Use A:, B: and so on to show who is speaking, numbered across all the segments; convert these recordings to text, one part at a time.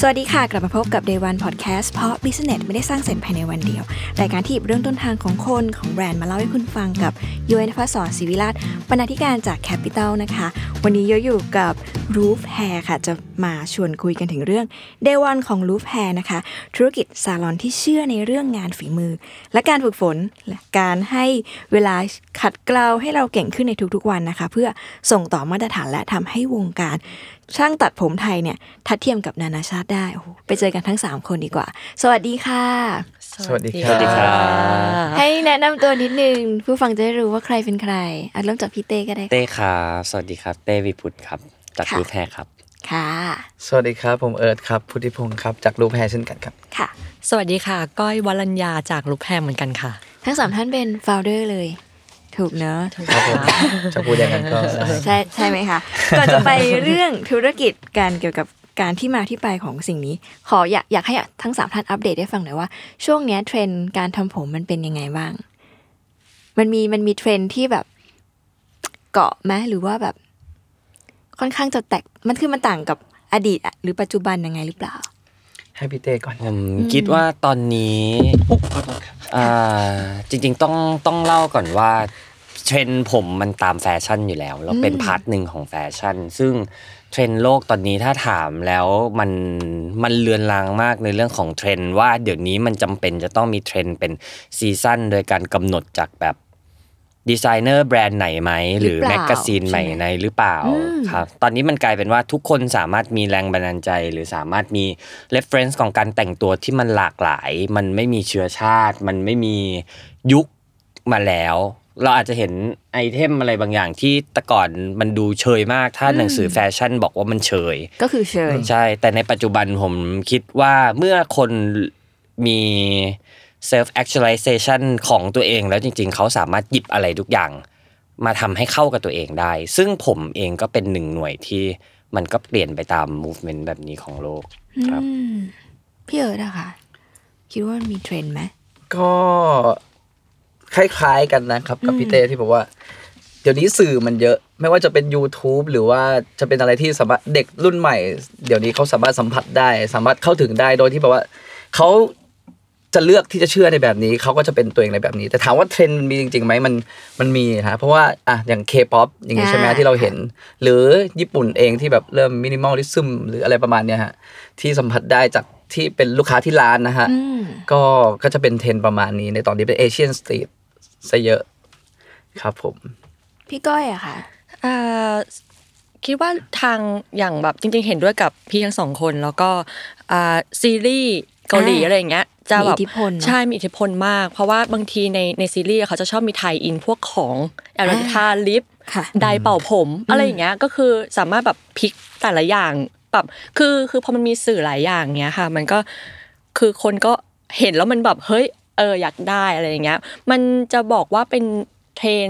A: สวัสดีค่ะ กลับมาพบกับ Day One Podcast เพราะ Business ไม่ได้สร้างเสร็จภายในวันเดียว รายการที่หยิบเรื่องต้นทางของคนของแบรนด์มาเล่าให้คุณฟังกับย้อยนภศรศิวิราชบรรณาธิการจาก Capital นะคะ วันนี้ย้อยอยู่กับ Roof Hair ค่ะ จะมาชวนคุยกันถึงเรื่อง Day One ของ Roof Hair นะคะ ธุรกิจซาลอนที่เชื่อในเรื่องงานฝีมือ และการฝึกฝนและการให้เวลาขัดเกลาให้เราเก่งขึ้นในทุกๆวันนะคะ เพื่อส่งต่อมาตรฐานและทำให้วงการ ช่างตัดผมไทยเนี่ยทัดเทียมกับนานาชาติได้โอ้โหไปเจอกันทั้ง 3 คนดีกว่า สวัสดีค่ะ
B: สวัสดี
C: สวัสดีครับ
A: ให้แนะนำตัวนิดนึง ผู้ฟังจะได้รู้ว่าใครเป็นใครอ่ะเริ่มจากพี่เต้ก็ได้ค่ะ
D: เต้ครับสวัสดีครับ เต้วิพุตครับ จาก
A: ค่ะ
D: รูปแพรครับ
A: ค่ะ
B: สวัสดีครับ ผมเอิร์ธครับ พุทธิพงศ์ครับ จากรูปแพรเช่นกันครับ
A: ค่ะ
E: สวัสดีค่ะ ก้อยวรัญญาจากลูกแพรเหมือนกันค่ะ
A: ทั้งสามท่านเป็น founder เลย ถูกเนอะ
B: ครับผมจะพูดอย่าง นั้นก็ได้
A: ใช่ใช่ไหม คะก่อนจะไปเรื่องธุรกิจการเกี่ยวกับการที่มาที่ไปของสิ่งนี้ ขออยากอยากให้ทั้งสามท่านอัปเดตให้ฟังหน่อยว่า ช่วงเนี้ยเทรนด์การทำผมมันเป็นยังไงบ้าง มันมีมันมีเทรนด์ที่แบบเกาะไหมหรือว่าแบบ ค่อนข้างจะแตกมันคือมันต่างกับอดีตอะหรือปัจจุบันยังไงหรือเปล่า
B: ให้พี่เต้ก่อน
D: ผมคิดว่าตอนนี้อ่าจริงๆต้องต้องเล่าก่อนว่า เทรนด์ผมมันตามแฟชั่นอยู่แล้ว แล้วเป็นพาร์ทหนึ่งของแฟชั่น ซึ่งเทรนด์โลกตอนนี้ถ้าถามแล้วมันมันเลือนลางมากในเรื่องของเทรนด์ว่าเดี๋ยวนี้มันจำเป็นจะต้องมีเทรนด์เป็นซีซั่นโดยการกำหนดจากแบบดีไซเนอร์แบรนด์ไหนไหม หรือ
A: หรือเปล่า
D: แมกกาซีน
A: ใช่
D: ให
A: ไหม
D: ม่ในหรือเปล่าครับ ตอนนี้มันกลายเป็นว่าทุกคนสามารถมีแรงบันดาลใจ หรือสามารถมี reference ของการแต่งตัวที่มันหลากหลาย มันไม่มีเชื้อชาติ มันไม่มียุคมาแล้ว เราอาจจะเห็นไอเทมอะไรบางอย่างที่แต่ก่อนมันดูเชยมากถ้าหนังสือแฟชั่นบอกว่ามันเชย
A: ก็คือเชย
D: ใช่ แต่ในปัจจุบันผมคิดว่าเมื่อคนมี self actualization ของตัวเองแล้วจริงๆ เขาสามารถหยิบอะไรทุกอย่าง มาทำให้เข้ากับตัวเองได้ ซึ่งผมเองก็เป็นหนึ่งหน่วยที่มันก็เปลี่ยนไปตาม movement แบบนี้ของโลกครับ
A: อืมพี่เอิร์ธอะค่ะ คิดว่ามันมีเทรนด์ไหม
B: ก็คล้ายๆกันนะครับ กับพี่เต้ที่บอกว่า เดี๋ยวนี้สื่อมันเยอะ ไม่ว่าจะเป็น YouTube หรือว่าจะเป็นอะไรที่สามารถเด็กรุ่นใหม่ เดี๋ยวนี้เขาสามารถสัมผัสได้ สามารถเข้าถึงได้โดยที่แบบว่าเขาจะเลือกที่จะเชื่อในแบบนี้เขาก็จะเป็นตัวเองในแบบนี้ แต่ถามว่าเทรนด์มันมีจริงๆไหมมันมันมีนะเพราะว่าอ่ะอย่างเคป๊อปอย่างนี้ใช่ไหม
A: อ่า
B: ที่เราเห็น หรือญี่ปุ่นเองที่แบบเริ่มมินิมอลลิซึมหรืออะไรประมาณเนี้ยฮะที่สัมผัสได้จากที่เป็นลูกค้าที่ร้านนะฮะ
A: อืม
B: ก็ก็จะเป็นเทรนด์ประมาณนี้ในตอนนี้เป็นเอเชียนสตรีทซะเยอะครับผม
A: พี่ก้อยอะค่ะ
E: อ่าคิดว่าทางอย่างแบบจริงๆ เห็นด้วยกับพี่ทั้งสองคนแล้วก็อ่าซีรีส์เกาหลี
A: อ่า
E: อะไรอย่างเงี้ยจะแบ
A: มี
E: บ
A: อิทธิพลเนอะ
E: ใช่มีอิทธิพลมาก เพราะว่าบางทีในในซีรีส์อะเขาจะชอบมีไทยอินพวกของแอลทาลิป
A: ค่ะ
E: ไดร์เป่าผม อะไรอย่างเงี้ยก็คือสามารถแบบพลิกแต่ละอย่างแบบคือคือพอมันมีสื่อหลายอย่างเงี้ยค่ะ มันก็คือคนก็เห็นแล้วมันแบบเฮ้ยเอออยากได้อะไรอย่างเงี้ย มันจะบอกว่าเป็นเทรน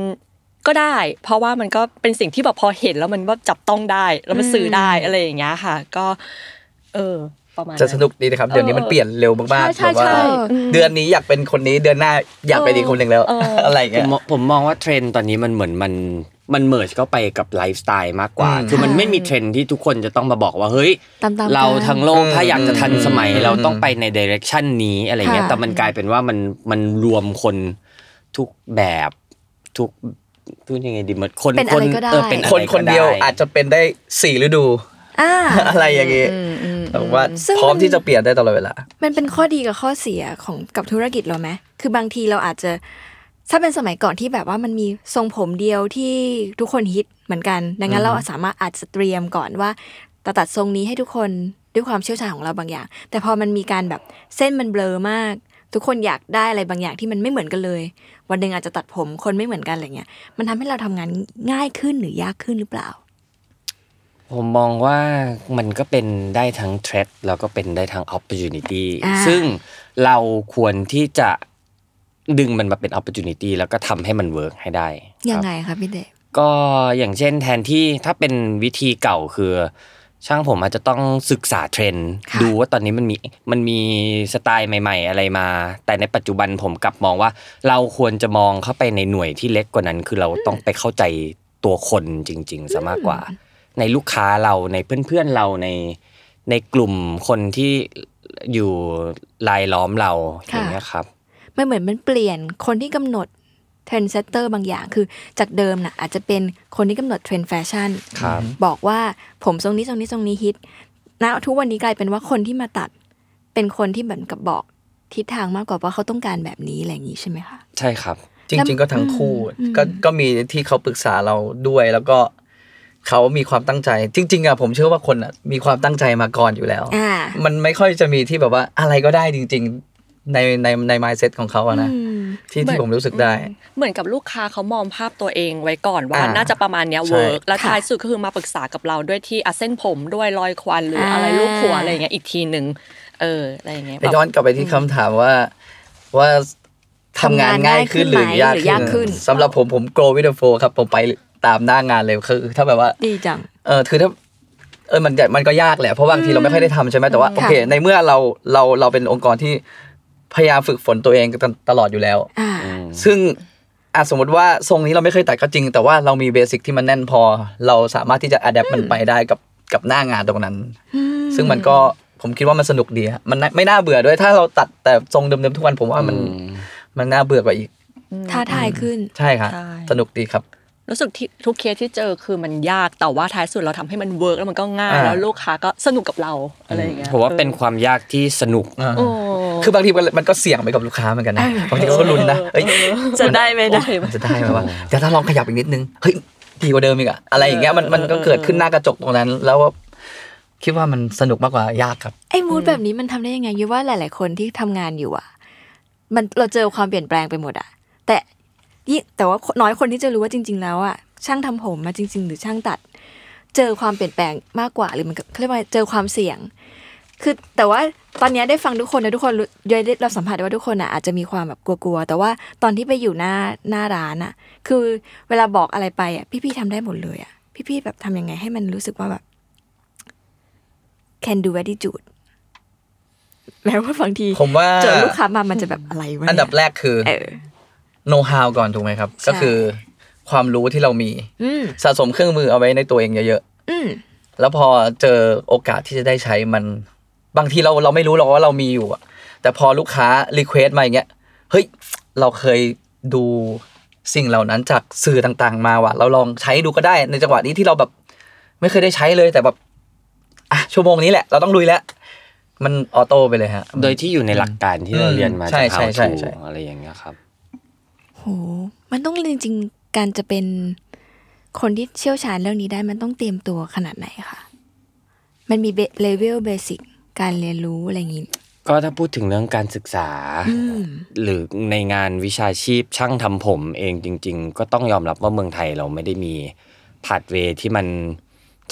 E: ก็ได้ เพราะว่ามันก็เป็นสิ่งที่แบบพอเห็นแล้วมันว่าจับต้องได้แล้วมันสื่อได้อะไรอย่างเงี้ยค่ะ ก็ เออ ประมาณ
B: จะสนุกดีนะครับ เดี๋ยวนี้มันเปลี่ยนเร็วมากๆ
E: ใช่
B: แบบ
E: ใช่
B: ว่า
E: ใช่
B: เดือนนี้อยากเป็นคนนี้เดือนหน้าอยากเป็นอีกคนหนึ่งแล้ว
E: เออ
B: อะไรอย่าง
D: ผ
B: เงี้ย
D: มมองผมมองว่าเทรนด์ตอนนี้มันเหมือนมันมันเมิร์จเข้าไปกับไลฟ์สไตล์มากกว่า
B: อืม
D: คือมันไม่มีเทรนด์ที่ทุกคนจะต้องมาบอกว่าเฮ้ย
A: ตามๆกัน
D: เราทั้งโลกถ้าอยากจะทันสมัย
B: อืม
D: เราต้องไปในดิเรกชันนี้อะไรเงี้ย
A: ค่ะ
D: แต่มันกลายเป็นว่ามันมันรวมคนทุกแบบทุกทุกยังไงดีเหมือนคน
A: เป็น
D: ค
A: อะไร
D: น
A: ก็ได้
D: เออเป็นอะ
B: ค
D: ไร
B: น
D: ก็
B: คนเดียวอาจจะเป็นได้สี่ฤดู
A: อ่า
B: อะไรอย่างเงี้ยแต่ว่า
A: ซึ่ง
B: พร้อม
A: มัน
B: ที่จะเปลี่ยนได้ตลอดเวลา
A: มันเป็นข้อดีกับข้อเสียของกับธุรกิจเราไหมคือบางทีเราอาจจะ ถ้าเป็นสมัยก่อนที่แบบว่ามันมีทรงผมเดียวที่ทุกคนฮิตเหมือนกัน ดังนั้นเราสามารถอาจจะเตรียมก่อนว่าจะตัดทรงนี้ให้ทุกคนด้วยความเชี่ยวชาญของเราบางอย่าง แต่พอมันมีการแบบเส้นมันเบลอมาก ทุกคนอยากได้อะไรบางอย่างที่มันไม่เหมือนกันเลย วันหนึ่งอาจจะตัดผมคนไม่เหมือนกันอะไรเงี้ย มันทำให้เราทำงานง่ายขึ้นหรือยากขึ้นหรือเปล่า
D: ผมมองว่ามันก็เป็นได้ทั้งเทรดแล้วก็เป็นได้ทั้ง opportunity
A: อ่า
D: ซึ่งเราควรที่จะดึงมันมาเป็น opportunity แล้วก็ทำให้มันเวิร์กให้ได้ครับ
A: ยังไงคะพี่เดช
D: ก็อย่างเช่นแทนที่ถ้าเป็นวิธีเก่าคือ ช่างผมอาจจะต้องศึกษาเทรนด์
A: ค่ะ
D: ดูว่าตอนนี้มันมีมันมีสไตล์ใหม่ ๆ อะไรมา แต่ในปัจจุบันผมกลับมองว่า เราควรจะมองเข้าไปในหน่วยที่เล็กกว่านั้น คือเราต้องไปเข้าใจตัวคนจริงๆซะมากกว่า ในลูกค้าเราในเพื่อนๆเราในในกลุ่มคนที่อยู่รายล้อมเราอย่างเงี้ยครับ
A: มันเหมือนมันเปลี่ยนคนที่กำหนดเทรนเซตเตอร์บางอย่างคือจากเดิมน่ะอาจจะเป็นคนที่กำหนดเทรนแฟชั่น
D: ครับ
A: บอกว่าผมทรงนี้ทรงนี้ทรงนี้ฮิตณทุกวันนี้กลายเป็นว่าคนที่มาตัด เป็นคนที่เหมือนกับบอกทิศทางมากกว่าว่าเขาต้องการแบบนี้อะไรอย่างนี้ใช่ไหมคะ
D: ใช่ครับ
B: จริง ๆ ก็ทั้งคู่
A: อืม
B: ก็ก็มีที่เขาปรึกษาเราด้วย แล้วก็เขามีความตั้งใจ จริง ๆอะผมเชื่อว่าคนอะมีความตั้งใจมาก่อนอยู่แล้ว
A: อ่า
B: มันไม่ค่อยจะมีที่แบบว่าอะไรก็ได้จริง ๆ ในในใน mindset ของเขาอะนะ
A: อืม
B: ที่ที่ผมรู้สึกได้
E: เหมือนกับลูกค้าเขามองภาพตัวเองไว้ก่อนว่า
B: อ่า
E: น่าจะประมาณเนี้ย
B: ใช่
E: เวิร์กแล้ว
A: ค่ะ
E: ท้ายสุดก็คือมาปรึกษากับเราด้วยที่อะเส้นผมด้วยรอยควันหรืออะไร
A: อ่า
E: รูปหัวอะไรอย่างเงี้ยอีกทีหนึ่งเอออะไรอย่างเงี้ย
B: แต่ย้อนกลับไปที่คำถามว่าว่าทำงานง่ายขึ้นหรือยาก
A: ทำงานง่ายขึ้นไหมหรือยากขึ้
B: ขึ้น
A: น
B: สำหรับผมผม grow with the flow ครับผมไปตามหน้างานเลยคือถ้าแบบว่า
A: ดีจัง
B: เออคือถ้าเออมันจะมันก็ยากแหละ เพราะบางทีเราไม่ค่อยได้ทำใช่ไหมแต่ว่าโอเค
A: ค่ะ
B: ในเมื่อเราเราเราเป็นองค์กรที่พยายามฝึกฝนตัวเองตตลอดอยู่แล้ว
A: อ่า
B: ซึ่งอาสมมติว่าทรงนี้เราไม่เคยตัดก็จริง แต่ว่าเรามีเบสิกที่มันแน่นพอ เราสามารถที่จะอัดแอปมันไปได้กับกับหน้างานตรงนั้น ซึ่งมันก็ผมคิดว่ามันสนุกดีฮะมันน่าไม่น่าเบื่อด้วยถ้าเราตัดแต่ทรงเดิมๆทุกวันผมว่ามันมันน่าเบื่อกว่าอีก
A: ท้าทายขึ้น
B: ใช่ครับ
E: ใช่
B: สนุกดีครับ
E: รู้สึกที่ทุกเคสที่เจอคือมันยากแต่ว่าท้ายสุดเราทำให้มันเวิร์กแล้วมันก็ง่าย
B: อ่า
E: แล้วลูกค้าก็สนุกกับเราอะไรอย่างเงี้ย
D: ผมว่าเป็นความยากที่สนุก
B: อ่า
E: โอ้
B: คือบางทีมันมันก็เสี่ยงไปกับลูกค้าเหมือนกันนะบางทีเขาก็ลุ้นนะเอ้ย
E: จะได้ไหมได้
B: มันจะได้ไหมว่าเดี๋ยวถ้าลองขยับอีกนิดนึง เฮ้ยดีกว่าเดิมอีกอะอะไรอย่างเงี้ยมันมันก็เกิดขึ้นหน้ากระจกตรงนั้น แล้วว่าคิดว่ามันสนุกมากกว่ายากครับ
A: ไอ้มูดแบบนี้มันทำได้ยังไงยุ้ยว่าหลาย ๆ คนที่ทำงานอยู่อ่ะ มันเราเจอความเปลี่ยนแปลงไปหมดอ่ะ แต่ยิ่งแต่ว่าน้อยคนที่จะรู้ว่าจริง ๆ แล้วอ่ะช่างทำผมมาจริง ๆ หรือช่างตัด เจอความเปลี่ยนแปลงมากกว่าหรือมันก็เขาเรียกว่าเจอความเสี่ยง คือแต่ว่าตอนเนี้ยได้ฟังทุกคนนะทุกคนรู้ยยได้เราสัมผัสได้ว่าทุกคนอ่ะอาจจะมีความแบบกลัวๆแต่ว่าตอนที่ไปอยู่หน้าหน้าร้านอ่ะ คือเวลาบอกอะไรไปอ่ะพี่ๆทำได้หมดเลยอ่ะพี่ๆแบบทำยังไงให้มันรู้สึกว่าแบบ can do attitude แม้ว่าบางที
B: ผมว่า
A: เจอลูกค้ามามันจะแบบอะไรวะเนี่ย
B: อันดับแรกคือ
A: เออ
B: know how ก่อนถูกไหมครับ
A: ใช่
B: ก็คือความรู้ที่เรามี
A: อืม
B: สะสมเครื่องมือเอาไว้ในตัวเองเยอะ
A: อืม
B: ๆ แล้วพอเจอโอกาสที่จะได้ใช้มันบางทีเราเราไม่รู้หรอกว่าเรามีอยู่อะแต่พอลูกค้ารีเควสมาอย่างเงี้ยเฮ้ยเราเคยดูสิ่งเหล่านั้นจากสื่อต่างๆ มาว่ะเราลองใช้ดูก็ได้ในจังหวะนี้ที่เราแบบ ไม่เคยได้ใช้เลยแต่แบบอ่ะชั่วโมงนี้แหละ เราต้องลุยแล้ว มันออโต้ไปเลยฮะ
D: โดยที่อยู่ในหลักการที่เราเรียนมา
B: ใช่
D: จาก
B: ใช่
D: how
B: ใช่
D: to
B: ใช่
D: อะไรอย่างเงี้ยครับ
A: โหมันต้องจริงๆ การจะเป็นคนที่เชี่ยวชาญเรื่องนี้ได้มันต้องเตรียมตัวขนาดไหนคะมันมีเลเวลเบสิกการเรียนรู้อะไรอย่างงี้
D: ก็ถ้าพูดถึงเรื่องการศึกษา หรือในงานวิชาชีพช่างทำผมเองจริง ๆ ก็ต้องยอมรับว่าเมืองไทยเราไม่ได้มีพาดเวที่มัน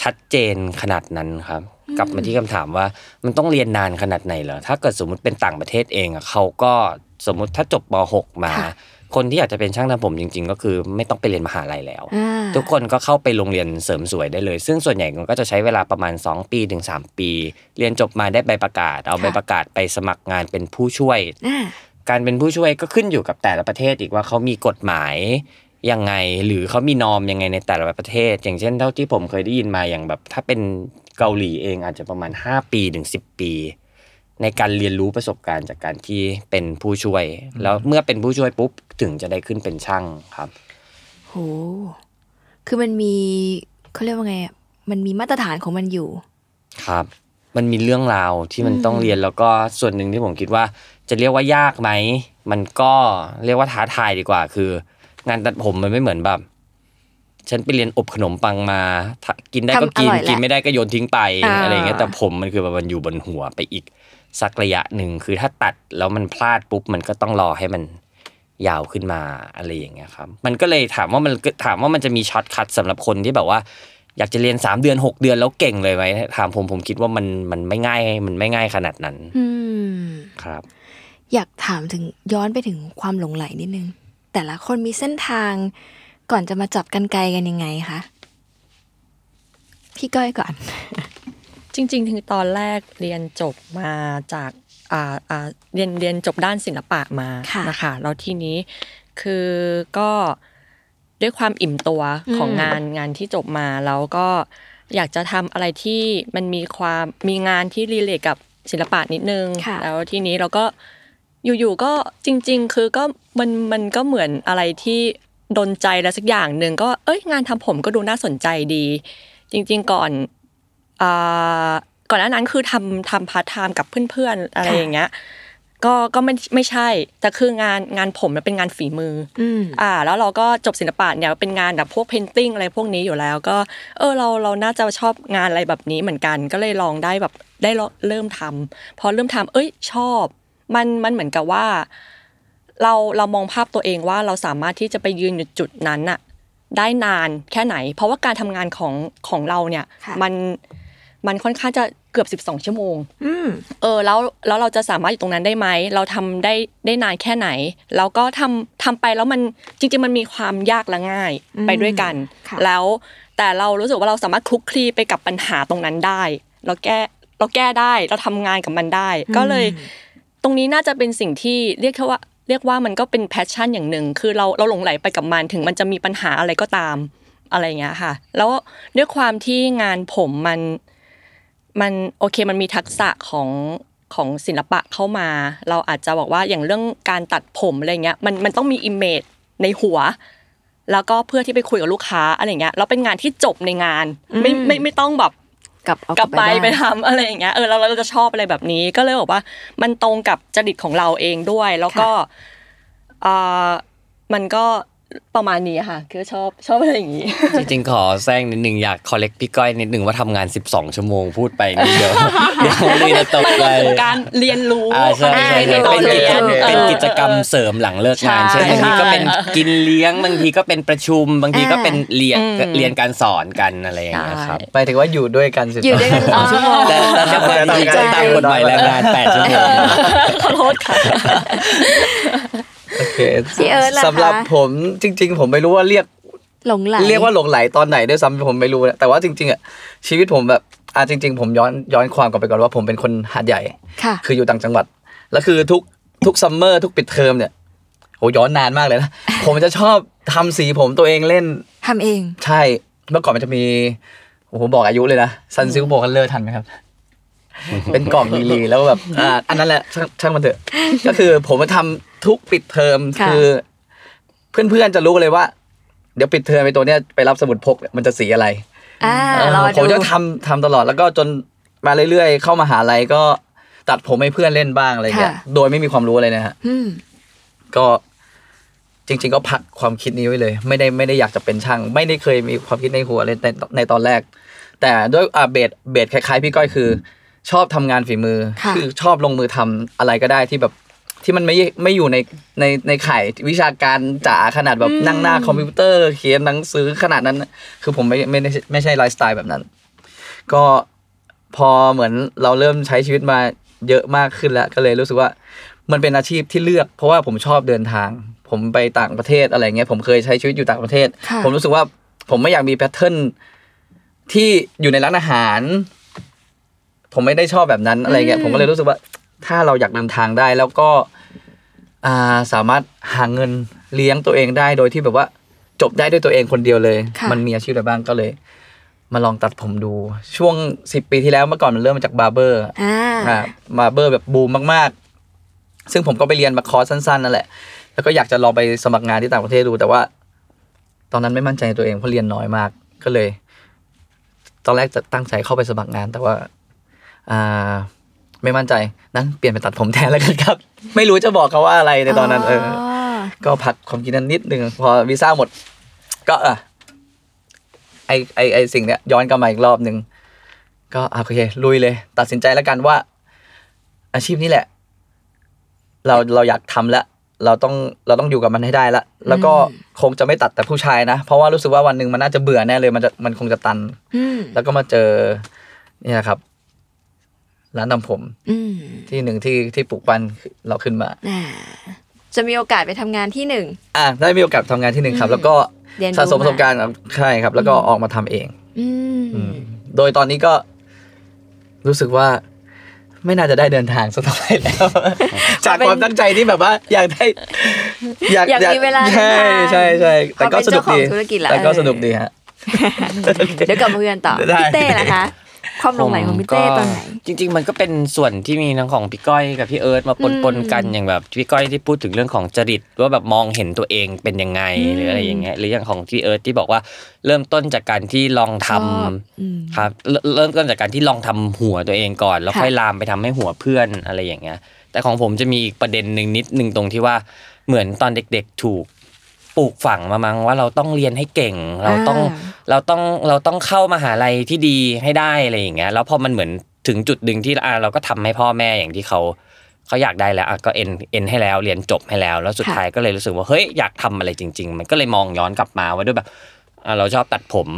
D: ชัดเจนขนาดนั้นครับ กลับมาที่คำถามว่ามันต้องเรียนนานขนาดไหนเหรอถ้าเกิดสมมติเป็นต่างประเทศเองอะเขาก็สมมติถ้าจบม .6 มา
A: ค่ะ
D: คนที่อยากจะเป็นช่างทำผมจริง ๆ ก็คือไม่ต้องไปเรียนมหาลัยแล้ว
A: อ่า
D: ทุกคนก็เข้าไปโรงเรียนเสริมสวยได้เลย ซึ่งส่วนใหญ่มันก็จะใช้เวลาประมาณ 2 ปีถึง 3 ปี เรียนจบมาได้ใบประกาศ เอาใบประกาศไปสมัครงานเป็นผู้ช่วย
A: อ่า
D: การเป็นผู้ช่วยก็ขึ้นอยู่กับแต่ละประเทศอีกว่าเขามีกฎหมายยังไง หรือเขามีนอมยังไงในแต่ละประเทศ อย่างเช่นเท่าที่ผมเคยได้ยินมาอย่างแบบ ถ้าเป็นเกาหลีเองอาจจะประมาณ 5 ปีถึง 10 ปี ในการเรียนรู้ประสบการณ์จากการที่เป็นผู้ช่วย แล้วเมื่อเป็นผู้ช่วยปุ๊บถึงจะได้ขึ้นเป็นช่างครับ
A: โห คือมันมีเขาเรียกว่าไงอะมันมีมาตรฐานของมันอยู่
D: ครับ มันมีเรื่องราวที่มันต้องเรียนแล้วก็ส่วนหนึ่งที่ผมคิดว่า จะเรียกว่ายากไหม มันก็เรียกว่าท้าทายดีกว่า คือ งานตัดผมมันไม่เหมือนแบบ ฉันไปเรียนอบขนมปังมาถ้ากินได้ก็กิน
A: ทำอร่อยแหละ
D: กินไม่ได้ก็โยนทิ้งไป
A: อ่า
D: อะไรอย่างเงี้ยแต่ผมมันคือแบบมันอยู่บนหัวไปอีกสักระยะหนึ่งคือถ้าตัดแล้วมันพลาดปุ๊บมันก็ต้องรอให้มันยาวขึ้นมาอะไรอย่างเงี้ยครับ มันก็เลยถามว่ามันถามว่ามันจะมีช็อตคัดสำหรับคนที่แบบว่า อยากจะเรียน 3 เดือน 6 เดือนแล้วเก่งเลยไหมถามผมผมคิดว่ามันมันไม่ง่ายมันไม่ง่ายขนาดนั้น
A: อืม
D: ครับ
A: อยากถามถึงย้อนไปถึงความหลงไหลนิดนึง แต่ละคนมีเส้นทาง ก่อนจะมาจับกันไกลกันยังไงคะ พี่ก้อยก่อน
E: จริงๆถึงตอนแรกเรียนจบมาจากอ่าอ่าเรียนเรียนจบด้านศิลปะมา
A: ค่ะ
E: นะคะแล้วทีนี้คือก็ด้วยความอิ่มตัวของงานงานที่จบมาแล้วก็อยากจะทำอะไรที่มันมีความมีงานที่รีเลทกับศิลปะนิดนึง
A: ค่ะ
E: แล้วทีนี้เราก็อยู่ๆก็จริง ๆ คือก็มันมันก็เหมือนอะไรที่ดนใจแล้วสักอย่างหนึ่งก็เอ้ยงานทำผมก็ดูน่าสนใจดี จริง ๆ ก่อนอ่าก่อนหน้านั้นคือทำทำพาร์ทไทม์กับเพื่อนๆอะไรอย่างเงี้ยก็ก็ไม่ไม่ใช่ แต่คืองานงานผมมันเป็นงานฝีมืออ
A: อืม
E: อ่าแล้วเราก็จบศิลปะเนี่ยเป็นงานแบบพวกเพนติ้งอะไรพวกนี้อยู่แล้วก็เออเราเราน่าจะชอบงานอะไรแบบนี้เหมือนกัน ก็เลยลองได้แบบได้ลองเริ่มทำพอเริ่มทำเอ้ยชอบ มันมันเหมือนกับว่า เราเรามองภาพตัวเองว่าเราสามารถที่จะไปยืนอยู่จุดนั้นน่ะได้นานแค่ไหน เพราะว่าการทำงานของของเราเนี่ย
A: ค่ะ
E: มันมันค่อนข้างจะเกือบ 12 ชั่วโมง
A: อืม
E: เออแล้วแล้วเราจะสามารถอยู่ตรงนั้นได้ไหม เราทำได้ได้นานแค่ไหน แล้วก็ทำทำไปแล้วมันจริง ๆ มันมีความยากและง่าย
A: อืม
E: ไปด้วยกัน
A: ค่ะ
E: แล้วแต่เรารู้สึกว่าเราสามารถคลุกคลีไปกับปัญหาตรงนั้นได้ เราแก้เราแก้ได้เราทำงานกับมันได้ ก็เลย ตรงนี้น่าจะเป็นสิ่งที่เรียกแค่ว่าเรียกว่ามันก็เป็นแพชชั่นอย่างหนึ่ง คือเราเราหลงไหลไปกับมันถึงมันจะมีปัญหาอะไรก็ตามอะไรอย่างเงี้ยค่ะ แล้วด้วยความที่งานผมมันมันโอเคมันมีทักษะของของศิลปะเข้ามา เราอาจจะบอกว่าอย่างเรื่องการตัดผมอะไรเงี้ยมันมันต้องมีอิมเมจในหัว แล้วก็เพื่อที่ไปคุยกับลูกค้าอะไรเงี้ยแล้วเป็นงานที่จบในงานไม่ไม่ไม่ต้องแบบ
A: กลับเอา
E: กลับไปไป
A: ด้
E: ทำอะไรอย่างเงี้ยเออเราเราจะชอบอะไรแบบนี้ก็เลยบอกว่า มันตรงกับจริตของเราเองด้วย แล้วก็เอ่อมันก็ประมาณนี้ค่ะ คือชอบชอบอะไรอย่างงี้
D: จริงๆขอแซงนิดหนึ่งอยากคอลเลกพี่ก้อยนิดหนึ่งว่าทำงาน 12 ชั่วโมงพูดไปนิดเดียวเดี๋ยวไม่ได้ตกใจ
E: การเรียนรู้
D: อ่าใช่ใช่
E: อะไรใน
D: ใช่
E: ตอน
D: เป็นกิ
E: เรี
D: จ
E: ยนออ
D: เป็นกิจกรรมเสริมหลังเลิกงาน
E: ใช่
D: เช่นบางทีก็
E: ใช่
D: เป็นกินเลี้ยงบางทีก็เป็นประชุมบางทีก็เป็นเรียนเรียนการสอนกันอะไรอย่างเงี้ยครับ
B: หมายถึงว่าอยู่ด้วยกันสิ
A: อยู่ด้วยกันสองชั่วโมง
D: แต่แต่ถ้าคนดีใจตามกฎหมายแรงงาน8ชั่วโมง
E: ขอโทษค่ะ
B: โอเค
A: พี่เอิร์ธล่ะคะ
B: สำหรับผมจริง ๆ ผมไม่รู้ว่าเรียก
A: หลงไหล
B: เรียกว่าหลงไหลตอนไหนด้วยซ้ำผมไม่รู้นะแต่ว่าจริงๆอ่ะชีวิตผมแบบอ่ะจริง ๆ ผมย้อนย้อนความกลับไปก่อนว่าผมเป็นคนหาดใหญ่
A: ค่ะ
B: คืออยู่ต่างจังหวัด แล้วคือทุกทุกซัมเมอร์ทุกปิดเทอมเนี่ยโหย้อนนานมากเลยนะ ผมจะชอบทำสีผมตัวเองเล่น
A: ทำเอง
B: ใช่เมื่อก่อนมันจะมีโอ้โหบอกอายุเลยนะซันซิลโบคัลเลอร์ทันไหมครับ เป็นกล่องลีๆแล้วแบบอ่าอันนั้นแหละช่างช่างมันเถอะ ก็คือผมมาทำทุกปิดเทอม
A: ค่ะ
B: คือ เพื่อนๆจะรู้เลยว่า เดี๋ยวปิดเทอมไปตัวเนี้ยไปรับสมุดพกเนี่ยมันจะสีอะไร
A: อ่า
B: เออ
A: รอ
B: ผม
A: ดู
B: จะทำทำตลอดแล้วก็จนมาเรื่อยๆ เข้ามหาลัยก็ตัดผมให้เพื่อนเล่นบ้างอะไรอย่างเงี้ย
A: ค่ะ
B: โดยไม่มีความรู้อะไรนะฮะ
A: อืม
B: ก็จริง ๆ ก็พักความคิดนี้ไว้เลย ไม่ได้ไม่ได้อยากจะเป็นช่าง ไม่ได้เคยมีความคิดในหัวเลยในในตอนแรก แต่ด้วยอ่าเบสเบสคล้ายๆ พี่ก้อยคือ ชอบทำงานฝีมือ
A: ค่ะ
B: อชอบลงมือทำอะไรก็ได้ที่แบบที่มันไม่ไม่อยู่ในในในข่ายวิชาการจ๋าขนาดแบบนั่งหน้าคอมพิวเตอร์ เขียนหนังสือขนาดนั้น คือผมไม่ไม่ได้ไม่ใช่ไลฟ์สไตล์แบบนั้น ก็พอเหมือนเราเริ่มใช้ชีวิตมาเยอะมากขึ้นแล้ว ก็เลยรู้สึกว่า มันเป็นอาชีพที่เลือก เพราะว่าผมชอบเดินทาง ผ ผมไปต่างประเทศอะไรเงี้ยผมเคยใช้ชีวิตอยู่ต่างประเทศ
A: ค่ะ
B: ผมรู้สึกว่าผมไม่อยากมีแพทเทิร์นที่อยู่ในร้านอาหาร ผมไม่ได้ชอบแบบนั้นอะไรเงี้ยผมก็เลยรู้สึกว่า ถ้าเราอยากเดินทางได้แล้วก็อ่าสามารถหาเงินเลี้ยงตัวเองได้โดยที่แบบว่าจบได้ด้วยตัวเองคนเดียวเลย
A: ค่ะ
B: มันมีอาชีพอะไรบ้างก็เลย มาลองตัดผมดู ช่วงสิบปีที่แล้วเมื่อก่อนมันเริ่มมาจากบาร์เบอร์
A: อ่า
B: อ่ามาเบอร์แบบบูมมากๆ ซึ่งผมก็ไปเรียนมาคอร์สสั้นๆนั่นแหละ แล้วก็อยากจะลองไปสมัครงานที่ต่างประเทศดูแต่ว่า ตอนนั้นไม่มั่นใจในตัวเองเพราะเรียนน้อยมากก็เลย ตอนแรกจะตั้งใจเข้าไปสมัครงาน แต่ว่าอ่าไม่มั่นใจนั้นเปลี่ยนไปตัดผมแทนแล้วกันครับ ไม่รู้จะบอกเขาว่าอะไรในตอนนั้น เออ ก็พักความคิดนั้นนิดนึงพอวีซ่าหมด ก็อ่ะไอไอไอสิ่งเนี้ยย้อนกลับมาอีกรอบหนึ่งก็อ่ะโอเคลุยเลย ตัดสินใจแล้วกันว่า อาชีพนี้แหละ เราเราอยากทำละเราต้องเราต้องอยู่กับมันให้ได้ละแล้วก็คงจะไม่ตัดแต่ผู้ชายนะ เพราะว่ารู้สึกว่าวันหนึ่งมันน่าจะเบื่อแน่เลยมันจะมันคงจะตัน
A: อืม
B: แล้วก็มาเจอเนี่ยนะครับ ร้านทำผม
A: อืม
B: ที่หนึ่งที่ที่ปลูกปั้นเราขึ้นมา
A: อ่าจะมีโอกาสไปทำงานที่หนึ่ง
B: อ่ะได้มีโอกาสทำงานที่หนึ่งครับ แล้วก็
A: เรียนรู้
B: สะสมประสบ
A: มา
B: การณ์ครับใช่ครับ แล้วก็ออกมาทำเอง
A: อืม
B: โดยตอนนี้ก็รู้สึกว่าไม่น่าจะได้เดินทางสักเท่าไหร่แล้ว จากความตั้งใจที่แบบว่า อยากได้
A: อยากมีเวลาเดิน
B: ใช่
A: ทาง
B: ใช่ใช่แต่ก็
A: พอเป็
B: สนุกดี
A: เจ้าของธุรกิจละ
B: แต่ก็
A: เออ
B: สนุกดีฮะ
A: เดี๋ยวกลับมาคุยกันต่อ
B: ได้
A: พี่เต้ล่ะคะ ความหลงไหลของพี่เต้
D: ผมก็
A: ตอนไหน
D: จริง ๆ มันก็เป็นส่วนที่มีทั้งของพี่ก้อยกับพี่เอิร์ธมาปนปนๆกันอย่างแบบพี่ก้อยที่พูดถึงเรื่องของจริตว่าแบบมองเห็นตัวเองเป็นยังไงหรืออะไรอย่างเงี้ยหรืออย่างของพี่เอิร์ธที่บอกว่าเริ่มต้นจากการที่ลองทำ
A: ชอบอืม
D: ครับเริ่มเริ่มต้นจากการที่ลองทำหัวตัวเองก่อน แล้ว
A: ค่ะ
D: ค่อยลามไปทำให้หัวเพื่อนอะไรอย่างเงี้ย แต่ของผมจะมีอีกประเด็นหนึ่งนิดนึงตรงที่ว่าเหมือนตอนเด็ก ๆ ถูกปลูกฝังมามั้งว่าเราต้องเรียนให้เก่ง เราต้อง
A: อ่า
D: เราต้องเราต้องเข้ามหาลัยที่ดีให้ได้อะไรอย่างเงี้ยแล้วพอมันเหมือนถึงจุดดึงที่อ่าเราก็ทำให้พ่อแม่อย่างที่เขาเขาอยากได้แล้วอ่ะก็เอ็นเอ็นให้แล้วเรียนจบให้แล้ว แล้วสุด
A: ค่ะ
D: ท้ายก็เลยรู้สึกว่าเฮ้ยอยากทำอะไรจริง ๆ มันก็เลยมองย้อนกลับมาว่าด้วยแบบอ่ะเราชอบตัดผม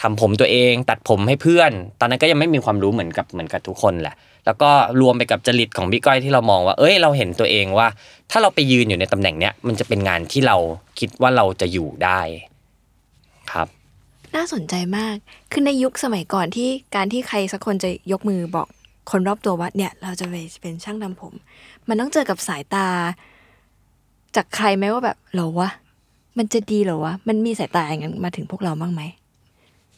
D: ทำผมตัวเอง ตัดผมให้เพื่อน ตอนนั้นก็ยังไม่มีความรู้เหมือนกับเหมือนกับทุกคนแหละ แล้วก็รวมไปกับจริตของพี่ก้อยที่เรามองว่า เอ้ย เราเห็นตัวเองว่า ถ้าเราไปยืนอยู่ในตำแหน่งเนี้ย มันจะเป็นงานที่เราคิดว่าเราจะอยู่ได้ ครับ
A: น่าสนใจมากคือในยุคสมัยก่อนที่การที่ใครสักคนจะยกมือบอกคนรอบตัวว่าเนี่ย เราจะไปเป็นช่างทำผม มันต้องเจอกับสายตา จากใครไหมว่าแบบเหรอวะ มันจะดีเหรอวะ มันมีสายตาอย่างนั้นมาถึงพวกเราบ้างไหม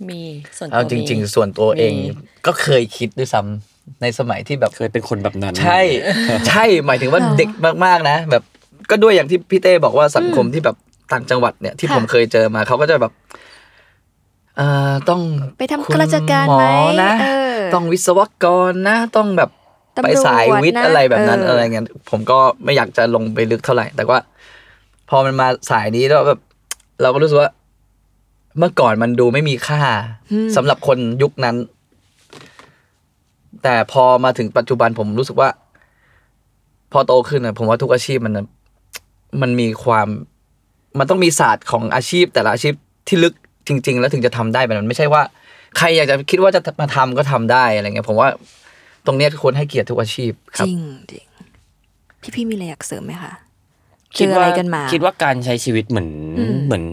E: มีส่วนตัว
B: เอาจริง
E: มี
B: ๆ ส่วนตัวเอง
E: มี
B: ก็เคยคิดด้วยซ้ำในสมัยที่แบบ
D: เคยเป็นคนแบบนั้น
B: ใช่ ใช่หมายถึงว่า
A: หรอ
B: เด็กมากๆนะ แบบก็ด้วยอย่างที่พี่เต้บอกว่าสังคมที่แบบต่างจังหวัดเนี่ยที่
A: ค่ะ
B: ผมเคยเจอมาเขาก็จะแบบเอ่อต้อง
A: ไปทำข้าราชการ
B: คุณ
A: ไหม
B: มอนะ
A: เออ
B: ต้องวิศวกรนะ ต้องแบบ
A: ตำรวจ
B: ไปสายวิทย์
A: นะ
B: อะไรแบบนั้น
A: เอออ
B: อะไรเงี้ยผมก็ไม่อยากจะลงไปลึกเท่าไหร่ แต่ว่า พอมันมาสายนี้แล้วแบบ เราก็รู้สึกว่า เมื่อก่อนมันดูไม่มีค่าสำหรับคนยุคนั้น แต่พอมาถึงปัจจุบันผมรู้สึกว่า พอโตขึ้นนะผมว่าทุกอาชีพมันน่ะมันมีความ มันต้องมีศาสตร์ของอาชีพ แต่ละอาชีพที่ลึกจริง ๆ แล้วถึงจะทำได้แบบนั้นไม่ใช่ว่า ใครอยากจะคิดว่าจะมาทำก็ทำได้อะไรเงี้ยผมว่า ตรงเนี้ยควรให้เกียรติทุกอาชีพค
A: จ
B: รับ
A: ริงจริงพี่พี่ๆมีอะไรอยากเสริมไหมคะ เจ
D: คิด
A: ออะไร
D: ว่า
A: กันมา
D: คิดว่าการใช้ชีวิตเหมือน
A: อืม
D: เหมือน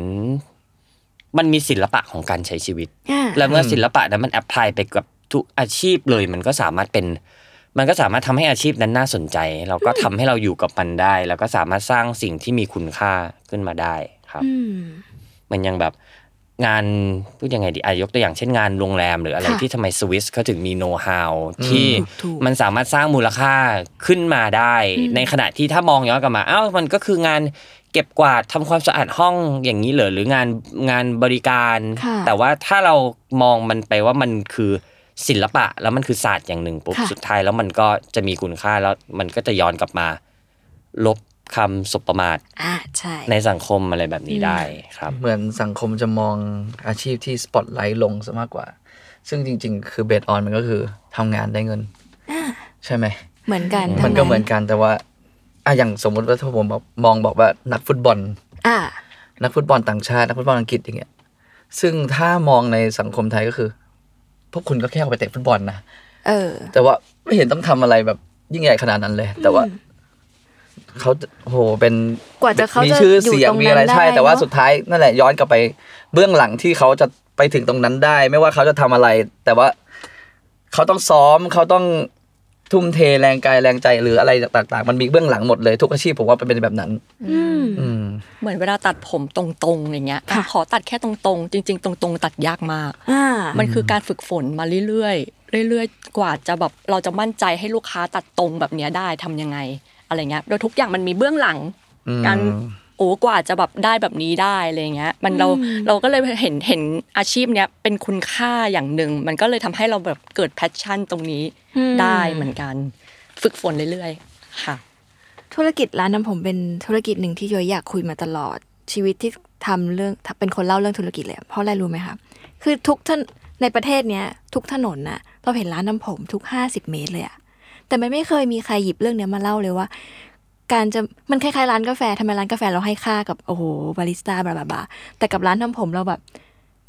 D: มันมีศิลปะของการใช้ชีวิต
A: อ่า
D: แล้วเมื่อศิลปะนั้นมันแอพพลายไปกับทุกอาชีพเลย มันก็สามารถเป็น มันก็สามารถทำให้อาชีพนั้นน่าสนใจ แล้วก็ทำให้เราอยู่กับมันได้ แล้วก็สามารถสร้างสิ่งที่มีคุณค่าขึ้นมาได้ครับ
A: อืม
D: มันยังแบบงานพูดยังไงดีอายกตัวอย่างเช่นงานโรงแรม หรืออะไร
A: ค่ะ
D: ที่ทำไมสวิสเขาถึงมีโน้ตฮาวที่
A: ถูกๆ
D: มันสามารถสร้างมูลค่าขึ้นมาได้ ในขณะที่ถ้ามองย้อนกลับมาอ้าวมันก็คืองานเก็บกวาดทำความสะอาดห้องอย่างนี้เหรอหรืองานงานบริการ
A: ค่ะ
D: แต่ว่าถ้าเรามองมันไปว่ามันคือศิลปะแล้วมันคือศาสตร์อย่างหนึ่งปุ๊บ
A: ค่ะ
D: สุดท้ายแล้วมันก็จะมีคุณค่าแล้วมันก็จะย้อนกลับมา ลบคำสบประมาท
A: อ่าใช่
D: ในสังคมอะไรแบบนี้ได้ครับ
B: เหมือนสังคมจะมองอาชีพที่สปอตไลท์ลงซะมากกว่า ซึ่งจริง ๆ คือเบสออนมันก็คือทำงานได้เงิน ใช่ไหม
A: เหมือนกัน
B: มันก็เหมือน
A: ทั้ง
B: กันแต่ว่าอ่ะอย่างสมมติว่าถ้าผมบอกมองบอกว่านักฟุตบอล
A: อ่า
B: นักฟุตบอลต่างชาติ นักฟุตบอลอังกฤษอย่างเงี้ย ซึ่งถ้ามองในสังคมไทยก็คือ พวกคุณก็แค่เอาไปเตะฟุตบอลนะ
A: เออ
B: แต่ว่าไม่เห็นต้องทำอะไรแบบยิ่งใหญ่ขนาดนั้นเลย แต่ว่า เขาจะโอ้โหเป็น
A: กว่าจะเขา
B: มี
A: จะ
B: ชื่อ
A: อยู่
B: เสีย
A: ต
B: ง
A: รง
B: มี
A: นั้
B: อะไร
A: นได้
B: ใช่ แต่ว่า
A: เนอะ
B: สุดท้ายนั่นแหละย้อนกลับไปเบื้องหลังที่เขาจะไปถึงตรงนั้นได้ ไม่ว่าเขาจะทำอะไร แต่ว่าเขาต้องซ้อมเขาต้องทุ่มเทแรงกายแรงใจหรืออะไรต่าง ๆ มันมีเบื้องหลังหมดเลยทุกอาชีพผมว่ามันเป็นแบบนั้น
A: อืม
B: อืม
E: เหมือนเวลาตัดผมตรงๆอย่างเงี้ย
A: ค่ะ
E: ขอตัดแค่ตรงๆ จริง ๆ ตรงๆ ตัดยากมาก
A: อ่า
E: มันคือการฝึกฝนมาเรื่อยๆ เรื่อยๆ กว่าจะแบบเราจะมั่นใจให้ลูกค้าตัดตรงแบบเนี้ยได้ทำยังไงอะไรเงี้ย โดยทุกอย่างมันมีเบื้องหลัง
B: อืม
E: การโอ้กว่าจะแบบได้แบบนี้ได้อะไรเงี้ย มันเราเราก็เลยเห็นเห็นอาชีพเนี้ยเป็นคุณค่าอย่างหนึ่ง มันก็เลยทำให้เราแบบเกิดแพชชั่นตรงนี้
A: อืม
E: ได้เหมือนกัน ฝึกฝนเรื่อยๆ ค่ะ
A: ธุรกิจร้านน้ำผมเป็นธุรกิจหนึ่งที่โยอยอยากคุยมาตลอดชีวิตที่ทำเรื่องเป็นคนเล่าเรื่องธุรกิจเลยอะเพราะอะไรรู้ไหมคะคือทุกท่านในประเทศเนี้ยทุกถนนน่ะเราเห็นร้านน้ำผมทุก 50 เมตรเลยอะแต่มันไม่เคยมีใครหยิบเรื่องเนี้ยมาเล่าเลยว่า การจะมันคล้ายๆร้านกาแฟทำไมร้านกาแฟเราให้ค่ากับโอ้โหบาริสต้าบลาบลาบลาแต่กับร้านทำผมเราแบบ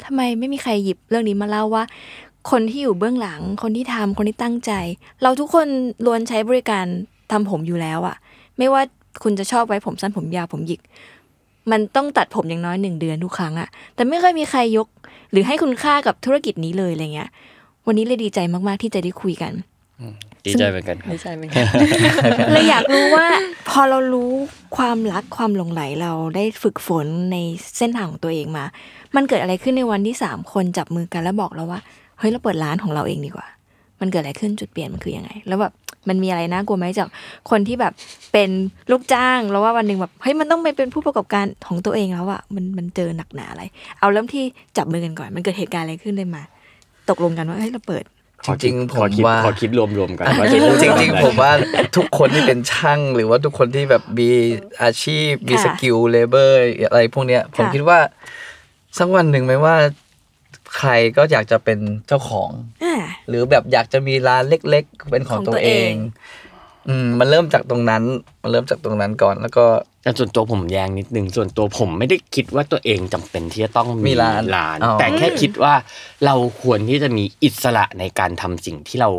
A: ทำไมไม่มีใครหยิบเรื่องนี้มาเล่าว่า คนที่อยู่เบื้องหลัง คนที่ทำคนที่ตั้งใจ เราทุกคนล้วนใช้บริการทำผมอยู่แล้วอะไม่ว่าคุณจะชอบไว้ผมสั้นผมยาวผมหยิก มันต้องตัดผมอย่างน้อยหนึ่งเดือนทุกครั้งอะแต่ไม่เคยมีใครยก หรือให้คุณค่ากับธุรกิจนี้เลยอะไรเงี้ย วันนี้เลยดีใจมากๆที่จะได้คุยกัน
D: ดีใจเหมือนกันครับ
E: ไม่ใช่ไม่ใช่
A: เลยอยากรู้ว่า พอเรารู้ความรักความหลงไหลเราได้ฝึกฝนในเส้นทางของตัวเองมา มันเกิดอะไรขึ้นในวันที่สามคนจับมือกันแล้วบอกเราว่าเฮ้ยเราเปิดร้านของเราเองดีกว่า มันเกิดอะไรขึ้นจุดเปลี่ยนมันคือยังไง แล้วแบบมันมีอะไรน่ากลัวไหมจากคนที่แบบเป็นลูกจ้างแล้วว่าวันหนึ่งแบบเฮ้ยมันต้องไปเป็นผู้ประกอบการของตัวเองแล้วอะมันมันเจอหนักหนาอะไร เอาเริ่มที่จับมือกันก่อน มันเกิดเหตุการณ์อะไรขึ้นได้มา ตกลงกันว่าเฮ้ยเราเปิด
B: จริงๆ
D: ขอคิด
B: ผมว่า
D: ขอคิดรวมๆกันว่าจะพูด
B: จริง
D: อะไ
B: ๆผมว่าทุกคนที่เป็นช่างหรือว่าทุกคนที่แบบมีอาชีพ มี
A: ค่ะ
B: สกิลเลเบอร์อะไรพวกเนี้ย ผม
A: ค่ะ
B: คิดว่าสักวันหนึ่งไม่ว่า ใครก็อยากจะเป็นเจ้าของ
A: อ่า
B: หรือแบบอยากจะมีร้านเล็ก ๆ เป็นขอ
A: ขอ
B: ง
A: งตั
B: ตัวว
A: เอ
B: เอง ง อืมมันเริ่มจากตรงนั้น มันเริ่มจากตรงนั้นก่อน แล้วก็
D: แต่ส่วนตัวผมแยงนิดนึงส่วนตัวผมไม่ได้คิดว่าตัวเองจำเป็นที่จะต้อง
B: มี
D: มี
B: ร้าน
D: ร้าน
B: อ๋อ
D: แต่แค่คิดว่าเราควรที่จะมีอิสระในการทำสิ่งที่เรา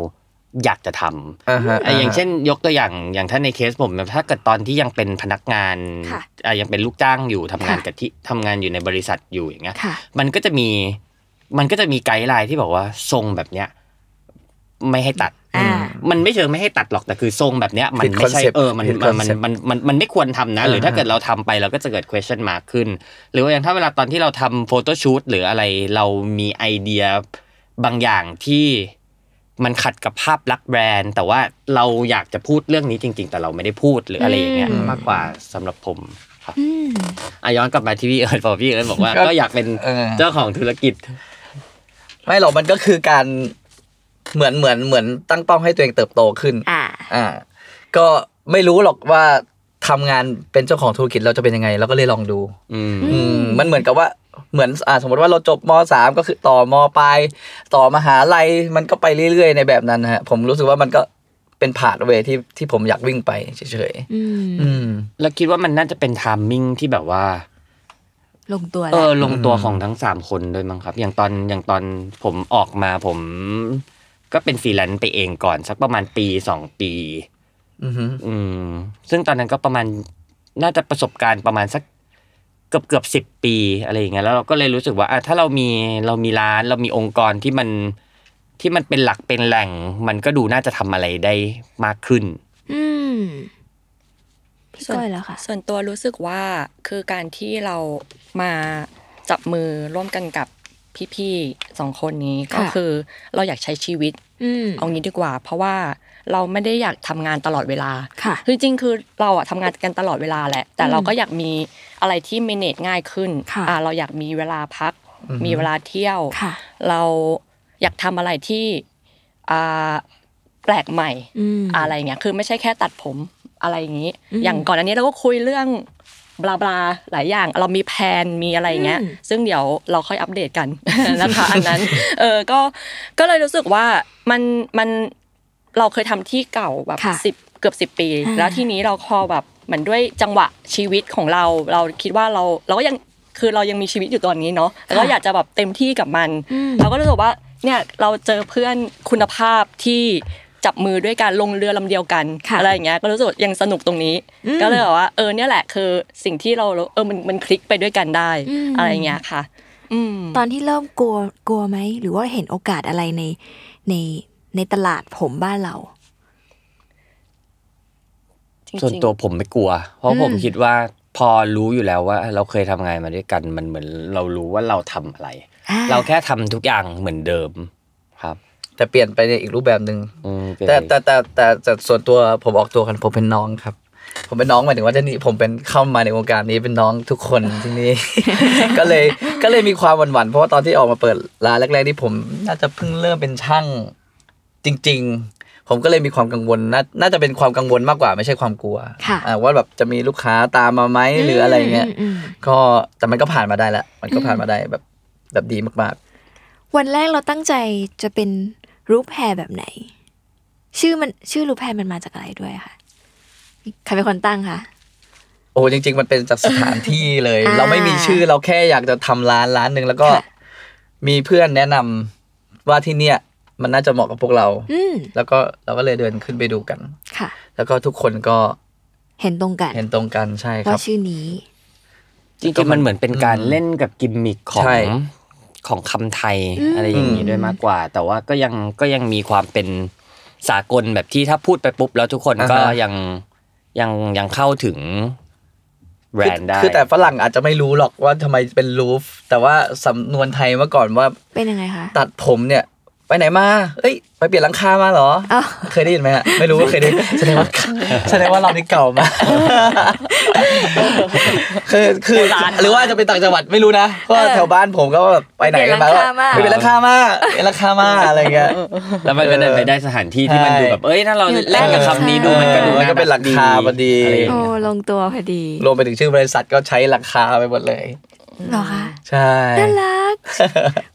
D: อยากจะทำ
B: อ่าฮะ
D: อ่ะอย่างเช่น ยกตัวอย่างอย่างถ้าในเคสผมนะถ้าเกิดตอนที่ยังเป็นพนักงาน
A: ค่ะ
D: อ่ะยังเป็นลูกจ้างอยู่ทำงานกับที่ทำงานอยู่ในบริษัทอยู่อย่างเงี้ย
A: ค่ะ
D: มันก็จะมีมันก็จะมีไกด์ไลน์ที่บอกว่าทรงแบบเนี้ยไม่ให้ตัด
A: อ่า
D: มันไม่เชิงไม่ให้ตัดหรอกแต่คือทรงแบบเนี้ยมัน
B: ผิด
D: ไม่ใช่
B: concept
D: เออมัน
B: ผิด
D: มันมัน
B: concept
D: มันมันมันไม่ควรทำนะ หรือถ้า
B: อ่า
D: เกิดเราทำไปเราก็จะเกิด question mark ขึ้น หรือว่าอย่างถ้าเวลาตอนที่เราทำโฟโต้ชูตหรืออะไรเรามีไอเดียบางอย่างที่มันขัดกับภาพลักษณ์แบรนด์ แต่ว่าเราอยากจะพูดเรื่องนี้จริง ๆ แต่เราไม่ได้พูดหรืออะไรอย่างเงี้ย
A: อืม
D: มากกว่าสำหรับผมครับ
A: อืม
D: อ่ะย้อนกลับมาที่พี่เอิร์ธบอกพี่เอิร์ธบอกว่า
B: ก็
D: ก็อยากเป็น
B: เออ
D: เจ้าของธุรกิจ
B: ไม่หรอกมันก็คือการเหมือนเหมือนเหมือนตั้งเป้าให้ตัวเองเติบโตขึ้น
A: อ่า
B: อ่าก็ไม่รู้หรอกว่าทำงานเป็นเจ้าของธุรกิจเราจะเป็นยังไง เราก็เลยลองดู
D: อืม
B: อืมมันเหมือนกับว่าเหมือนอ่าสมมติว่าเราจบมสามก็คือต่อมปลายต่อมหาลัยมันก็ไปเรื่อยๆ ในแบบนั้นนะฮะผมรู้สึกว่ามันก็เป็นผ่านเวที่ที่ผมอยากวิ่งไปเฉย
A: อืม
B: ๆอืม
D: แล้วคิดว่ามันน่าจะเป็นไทามมิ่งที่แบบว่า
A: ลงตัว
D: เอ
A: แล้ว
D: อลงตัวของทั้งสามคนด้วยมั้งครับ อย่างตอนอย่างตอนผมออกมาผม ก็เป็นฟรีแลนซ์ไปเองก่อน สักประมาณปีสองปี
B: อือฮึ
D: อืม ซึ่งตอนนั้นก็ประมาณน่าจะประสบการณ์ประมาณสักเกือบเกือบสิบปีอะไรอย่างเงี้ยแล้วเราก็เลยรู้สึกว่าอ่ะถ้าเรามีเรามีร้านเรามีองค์กรที่มันที่มันเป็นหลักเป็นแหล่ง มันก็ดูน่าจะทำอะไรได้มากขึ้น
A: อืม พี่ก้อยแล้วค่ะ
E: ส่วนตัวรู้สึกว่าคือการที่เรามาจับมือร่วมกันกับพี่ๆสองคนนี้ก็
A: ค่ะ
E: คือเราอยากใช้ชีวิต
A: อืม
E: เอางี้ดีกว่า เพราะว่าเราไม่ได้อยากทำงานตลอดเวลา
A: ค่ะ
E: อจริงๆคือเราอะทำงานกันตลอดเวลาแหละ แต่เราก็อยากมีอะไรที่ manage ง่ายขึ้น
A: ค่ะ
E: อ่าเราอยากมีเวลาพัก มีเวลาเที่ยว
A: ค่ะ
E: เราอยากทำอะไรที่อ่าแปลกใหม่
A: อืม
E: อะไรเงี้ย คือไม่ใช่แค่ตัดผมอะไรอย่างนี้ อย่างก่อนอันนี้เราก็คุยเรื่องบลาบลาหลายอย่าง เรามีแผนมีอะไรอย่างเงี้ย
A: อืม
E: ซึ่งเดี๋ยวเราค่อยอัปเดตกัน นะคะอันนั้น เออก็ก็เลยรู้สึกว่ามันมันเราเคยทำที่เก่าแบบ
A: ค่ะ
E: สิบเกือบสิบปี
A: อ่า
E: แล้วทีนี้เราพอแบบเหมือนด้วยจังหวะชีวิตของเรา เราคิดว่าเราเราก็ยังคือเรายังมีชีวิตอยู่ตอนนี้เนาะแล้วก็
A: ค่ะ
E: อยากจะแบบเต็มที่กับมัน
A: อืม
E: เราก็รู้สึกว่าเนี่ยเราเจอเพื่อนคุณภาพที่ จับมือด้วยกันลงเรือลำเดียวกัน
A: ค่ะ
E: อะไรอย่างเงี้ยก็รู้สึกว่ายังสนุกตรงนี้ ก็เลยแบบว่าเออเนี่ยแหละคือสิ่งที่เราเออมันมันคลิกไปด้วยกันได้อะไรอย่างเงี้ยค่ะ อืม
A: ตอนที่เริ่มกลัวกลัวไหม หรือว่าเห็นโอกาสอะไรในในในตลาดผมบ้านเรา
E: จริงๆ
D: ส่วนตัวผมไม่กลัว เพราะผมคิดว่าพอรู้อยู่แล้วว่า เราเคยทำงานมาด้วยกันมันเหมือนเรารู้ว่าเราทำอะไร
A: อ่า
D: เราแค่ทำทุกอย่างเหมือนเดิมครับ
B: แต่เปลี่ยนไปในอีกรูปแบบหนึ่ง
D: อืมเป็น
B: แต่แต่แต่แต่แต่ส่วนตัวผมออกตัวกันผมเป็นน้องครับ ผมเป็นน้องหมายถึงว่าจะนี่ผมเป็นเข้ามาในวงการนี้เป็นน้องทุกคนที่นี่ ก็เลยก็เลยมีความหวั่นๆเพราะว่าตอนที่ออกมาเปิดร้านแรกๆที่ผมน่าจะเพิ่งเริ่มเป็นช่างจริง ๆ ผมก็เลยมีความกังวลน่าน่าจะเป็นความกังวลมากกว่าไม่ใช่ความกลัว
A: ค่ะ
B: อ่าว่าแบบจะมีลูกค้าตามมาไหมหรืออะไรเงี้ย
A: อืม
B: ก็แต่มันก็ผ่านมาได้ละมันก็ผ่านมาได้แบบแบบดีมาก
A: วันแรกเราตั้งใจจะเป็นรูปแพรแบบไหน ชื่อมันชื่อรูปแพรมันมาจากอะไรด้วยอะคะใครเป็นคนตั้งคะ
B: ๆ โอ้จริง ๆ มันเป็นจากสถานที่เลย
A: อ่า
B: เราไม่มีชื่อเราแค่อยากจะทำร้านร้านหนึ่งแล้วก็
A: ค่ะ
B: มีเพื่อนแนะนำว่าที่เนี่ย มันน่าจะเหมาะกับพวกเรา
A: อืม
B: แล้วก็เราก็เลยเดินขึ้นไปดูกัน
A: ค่ะ
B: แล้วก็ทุกคนก็
A: เห็นตรงกัน
B: เห็นตรงกันใช่ค
A: ว่า
B: รับ
A: ชื่อนี้
D: จริงๆมันเหมือนเป็นการเล่นกับกิมมิคขอ
B: ใช่
D: งของคำไทยอะไรอย่างนี้ด้วยมากกว่า แต่ว่าก็ยังก็ยังมีความเป็นสากลแบบที่ถ้าพูดไปปุ๊บแล้วทุกคนก็ยังยังยังเข้าถึงแบรนด์ได้
B: คือแต่ฝรั่งอาจจะไม่รู้หรอกว่าทำไมเป็นรูฟ แต่ว่าสำนวนไทยเมื่อก่อนว่า
A: เป็นยังไงคะ
B: ตัดผมเนี่ย ไปไหนมา เอ้ย ไปเปลี่ยนหลังคามาเหรอ
A: อ้าว
B: เคยได้ยินไหมฮะไม่รู้ว่าเคยได้ยินแสดงว่าแสดงว่าเรานี่เก่ามากคือคือ
E: โบราณมาก
B: หรือว่าจะเป็นต่างจังหวัดไม่รู้นะเพราะว่าแถวบ้านผมก็แบบไปไหนกันมา
A: เปลี่ยนหลังคามา
B: ไปเปลี่ยนหลังคามาเปลี่ยนหลังคามาอะไรเงี้ย
D: แล้วมันก็เดินไปได้สถานที่ที่มัน
B: ใช่
D: ดูแบบ เอ้ยถ้าเราเล่นกับคำนี้ดูมันก็ดู
B: มันก็เป็นหลักคาพอดี
D: ะไรอย่าง
A: โอ้
D: เงี้ย
A: ลงตัวพอดี
B: รวมไปถึงชื่อบริษัทก็ใช้หลังคาไปหมดเลย
A: เหรอคะ
B: ใช่
A: น่ารั ก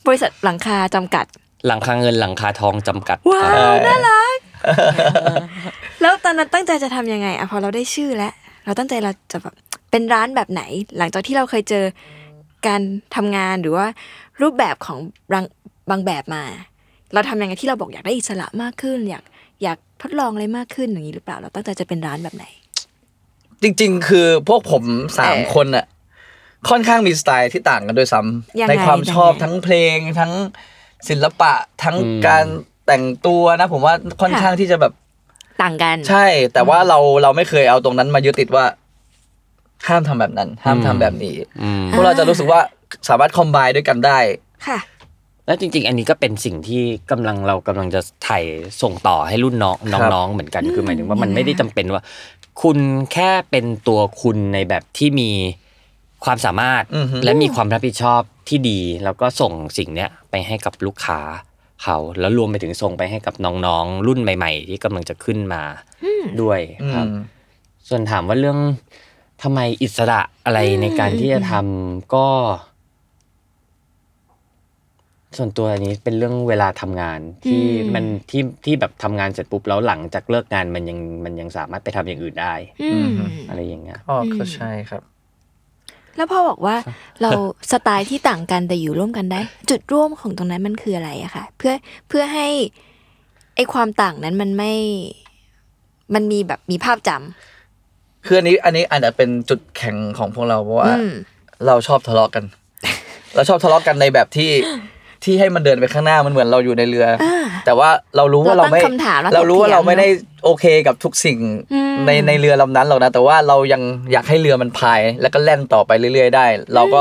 A: บริษัทหลังคาจำกัด
D: หลังคาเงินหลังคาทองจำกัด
A: ว้า
D: ครับ
A: วน่ารั ก แล้วตอนนั้นตั้งใจจะทำยังไงอะพอเราได้ชื่อแล้ว เราตั้งใจเราจะแบบเป็นร้านแบบไหน หลังจากที่เราเคยเจอการทำงานหรือว่า รูปแบบของบางบางแบบมา เราทำยังไงที่เราบอกอยากได้อิสระมากขึ้น อยากอยากทดลองอะไรมากขึ้นอย่างนี้หรือเปล่า เราตั้งใจจะเป็นร้านแบบไหน
B: จริง ๆ คือพวกผมสาม
A: เออ
B: คนอะค่อนข้างมีสไตล์ที่ต่างกันด้วยซ้
A: ยัง
B: ำ
A: ไง
B: ในความชอบ
A: ยังไง
B: ทั้งเพลงทั้งศิลปะทั้งการแต่งตัวนะ ผมว่าค่อน
A: ค่ะ
B: ข้างที่จะแบบ
A: ต่างกัน
B: ใช่ แต่ว่าเราเราไม่เคยเอาตรงนั้นมายึดติดว่า ห้ามทำแบบนั้น ห้ามทำแบบนี้
D: อืม
B: พวกเราจะรู้สึกว่าสามารถคอมไบด้วยกันได้
A: ค่ะ
D: แล้วจริง ๆ อันนี้ก็เป็นสิ่งที่กำลังเรากำลังจะถ่ายส่งต่อให้รุ่นน้อง
B: ครับ
D: น้องๆเหมือนกันคือหมายถึงว่ามันไม่ได้จำเป็นว่า คุณแค่เป็นตัวคุณในแบบที่มีความสามารถและมีความรับผิดชอบที่ดี แล้วก็ส่งสิ่งเนี้ยไปให้กับลูกค้าเขาแล้วรวมไปถึงส่งไปให้กับน้องๆรุ่นใหม่ ๆ ที่กำลังจะขึ้นมาด้วย
B: อื
D: ครับ
B: ม
D: ส่วนถามว่าเรื่องทำไมอิสระอะไรในการที่จะทำก็ ส่วนตัวอันนี้เป็นเรื่องเวลาทำงานที่
A: อืม
D: มันที่ที่แบบทำงานเสร็จปุ๊บแล้วหลังจากเลิกงานมันยังมันยังสามารถไปทำอย่างอื่นได้
A: อืม
B: อื
D: อะไรอย่างเงี้ย
B: อ๋อก็ใช่ครับ
A: แล้วพอบอกว่าเราสไตล์ที่ต่างกันแต่อยู่ร่วมกันได้ จุดร่วมของตรงนั้นมันคืออะไรอะคะเพื่อเพื่อให้ไอความต่างนั้นมันไม่ มันมีแบบมีภาพจำ
B: คืออันนี้อันนี้อาจจะเป็นจุดแข็งของพวกเราเพราะว่า
A: อืม
B: เราชอบทะเลาะ กัน เราชอบทะเลาะกันในแบบที่ที่ให้มันเดินไปข้างหน้ามันเหมือนเราอยู่ในเรืออแต่ว่าเรารู้ว่า
A: เรา
B: เรา
A: ตั้ง
B: ไม่
A: คำถามแล้ว
B: เรารู้
A: ถ
B: ว่า
A: กเถียง
B: เราไม่ได้โอเคกับทุกสิ่ง
A: อืม
B: ในในเรือลำนั้นหรอกนะ แต่ว่าเรายังอยากให้เรือมันพาย แล้วก็แล่นต่อไปเรื่อย ๆ ได้ เราก็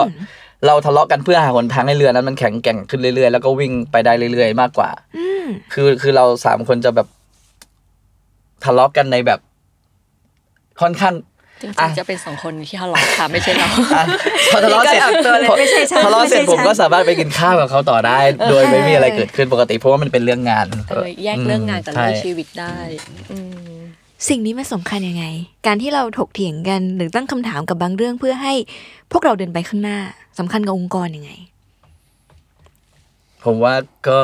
B: เราทะเลาะกันเพื่อหาหนทางให้เรือนั้นมันแข็งแกร่งขึ้นเรื่อยๆแล้วก็วิ่งไปได้เรื่อยๆ มากกว่า
A: อืม
B: คือคือเราสามคนจะแบบทะเลาะกันในแบบค่อนข้าง
E: จริ
B: อ่ะ
E: งๆจะเป็นสองคนที่ทะเลาะค่ะไม่ใช่เรา
B: อ่ะพอทะเลาะเส ร็จ
A: นี่ก็ออกตัวเลยไม่ใช่ฉัน
B: พอทะเลาะเสร็จ
A: ไม่ใช่ฉัน
B: ผมก็สามารถไปกินข้าวกับเขาต่อได้ โดยไม่มีอะไรเกิดขึ้นปกติเพราะว่ามัน เป็นเรื่องงาน
E: เออแยกเรื่องงานกับเรื่องชีวิตได้อืม
A: สิ่งนี้มันสำคัญยังไง การที่เราถกเถียงกันหรือตั้งคำถามกับบางเรื่องเพื่อให้พวกเราเดินไปข้างหน้าสำคัญกับองค์กรยังไง
B: ผมว่าก็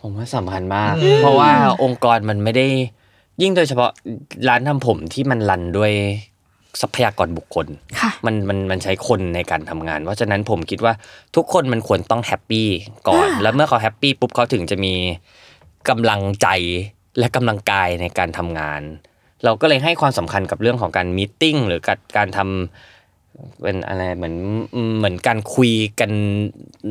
D: ผมว่าสำคัญมาก เพราะว่าองค์กรมันไม่ได้ ยิ่งโดยเฉพาะร้านทำผมที่มันรันด้วยทรัพยากรบุคคล
A: ค่ะ
D: มันมันมันใช้คนในการทำงาน เพราะฉะนั้นผมคิดว่าทุกคนมันควรต้องแฮปปี้ก่อน แล้วเมื่อเขาแฮปปี้ปุ๊บเขาถึงจะมี กำลังใจและกำลังกายในการทำงาน เราก็เลยให้ความสำคัญกับเรื่องของการมีตติ้งหรือการการทำเป็นอะไรเหมือนเหมือนการคุยกัน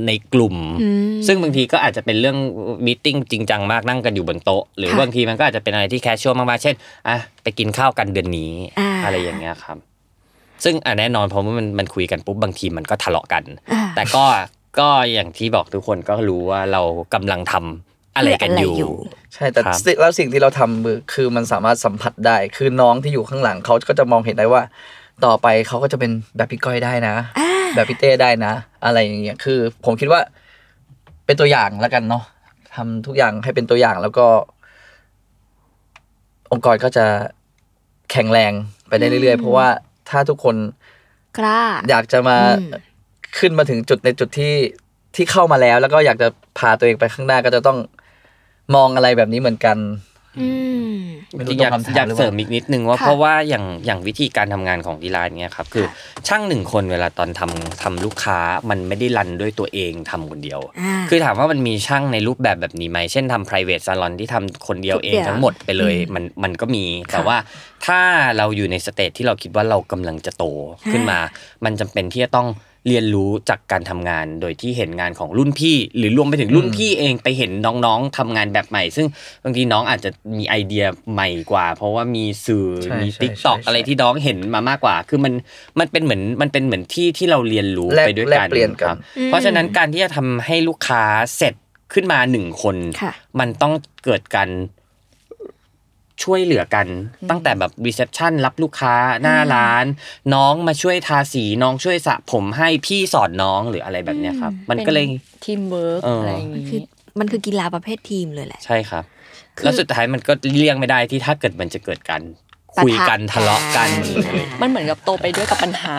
D: ในกลุ่ม
A: อืม
D: ซึ่งบางทีก็อาจจะเป็นเรื่องมีตติ้งจริงจังมากนั่งกันอยู่บนโต๊ะ หรือ
A: ค่ะ
D: บางทีมันก็อาจจะเป็นอะไรที่แคชชวลมากๆเช่นอ่ะไปกินข้าวกันเดือนนี้
A: อ่า
D: อะไรอย่างเงี้ยครับ ซึ่งอ่ะแน่นอนเพราะว่ามันมันคุยกันปุ๊บบางทีมันก็ทะเลาะกัน
A: อ่า
D: แต่ก็ก็อย่างที่บอกทุกคนก็รู้ว่าเรากำลังทำอะไรกันอยู่
A: เพื่ออะไรอยู่
B: ใช่แต่
D: ครับ
B: สิ่งแล้วสิ่งที่เราทำมือคือมันสามารถสัมผัสได้ คือน้องที่อยู่ข้างหลังเขาก็จะมองเห็นได้ว่า ต่อไปเขาก็จะเป็นแบบพี่ก้อยได้นะ
A: อ่า
B: แบบพี่เต้ได้นะ อะไรอย่างเงี้ยคือ ผมคิดว่า เป็นตัวอย่างแล้วกันเนาะทำทุกอย่างให้เป็นตัวอย่างแล้วก็ องค์กรก็จะแข็งแรงไปได้เรื่อยๆ เพราะว่าถ้าทุกคน
A: กล้า
B: อยากจะมา
A: อืม
B: ขึ้นมาถึงจุดในจุดที่ที่เข้ามาแล้ว แล้วก็อยากจะพาตัวเองไปข้างหน้าก็จะต้องมองอะไรแบบนี้เหมือนกัน
A: อืม
B: ไม่
D: จ
B: รู้
D: ริง
B: ตร
D: อยาง ก
B: คำถาม
D: อยาก
B: หรือ
D: เส
B: เป
D: ริ
B: ล่าม
D: อีกนิดนึงว่า
A: ค่ะ
D: เพราะว่าอย่างอย่างวิธีการทำงานของดีลานเนี่ยครับคือ
A: ค่ะ
D: ช่างหนึ่งคนเวลาตอนทำทำลูกค้ามันไม่ได้รันด้วยตัวเองทำคนเดียว
A: อ่า
D: คือถามว่ามันมีช่างในรูปแบบแบบนี้ไหม เช่นทำ private salon ที่ทำคนเดียว
A: ทุก
D: เอ
A: อง ย่าง
D: ทั้งหมดไปเลย
A: อืม
D: มันมันก็มี แต่ว่าถ้าเราอยู่ในสเตจที่เราคิดว่าเรากำลังจะโตขึ้นมา มันจำเป็นที่จะต้องเรียนรู้จากการทำงาน โดยที่เห็นงานของรุ่นพี่ หรือรวมไปถึงรุ่น
B: อืม
D: พี่เองไปเห็นน้องๆทำงานแบบใหม่ ซึ่งบางทีน้องอาจจะมีไอเดียใหม่กว่า เพราะว่ามีสื่อ
B: ใช่
D: มี
B: ใช่
D: ติ๊กต็อก
B: ใช่
D: อะไร
B: ใช่
D: ที่น้องเห็นมามากกว่า คือมันมันเป็นเหมือนมันเป็นเหมือนที่ที่เราเรียนรู้
B: แลก
D: ไปด้วย
B: แลก
D: กัน
B: เปลี่ยนกัน
D: ครับ
A: อืม
D: เพราะฉะนั้น การที่จะทำให้ลูกค้าเสร็จขึ้นมาหนึ่งคน
A: ค่ะ
D: มันต้องเกิดการช่วยเหลือกัน ตั้งแต่แบบรีเซพชันรับลูกค้าหน้าร้าน น้องมาช่วยทาสีน้องช่วยสระผมให้พี่สอนน้องหรืออะไรแบบเนี้ยครับ มันก็เลย
E: ทีมเวิร์ก
D: เอออ
E: อะไรอย่าง
A: มันคือ
E: งี้
A: มันคือกีฬาประเภททีมเลยแหละ
D: ใช่ครับ แล้วสุดท้ายมันก็เลี่ยงไม่ได้ที่ถ้าเกิดมันจะเกิดการ
A: ปะทะ
D: คุยกันทะเลาะกัน
A: กัน
D: หรืออะไร
E: มันเหมือนกับโตไปด้วยกับปัญหา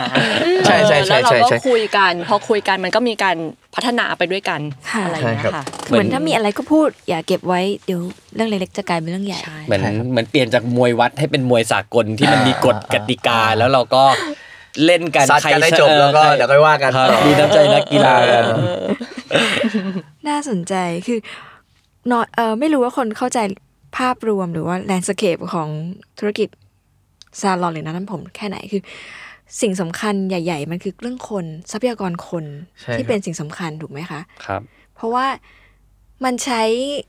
B: ใช่ใช่ใช่
E: เออแล้วเราก็
B: ใช่
E: คุยกัน พอคุยกันมันก็มีการพัฒนาไปด้วยกัน
A: ค่ะ
E: อะไรอย่าง
B: ใช่
E: เงี้
B: ครับ
E: ยค่ะ
A: คือเหมือน
D: เหมือน
A: ถ้ามีอะไรก็พูด อย่าเก็บไว้เดี๋ยวเรื่องเล็กๆจะกลายเป็นเรื่องใหญ่
D: เหมือนเหมือนเปลี่ยนจากมวยวัดให้เป็นมวยสากลที่มันมีกฎ
B: อ่าก
D: ติกาแล้วเราก็เล่นกัน
B: ซัดกันให้จบแล้วก็
D: ใคร
B: เดี๋ยวค่อยว่ากัน
D: ครับ
B: ต่อ
D: มีน้ำใจนักกีฬากัน
A: น่าสนใจคือเนอะเออไม่รู้ว่าคนเข้าใจภาพรวมหรือว่าแลนด์สเคปของธุรกิจซาลอนหรือร้านทำผมแค่ไหนคือ สิ่งสำคัญใหญ่ ๆ มันคือเรื่องคนทรัพยากรคน
B: ใช่
A: ที่
B: ครับ
A: เป็นสิ่งสำคัญถูกไหมคะ
D: ครับ
A: เพราะว่ามันใช้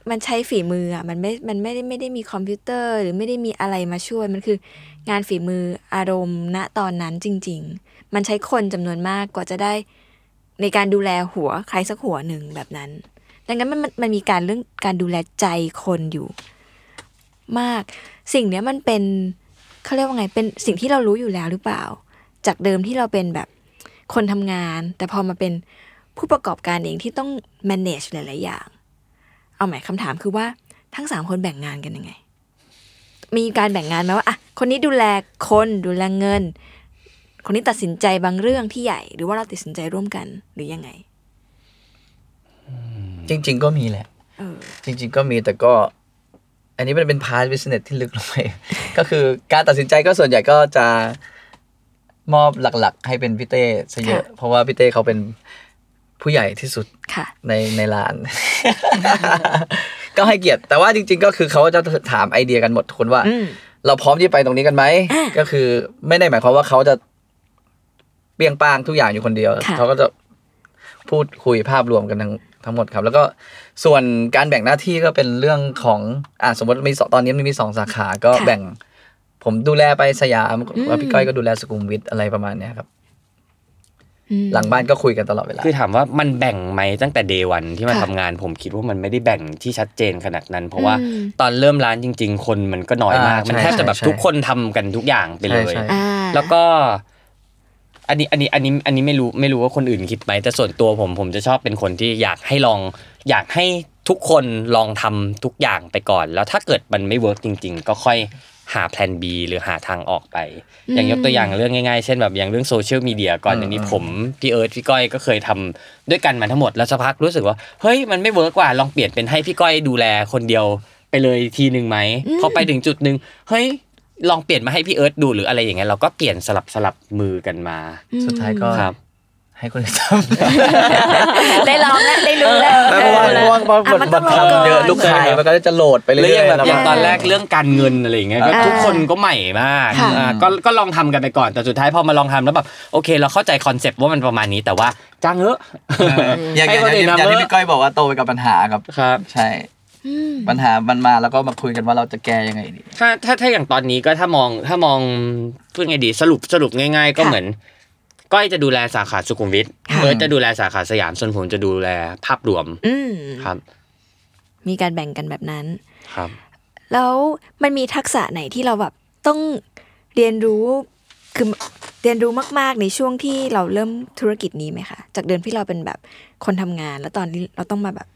A: มันใช้ฝีมืออ่ะมันไม่มันไม่ได้ไม่ได้มีคอมพิวเตอร์ หรือไม่ได้มีอะไรมาช่วยมันคืองานฝีมืออารมณ์ณตอนนั้นจริง ๆ มันใช้คนจำนวนมากกว่าจะได้ในการดูแลหัวใครสักหัวหนึ่งแบบนั้น ดังนั้นมันมันมันมีการเรื่องการดูแลใจคนอยู่ มาก สิ่งเนี้ยมันเป็นเขาเรียกว่าไงเป็นสิ่งที่เรารู้อยู่แล้วหรือเปล่า จากเดิมที่เราเป็นแบบคนทำงาน แต่พอมาเป็นผู้ประกอบการเองที่ต้อง manage หลาย ๆ อย่าง เอาใหมายคำถามคือว่าทั้งสามคนแบ่งงานกันยังไง มีการแบ่งงานไหมว่าอ่ะคนนี้ดูแลคนดูแลเงิน คนนี้ตัดสินใจบางเรื่องที่ใหญ่ หรือว่าเราตัดสินใจร่วมกันหรือยังไง
B: จริง ๆ ก็มีแหละ
A: เออ
B: จริง ๆ ก็มีแต่ก็ อันนี้มันเป็นพาร์ทบิสเนสที่ลึกลงไป ก็คือการตัดสินใจก็ส่วนใหญ่ก็จะมอบหลัก ๆ ให้เป็นพี่เต้ซะเยอะ
A: ค่ะ
B: เพราะว่าพี่เต้เขาเป็นผู้ใหญ่ที่สุด
A: ค่ะ
B: ในในร้าน ก็ให้เกียรติแต่ว่าจริง ๆ ก็คือเขาจะถามไอเดียกันหมดทุกคนว่า
A: อืม
B: เราพร้อมที่จะไปตรงนี้กันไหม
A: อ่า
B: ก็คือไม่ได้หมายความว่าเขาจะเปรียงปร้างทุกอย่างอยู่คนเดียว
A: ค่ะ
B: เขาก็จะพูดคุยภาพรวมกันทั้งทั้งหมดครับ แล้วก็ส่วนการแบ่งหน้าที่ก็เป็นเรื่องของอ่าสมมติมีสองตอนนี้มันมีสองสาขา ก็
A: ค่ะ
B: แบ่ง ผมดูแลไปสยาม
A: อืม
B: พี่ก้อยก็ดูแลสุขุมวิทอะไรประมาณเนี้ยครับ
A: อืม
B: หลังบ้านก็คุยกันตลอดเวลา
D: คือถามว่ามันแบ่งไหมตั้งแต่เดวันที่มา
A: ค่ะ
D: ทำงานผมคิดว่ามันไม่ได้แบ่งที่ชัดเจนขนาดนั้น เพราะว่า
A: อืม
D: ตอนเริ่มร้านจริง ๆ คนมันก็น้อยมาก
B: อ่ามั
D: มันแทบ
B: ใช่
D: จะแบบ
B: ใช่
D: ทุกคนทำกันทุกอย่างไปเลย
B: ใช่ใช่
A: อ่า
D: แล้วก็ อันนี้อันนี้อันนี้อันนี้ไม่รู้ไม่รู้ว่าคนอื่นคิดไหมแต่ส่วนตัวผมผมจะชอบเป็นคนที่อยากให้ลอง อยากให้ทุกคนลองทำทุกอย่างไปก่อน แล้วถ้าเกิดมันไม่เวิร์กจริง ๆ ก็ค่อยหาแพลน B หรือหาทางออกไป อย่างยกตัวอย่างเรื่องง่ายๆ เช่นแบบอย่างเรื่องโซเชียลมีเดียก่อน
B: อืม
D: อันนี้
B: อืม
D: ผมพี่เอิร์ธพี่ก้อยก็เคยทำด้วยกันมาทั้งหมดแล้วสักพักรู้สึกว่าเฮ้ยมันไม่เวิร์กว่าลองเปลี่ยนเป็นให้พี่ก้อยดูแลคนเดียวไปเลยทีหนึ่งไหมพอไปถึงจุดหนึ่งเฮ้ยลองเปลี่ยนมาให้พี่เอิร์ธดูหรืออะไรอย่างเงี้ยเราก็เปลี่ยนสลับสลับมือกันมา
B: สุดท้ายก็
D: ครับ
B: ให้คนอื่นท
A: ได้ลองแล้วได้รู้แล้ว
B: ำเพราะว่าเพราะว่าเพ
A: อ่ะ
B: ราะว่า
A: มันต้อง
B: บังคับ
A: ลองก่อน
B: เยอะลูกค้ามันก็จะโหลดไป
D: แล้ว
B: เรื่อย่
D: อาย
B: ๆ
D: งแบบ
B: แล้ว
D: อ
B: ก็
D: ย่างตอนแรกเรื่องการเงินอะไรอย่างเงี้ยก็
A: อ่า
D: ทุกคนก็ใหม่มาก
A: ค่ะ
D: อ่าก็ก็ลองทำกันไปก่อนแต่สุดท้ายพอมาลองทำแล้วแบบโอเค เราเข้าใจคอนเซปต์ว่ามันประมาณนี้แต่ว่าจ้างเถอะ
B: อย่างอย่างที่อย่างที่พี่ก้อยบอกว่าโตไปกับปัญหาครับ
D: ครับ
B: ใช่ปัญหามันมาแล้วก็มาคุยกันว่าเราจะแก้ยังไงดี
D: ถ้าถ้าถ้าอย่างตอนนี้ก็ถ้ามองถ้ามองพูดไงดีสรุปสรุปง่าย ๆ ก็
A: ค่ะ
D: เหมือน ก้อยจะดูแลสาขาสุขุมวิท
A: ค่ะ
D: เอิร์ธจะดูแลสาขาสยามส่วนผมจะดูแลภาพรวม
A: อืม
D: ครับ
A: มีการแบ่งกันแบบนั้น
D: ครับ
A: แล้วมันมีทักษะไหนที่เราแบบต้องเรียนรู้คือเรียนรู้มาก ๆ ในช่วงที่เราเริ่มธุรกิจนี้ไหมคะ จากเดิมที่เราเป็นแบบคนทำงาน แล้วตอนนี้เราต้องมาแบบ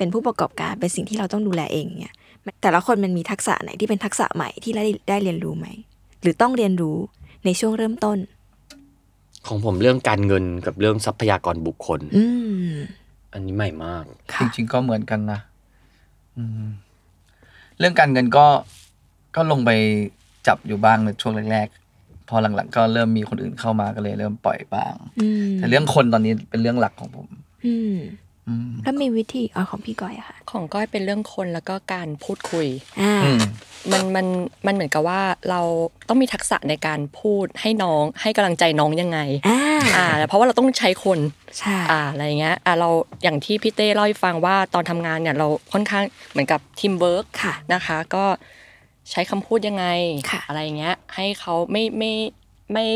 A: เป็นผู้ประกอบการเป็นสิ่งที่เราต้องดูแลเองเนี่ยแต่ละคนมันมีทักษะไหนที่เป็นทักษะใหม่ที่ได้ได้เรียนรู้ไหม หรือต้องเรียนรู้ในช่วงเริ่มต้น
D: ของผมเรื่องการเงินกับเรื่องทรัพยากรบุคคล
A: อืม
D: อันนี้ใหม่มาก
B: จ
A: ค่ะ
B: ริงๆก็เหมือนกันนะอืมเรื่องการเงินก็ก็ลงไปจับอยู่บ้างในช่วงแรกๆ พอหลังๆ ก็เริ่มมีคนอื่นเข้ามาก็เลย เริ่มปล่อยบ้าง
A: อืม
B: แต่เรื่องคนตอนนี้เป็นเรื่องหลักของผม
A: อืม
B: อืม
A: แล้วมีวิธีอ๋อของพี่ก้อยอะค่ะ
E: ของก้อยเป็นเรื่องคนแล้วก็การพูดคุย
A: อ่า
B: อืม
E: มันมันมันเหมือนกับว่าเราต้องมีทักษะในการพูดให้น้องให้กำลังใจน้องยังไง
A: อ่า
E: อ่าเพราะว่าเราต้องใช้คน
A: ใช่
E: อ่าอะไรเงี้ยอ่าเราอย่างที่พี่เต้เล่าให้ฟังว่าตอนทำงานเนี่ยเราค่อนข้างเหมือนกับทีมเวิร์ก
A: ค่ะ
E: นะคะ ก็ใช้คำพูดยังไง
A: ค่ะ
E: อะไรเงี้ยให้เขาไม่ไม่ไม่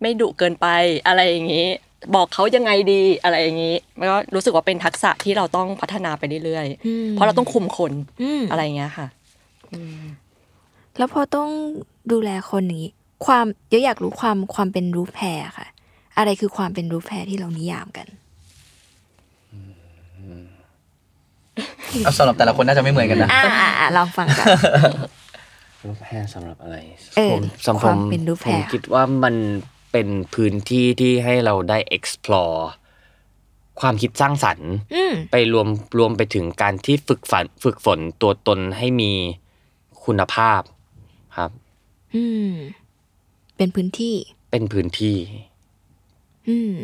E: ไม่ดุเกินไปอะไรอย่างงี้ บอกเขายังไงดีอะไรอย่างงี้แล้วก็รู้สึกว่าเป็นทักษะที่เราต้องพัฒนาไปเรื่อย
A: อืม
E: ๆ เพราะเราต้องคุมคน
A: ม
E: อะไรเงี้ยค่ะ
A: แล้วพอต้องดูแลคนอย่างนี้ความเดี๋ยวอยากรู้ความความเป็นรูปแพรค่ะ อะไรคือความเป็นรูปแพรที่เรานิยามกัน
B: เอาสำหรับแต่ละคนน่าจะไม่เหมือนกันนะ
A: อ่าอ่าอ่าลองฟังกัน
D: รูปแพรสำหรับอะไร
A: เออ
D: ผมสำหรับ
A: ความ
D: ผม
A: เป็นรูปแพร
D: ผมคิดว่ามันเป็นพื้นที่ที่ให้เราได้ explore ความคิดสร้างสรรค์
A: อืม
D: ไปรวมรวมไปถึงการที่ฝึกฝันฝึกฝนตัวตนให้มีคุณภาพครับ
A: อืม เป็นพื้นที่
D: เป็นพื้นที่
A: อืม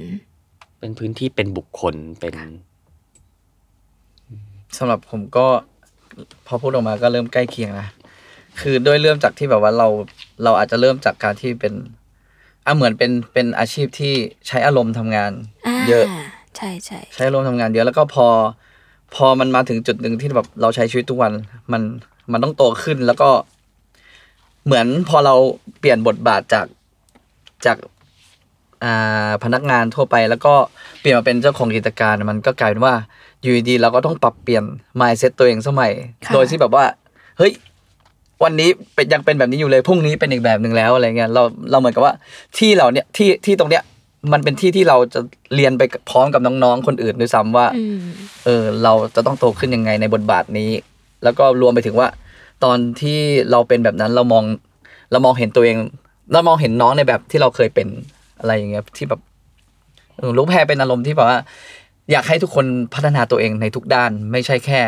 D: เป็นพื้นที่เป็นบุคคลเป็น
B: สำหรับผมก็พอพูดออกมาก็เริ่มใกล้เคียงนะ คือด้วยเริ่มจากที่แบบว่าเราเราอาจจะเริ่มจากการที่เป็นอ่ะเหมือนเป็นเป็นอาชีพที่ใช้อารมณ์ทำงาน
A: อ่า
B: เยอะ
A: ใช่ใช่
B: ใช้อารมณ์ทำงานเยอะแล้วก็พอ พอมันมาถึงจุดหนึ่งที่แบบเราใช้ชีวิตทุกวัน มันมันต้องโตขึ้นแล้วก็ เหมือนพอเราเปลี่ยนบทบาทจากจากอ่าพนักงานทั่วไป แล้วก็เปลี่ยนมาเป็นเจ้าของกิจการ มันก็กลายเป็นว่าอยู่ดีๆเราก็ต้องปรับเปลี่ยน mindset ตัวเองสมัย
A: ะ
B: โดยที่แบบว่า เฮ้ย วันนี้เป็นยังเป็นแบบนี้อยู่เลยพรุ่งนี้เป็นอีกแบบหนึ่งแล้วอะไรเงี้ยเราเราเหมือนกับว่าที่เราเนี่ยที่ที่ตรงเนี้ยมันเป็นที่ที่เราจะเรียนไปพร้อมกับน้องๆคนอื่นด้วยซ้ำว่า
A: อืม
B: เออเราจะต้องโตขึ้นยังไงในบทบาทนี้ แล้วก็รวมไปถึงว่า ตอนที่เราเป็นแบบนั้นเรามองเรามองเห็นตัวเอง เรามองเห็นน้องในแบบที่เราเคยเป็นอะไรอย่างเงี้ยที่แบบเออลูกแพรเป็นอารมณ์ที่แบบว่า อยากให้ทุกคนพัฒนาตัวเองในทุกด้าน ไม่ใช่แค่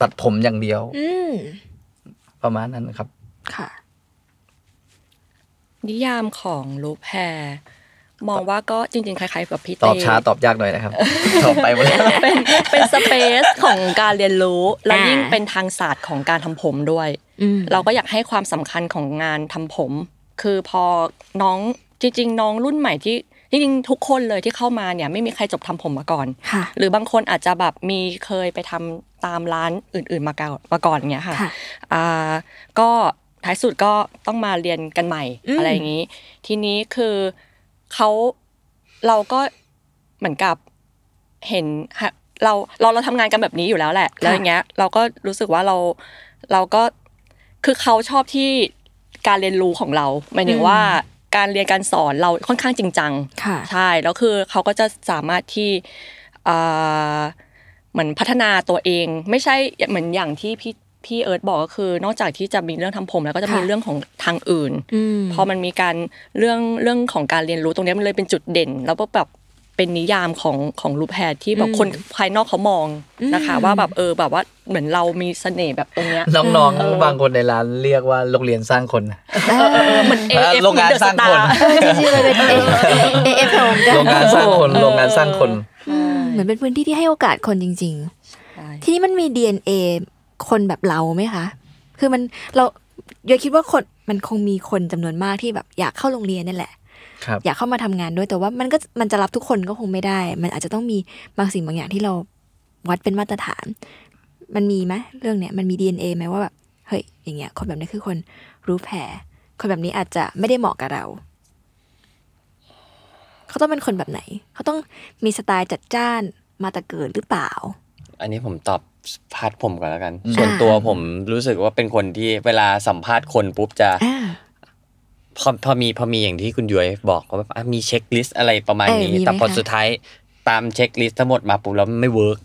B: ตัดผมอย่างเดียว
A: อืม
B: ประมาณนั้นครับ
A: ค่ะ
E: นิยามของรูปแพรมองว่าก็จริงๆคล้ายๆกับพี่
B: ต
E: เต้
B: อบช้าตอบยากหน่อยนะครับ ตอบไปหมดแล้ว
E: เป็นเป็นสเปซของการเรียนรู้ และ
A: อ่ายิ่
E: ยิ่งเป็นทางศาสตร์ของการทำผมด้วย
A: อืม
E: เราก็อยากให้ความสำคัญของงานทำผม คือพอน้องจริง ๆ น้องรุ่นใหม่ที่จริงๆทุกคนเลยที่เข้ามาเนี่ยไม่มีใครจบทำผมมาก่อน
A: ค่ะ
E: หรือบางคนอาจจะแบบมีเคยไปทำตามร้านอื่น ๆมาก่อนมาก่อนเงี้ยค่ะ
A: ค่ะ
E: อ่าก็ท้ายสุดก็ต้องมาเรียนกันใหม่
A: อืม
E: อะไรอย่างนี้ ทีนี้คือเขาเราก็เหมือนกับเห็นฮะเราเราเราทำงานกันแบบนี้อยู่แล้วแหละ แล้วอย่างเงี้ยเราก็รู้สึกว่าเราเราก็คือเขาชอบที่การเรียนรู้ของเราหมายถึงว่าการเรียนการสอนเราค่อนข้างจริงจัง
A: ค่ะ
E: ใช่แล้วคือเขาก็จะสามารถที่เอ่อเหมือนพัฒนาตัวเอง ไม่ใช่เหมือนอย่างที่พี่พี่เอิร์ธบอกก็คือ นอกจากที่จะมีเรื่องทำผมแล้วก็จะมี
A: ค่ะ
E: เรื่องของทางอื่น
A: อืม
E: พอมันมีการเรื่องเรื่องของการเรียนรู้ตรงเนี้ยมันเลยเป็นจุดเด่น แล้วก็แบบ เป็นนิยามของของรูปแพทที่แบบคนภายนอกเขามองนะคะ ว่าแบบเออแบบว่าเหมือนเรามีเสน่ห์แบบตรงเนี้ย
B: น้องๆบางคนในร้านเรียกว่าโรงเรียนสร้างคนนะ
E: เหมือน AF
B: โรงงานสร้างคน
A: เออจริงๆมันเป็นเอเอเอฟเอลเหมือนกัน
B: โรงงานสร้างคนโรงงานสร้างคน
A: อืมเหมือนเป็นพื้นที่ที่ให้โอกาสคนจริง ๆ ทีนี้มันมี DNA คนแบบเราไหมคะ คือมันเราโยคิดว่าคนมันคงมีคนจำนวนมากที่แบบอยากเข้าโรงเรียนนี่แหละ
B: ครับ
A: อยากเข้ามาทำงานด้วยแต่ว่ามันก็มันจะรับทุกคนก็คงไม่ได้ มันอาจจะต้องมีบางสิ่งบางอย่างที่เราวัดเป็นมาตรฐาน มันมีไหมเรื่องเนี้ยมันมี DNA ไหมว่าแบบเฮ้ยอย่างเงี้ยคนแบบนี้คือคนรู้แผลคนแบบนี้อาจจะไม่ได้เหมาะกับเรา เขาต้องเป็นคนแบบไหน เขาต้องมีสไตล์จัดจ้านมาแตะเกิดหรือเปล่า
D: อันนี้ผมตอบพาร์ทผมก่อนแล้วกัน ส่วนตัวผมรู้สึกว่าเป็นคนที่เวลาสัมภาษณ์คนปุ๊บจะ
A: อ่า
D: พอพอมีพอมีอย่างที่คุณย้อยบอกว่าแบบอ่ะมีเช็คลิสต์อะไรประมาณนี้
A: เออมีไหม
D: แต่พอ
A: คะ
D: สุดท้ายตามเช็คลิสต์ทั้งหมดมาปุ๊บแล้วไม่เวิร์ก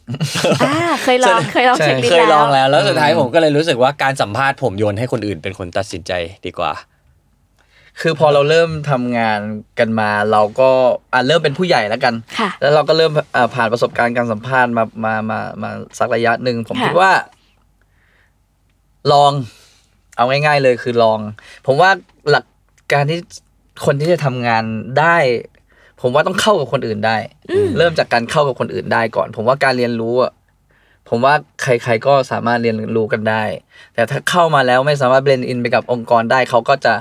A: อ่าเคยลองเคยลอง
B: ใช่
A: เช็คลิส
D: เคย
A: ต์
D: ล
A: แล้
D: อ
A: ว
D: งแล้ว แล้วสุดท้ายผมก็เลยรู้สึกว่าการสัมภาษณ์ผมโยนให้คนอื่นเป็นคนตัดสินใจดีกว่า
B: คือพอเราเริ่มทำงานกันมา เราก็อ่ะเริ่มเป็นผู้ใหญ่แล้วกัน
A: ค่ะ
B: แล้วเราก็เริ่มอ่าผ่านประสบการณ์การสัมภาษณ์มามามามาสักระยะหนึ่งผม
A: ค่ะ
B: คิดว่า ลอง เอาง่าย ๆ เลยคือลอง ผมว่าหลักการที่คนที่จะทำงานได้ ผมว่าต้องเข้ากับคนอื่นได้ เริ่มจากการเข้ากับคนอื่นได้ก่อน ผมว่าการเรียนรู้อะผมว่าใคร ๆก็สามารถเรียนรู้กันได้ แต่ถ้าเข้ามาแล้วไม่สามารถเบลนอินไปกับองค์กรได้เขาก็จะ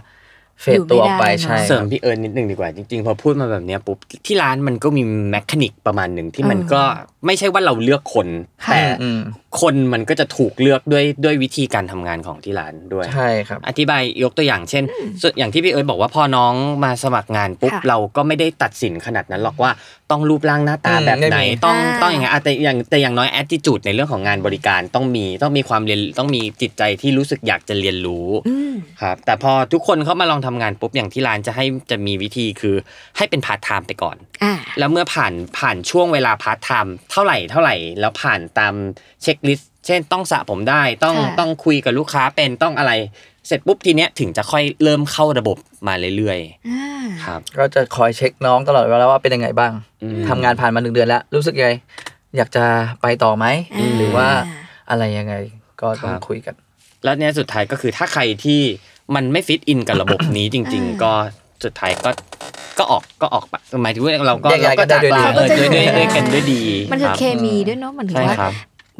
B: เฟดตัวออกไป
A: อยู่ไม่ได้เนอะ
B: ใช่
D: เสริ
B: ค
D: ม
B: บ
D: พี่เอิญนิดหนึ่งดีกว่า จริงๆ พอพูดมาแบบเนี้ยปุ๊บที่ร้านมันก็มีแมคานิกประมาณหนึ่งที่มันก็ไม่ใช่ว่าเราเลือกคน
A: ค่ะ
D: แต่
B: อืม
D: คนมันก็จะถูกเลือกด้วยด้วยวิธีการทำงานของที่ร้านด้วย
B: ใช่ครับ
D: อธิบายยกตัวอย่างเช่นส่วนอย่างที่พี่เอิร์ธบอกว่าพอน้องมาสมัครงานปุ๊บ
A: ค่ะ
D: เราก็ไม่ได้ตัดสินขนาดนั้นหรอกว่าต้องรูปร่างหน้าตา
B: อืม
D: แบบ
B: ไม่มี
D: ไหน ต้องต้องอย่างไงอ่ะแต่อย่างแต่อย่างน้อย attitude ในเรื่องของงานบริการต้องมีต้องมีความเรียนต้องมีจิตใจที่รู้สึกอยากจะเรียนรู้
A: อืม
D: ครับแต่พอทุกคนเข้ามาลองทำงานปุ๊บอย่างที่ร้านจะให้จะมีวิธีคือให้เป็นพาร์ทไทม์ไปก่อน
A: อ่า
D: แล้วเมื่อผ่านผ่านช่วงเวลาพาร์ทไทม์เท่าไหร่เท่าไหร่ แล้วผ่านตามเช็คลิสต์เช่นต้องสระผมได้ต้อง
A: ค่ะ
D: ต้องคุยกับลูกค้าเป็นต้องอะไร เสร็จปุ๊บทีเนี้ยถึงจะค่อยเริ่มเข้าระบบมาเรื่อย
A: อ่า
D: ๆครับ
B: ก็จะคอยเช็คน้องตลอดเวลาว่าเป็นยังไงบ้าง
D: อืม
B: ทำงานผ่านมาหนึ่งเดือนแล้ว รู้สึกยังไง อยากจะไปต่อไหม
A: อืม
B: หรือว่าอะไรยังไง ก็ต้องคุยกัน
D: แล้วเนี่ยสุดท้ายก็คือถ้าใครที่มันไม่ฟิตอินกับระบบนี้จริง ๆ ก็สุดท้ายก็ก็ออกก็ออกไปหมายถึงว่าเราก็
B: แยก
D: เรา
B: ย้ายกั
D: ก็
B: นได้
D: จาก
B: ด้วยดี
D: ลาเออด้วยด้วยด้วยกันด้วยดี
A: มันคือ
D: รับ
A: เคมีด้วยเนาะมันถือ
D: ใช่
A: ว่า
D: ครับ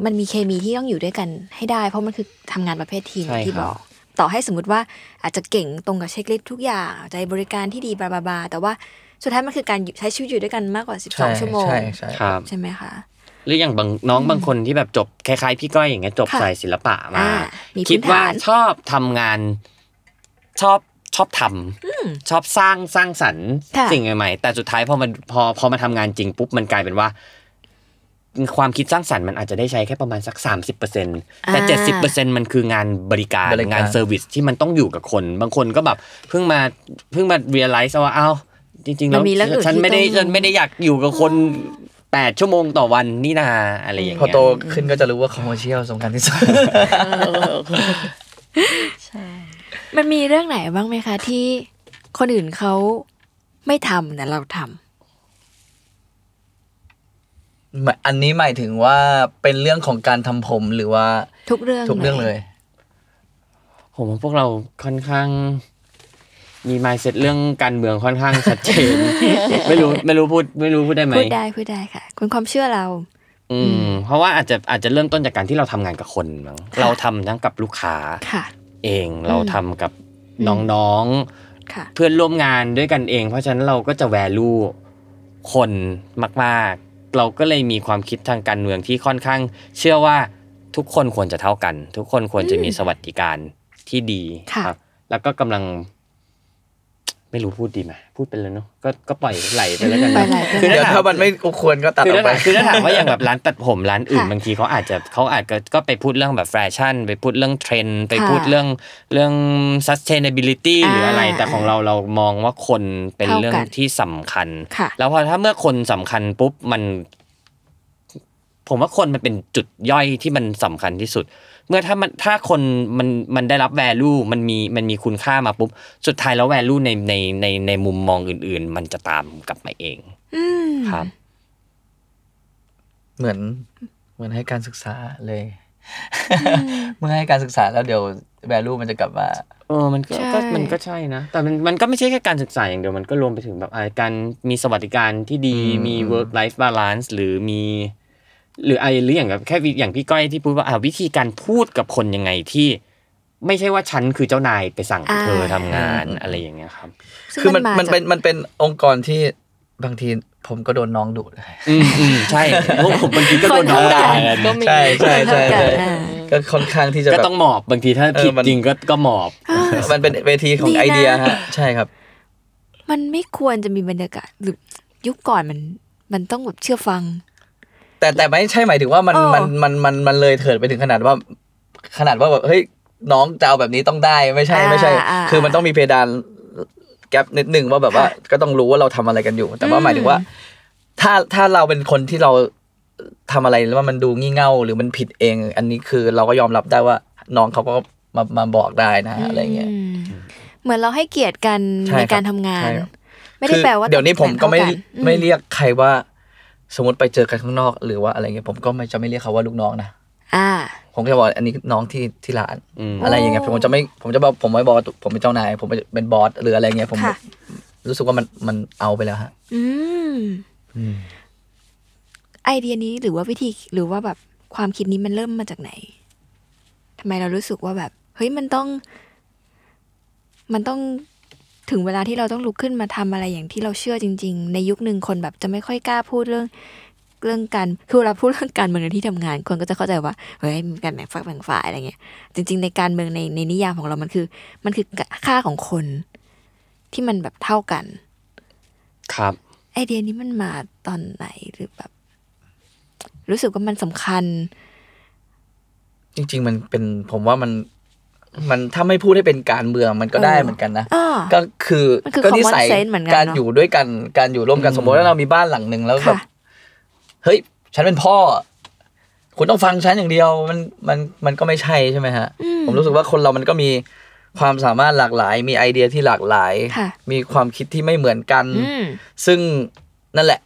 A: มันมีเคมีที่ต้องอยู่ด้วยกันให้ได้ เพราะมันคือทำงานประเภททีม
D: ใช่
A: ที่
D: ครับ บ
A: อก ต่อให้สมมติว่าอาจจะเก่งตรงกับเช็คลิสต์ทุกอย่างใจบริการที่ดีบลาบลาบลาแต่ว่าสุดท้ายมันคือการอยู่ใช้ชีวิตอยู่ด้วยกันมากกว่า
B: ใช่
A: 12 ชั่วโมง
B: ใช่ใช่
D: ครับ
A: ใช่ไหมคะ
D: หรืออย่างบางน้องบางคนที่แบบจบคล้ายๆพี่ก้อยอย่างเงี้ยจบ
A: ค่ะ
D: สายศิลปะมา
A: อ่ามีพื้นฐาน
D: คิดว่าชอบทำงานชอบชอบทำชอบสร้างสร้างสรรค์
A: ค่ะ
D: สิ่งใหม่ๆแต่สุดท้ายพอมันพอพอมาทำงานจริงปุ๊บมันกลายเป็นว่า ความคิดสร้างสรรค์มันอาจจะได้ใช้แค่ประมาณสัก 30%แต่ 70%มันคืองานบริการ
B: บริการ
D: งานเซอร์วิสที่มันต้องอยู่กับคน บางคนก็แบบเพิ่งมาเพิ่งมาเรียลไลซ์ว่าอ้าวจริงๆ
A: มันมีเรื่องอื่น
D: ฉันไม่ได้
A: ที่ต้อง
D: ฉันไม่ได้อยากอยู่กับคนแปดชั่วโมงต่อวันนี่นาอะไรอย่าง
B: พอ
D: เงี้ย
B: โตขึ้นก็จะรู้ว่าคอมเมอร์เชียลสำคัญที่สุด
A: มันมีเรื่องไหนบ้างไหมคะที่คนอื่นเขาไม่ทำแต่เราทำ
B: อันนี้หมายถึงว่าเป็นเรื่องของการทำผมหรือว่า
A: ทุกเรื่อง
B: ทุกเรื่องเลย
D: ผมว่าพวกเราค่อนข้าง มีมายเซ็ตเรื่องการเมืองค่อนข้างชัดเจ น ไม่รู้ไม่รู้พูดไม่รู้พูดได้ไหม
A: พูดได้พูดได้ค่ะคุณความเชื่อเรา
D: อืม เพราะว่าอาจจะอาจจะเริ่มต้นจากการที่เราทำงานกับคนมั้งเราทำทั้งกับลูกค้า
A: ค่ะ
D: เองเราทำกับน้อง
A: ค่ะ
D: ๆเพื่อนร่วมงานด้วยกันเอง เพราะฉะนั้นเราก็จะแวลูคนมากๆ เราก็เลยมีความคิดทางการเมืองที่ค่อนข้าง เชื่อว่าทุกคนควรจะเท่ากัน ทุกคนควรจะมีสวัสดิการที่ดี
A: ค่ะ
D: ครับ แล้วก็กำลัง ไม่รู้พูดดีไหมพูดไปแล้วเนาะก็ก็ปล่อยไหลไปแล้วกัน
A: ไปห
D: เนอะ
A: ลายเรื่
D: คือ อ
A: ง
B: เดี๋ยวถ้ามันไม่ควรก็ตัด
D: คือ
B: ออไป
D: ถ้ากถามคือถ้าถามว่าอย่างแบบร้านตัดผมร้านอื่น
A: ค่ะ
D: บางทีเขาอาจจะเขาอาจจะก็ไปพูดเรื่องแบบแฟชั่น ไปพูดเรื่องเทรนด์ไป
A: ค่ะ
D: พูดเรื่องเรื่อง sustainability
A: อ่า
D: หรืออะไร แต่ของเราเรามองว่าคนเป็น
A: เท่ากัน
D: เรื่องที่สำคัญ
A: ค่ะ
D: แล้วพอถ้าเมื่อคนสำคัญปุ๊บมัน ผมว่าคนมันเป็นจุดย่อยที่มันสำคัญที่สุด เมื่อถ้ามันถ้าคนมันมันได้รับ value มันมีมันมีคุณค่ามาปุ๊บสุดท้ายแล้ว value ในในในในมุมมองอื่น ๆ มันจะตามกลับมาเอง
A: อืม
D: ครับ
B: เหมือนเหมือนให้การศึกษาเลย เมื่อให้การศึกษาแล้วเดี๋ยวแวลูมันจะกลับมา
D: เออมันก็ก็มันก็ใช่นะ แต่มันมันก็ไม่ใช่แค่การศึกษาอย่างเดียว มันก็รวมไปถึงแบบอ่าการมีสวัสดิการที่ดี
B: อืม
D: มี work life balance หรือมี หรือไอหรืออย่างแบบแค่วิอย่างพี่ก้อยที่พูดว่าอ่าวิธีการพูดกับคนยังไงที่ ไม่ใช่ว่าฉันคือเจ้านายไปสั่งเธอทำงานอะไรอย่างเงี้ยครับ
A: ซึ่ง
B: คือมัน
A: า
B: มัน
A: จาก
B: เป็นมันเป็นองค์กรที่บางทีผมก็โดนน้องดุเลย
D: อืมอืมใช่ เพราะผมบางทีก็โดนน้องด่า
E: ก็มี
B: ใช่ใช่ใช่
A: เกิ
B: ใช่
A: ดอ่า
B: ก็ค่อนข้างที่จะ
D: ก็
B: แบบ
D: ต้องหมอบบางทีถ้า
B: เออ
D: ผิด
B: มัน
D: จริงก็ก็หมอบ
B: มันเป็นเวทีของ
A: ดีนะ
B: ไอเดียฮะใช่ครับ
A: มันไม่ควรจะมีบรรยากาศหรือยุคก่อนมัน มันต้องแบบเชื่อฟัง
B: แต่แต่ไม่ใช่หมายถึงว่ามัน
A: เออ
B: มันมันมันมันเลยเถิดไปถึงขนาดว่า ขนาดว่าแบบเฮ้ยน้องจะเอาแบบนี้ต้องได้ไม่ใช่ไม่ใช่ คือมันต้องมีเพดานแกลบนิดหนึ่งว่าแบบว่าก็ต้องรู้ว่าเราทำอะไรกันอยู่ แต่ว่าหมายถึงว่า ถ้าถ้าเราเป็นคนที่เราทำอะไรแล้วว่ามันดูงี่เง่าหรือมันผิดเอง อันนี้คือเราก็ยอมรับได้ว่าน้องเขาก็มามาบอกได้นะอะไรเงี้ย
A: อืมเหมือนเราให้เกียรติกัน
B: ใช่
A: ใน
B: ครับ
A: การทำงาน
B: ใช่ครับ
A: ไม่ได้
B: คือ
A: แปลว่า
B: เดี๋ยวนี้ผมก็ไม่
A: ตำแหน่งเท่ากัน
B: ไม่
A: อื
B: เรียกใครว่า สมมติไปเจอกันข้างนอก หรือว่าอะไรเงี้ยผมก็ไม่จะไม่เรียกเขาว่าลูกน้องนะ
A: อ่า
B: ผมก็จะบอกอันนี้น้องที่ที่ร้าน
D: อืม
B: อะไรอย่างเงี้ย
A: โอ้
B: ผมจะไม่ผมจะบอกผมไม่บอกว่าผมเป็นเจ้านาย ผมเป็นบอสหรืออะไรเงี้ยผม
A: ค่ะ
B: รู้สึกว่ามันมันเอาไปแล้วฮะ
A: อืมไอเดียนี้หรือว่าวิธีหรือว่าแบบความคิดนี้มันเริ่มมาจากไหนทำไมเรารู้สึกว่าแบบ เฮ้ยมันต้อง มันต้องถึงเวลาที่เราต้องลุกขึ้นมาทำอะไรอย่างที่เราเชื่อจริง ๆ ในยุคหนึ่งคนแบบจะไม่ค่อยกล้าพูดเรื่อง เรื่องการคือเวลาพูดเรื่องการเมืองในที่ทำงาน คนก็จะเข้าใจว่าเฮ้ยมีการแบ่งฝักแบ่งฝ่ายอะไรเงี้ย จริง ๆ ในการเมืองในในนิยามของเรามันคือ มันคือค่าของคนที่มันแบบเท่ากัน
D: ครับ
A: ไอเดียนี้มันมาตอนไหนหรือแบบ รู้สึกว่ามันสำคัญ
B: จริง ๆ มันเป็นผมว่ามันมันถ้าไม่พูดให้เป็นการเมืองมันก็ได้
A: เออ
B: เหมือนกันนะ
A: อ้อ
B: ก็คือ
A: มันคือ
B: ก็
A: common
B: นิสัย
A: sense เหมือนกัน
B: การ
A: เนอะ
B: อยู่ด้วยกันการอยู่ร่วมกัน
D: อืม
B: สมมติว่าเรามีบ้านหลังหนึ่งแล้วแบบ
A: ค่ะ
B: เฮ้ย ฉันเป็นพ่อ คุณต้องฟังฉันอย่างเดียว มันมันมันก็ไม่ใช่ใช่ไหมฮะ
A: อืม
B: ผมรู้สึกว่าคนเรามันก็มีความสามารถหลากหลาย มีไอเดียที่หลากหลาย
A: ค่ะ
B: มีความคิดที่ไม่เหมือนกัน
A: อืม
B: ซึ่งนั่นแหละ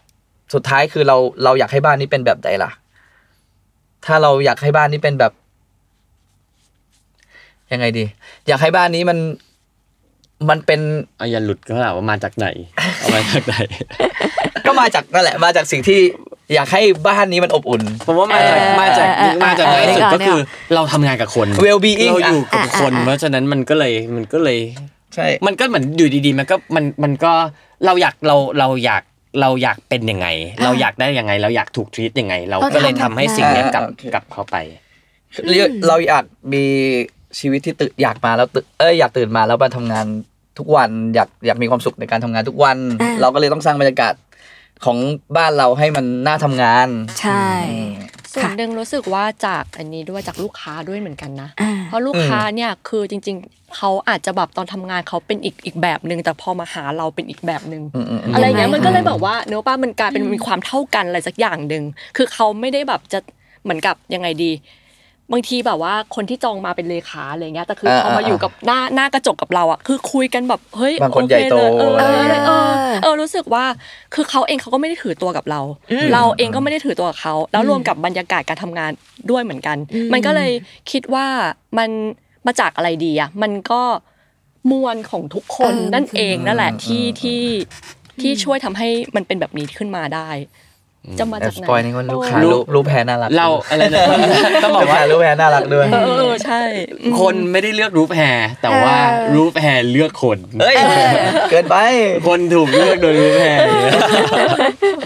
B: สุดท้ายคือเราเราอยากให้บ้านนี้เป็นแบบใดล่ะ ถ้าเราอยากให้บ้านนี้เป็นแบบ ยังไงดี อยากให้บ้านนี้มันมันเป็น
D: เอาอย่าหลุดก็แหละว่ามาจากไหนเอามาจากไหน
B: ก็มาจากนั่นแหละ มาจากสิ่งที่อยากให้บ้านนี้มันอบอุ่น
D: ผมว่ามาจาก
A: เออ
D: มาจาก
A: เออเออเออ
D: มาจากง่ายสุด
A: เออ
D: ก็คือ
A: เอ
D: เราทำงานกับคน
B: Well-being
D: เราอยู่กับ
A: อ่ะ
D: คน
A: อ่ะอ่ะ
D: เพราะฉะนั้นมันก็เลยมันก็เลย
B: ใช่
D: มันก็เหมือนอยู่ดีๆ มันก็มันมันก็เราอยากเราเราอยากเราอยากเป็นยังไง เราอยากได้ยังไง เราอยากถูกทรีตยังไง เราก็เลยทำให้สิ่งเนี้ยกลับ
B: อ่าโอเค
D: กลับเข้าไป
B: เรียกเราอยากมีชีวิตที่ตื่นอยากมาแล้วตื่นเอ้ยอยากตื่นมาแล้วมาทำงานทุกวัน อยากอยากมีความสุขในการทำงานทุกวัน
A: อ่า
B: เราก็เลยต้องสร้างบรรยากาศของบ้านเราให้มันน่าทำงาน
A: ใช่
E: ส่วนหนึ่งรู้สึกว่าจากอันนี้ด้วยจากลูกค้าด้วยเหมือนกันนะ
A: อ่า
E: เพราะลูกค้าเนี่ยคือจริง ๆเขาอาจจะแบบตอนทำงานเขาเป็นอีกอีกแบบหนึ่งแต่พอมาหาเราเป็นอีกแบบหนึ่ง
B: อืมอืมอืม
E: อะไรเงี้
A: ยั
E: ย
A: งไง
E: มันก็เลย
A: คะ
E: บอกว่าเนื้อป้ามันกลายเป็นมีความเท่ากันอะไรสักอย่างหนึ่งคือเขาไม่ได้แบบจะเหมือนกับยังไงดี บางทีแบบว่าคนที่จองมาเป็นเลขาอะไรเงี้ยแต่คือ
B: เออ
E: พอมาอยู่กับหน้าหน้ากระจกกับเราอ่ะคือคุยกันแบบเฮ้ย
B: บางคน
E: โอ
B: ใหญ่
E: เเลย
B: โต
E: เออเออ
A: เอ
E: เอ
A: อ
E: อ เออรู้สึกว่าคือเขาเองเขาก็ไม่ได้ถือตัวกับเรา เราเองก็ไม่ได้ถือตัวกับเขาแล้วรวมกับบรรยากาศการทำงานด้วยเหมือนกัน
A: อืม
E: มันก็เลยคิดว่ามันมาจากอะไรดีอ่ะมันก็มวลของทุกคนนั่นเองนั่นแหละที่ที่ที่ช่วยทำให้มันเป็นแบบนี้ขึ้นมาได้ จะมา
B: แอ
E: จา
B: บ
E: ก
B: ส
E: ไหน
B: ปอยนี่ว่าลูกค้า
D: ลู
B: รู
D: ก
B: ปรูปแพ้น่ารัก
D: เรา อะไรนะ ต้องบอก
B: ลูก
D: ว่า
B: ค้ารูปแพ้น่ารัก ด้วย
E: เออเออเออใช่อืม
D: คนไม่ได้เลือกรูปแฮร์แต่ว่า
A: เออ
D: รูปแฮร์เลือกคน
B: เฮ้ย เกินไป
D: คนถูกเลือกโดยรูปแฮร์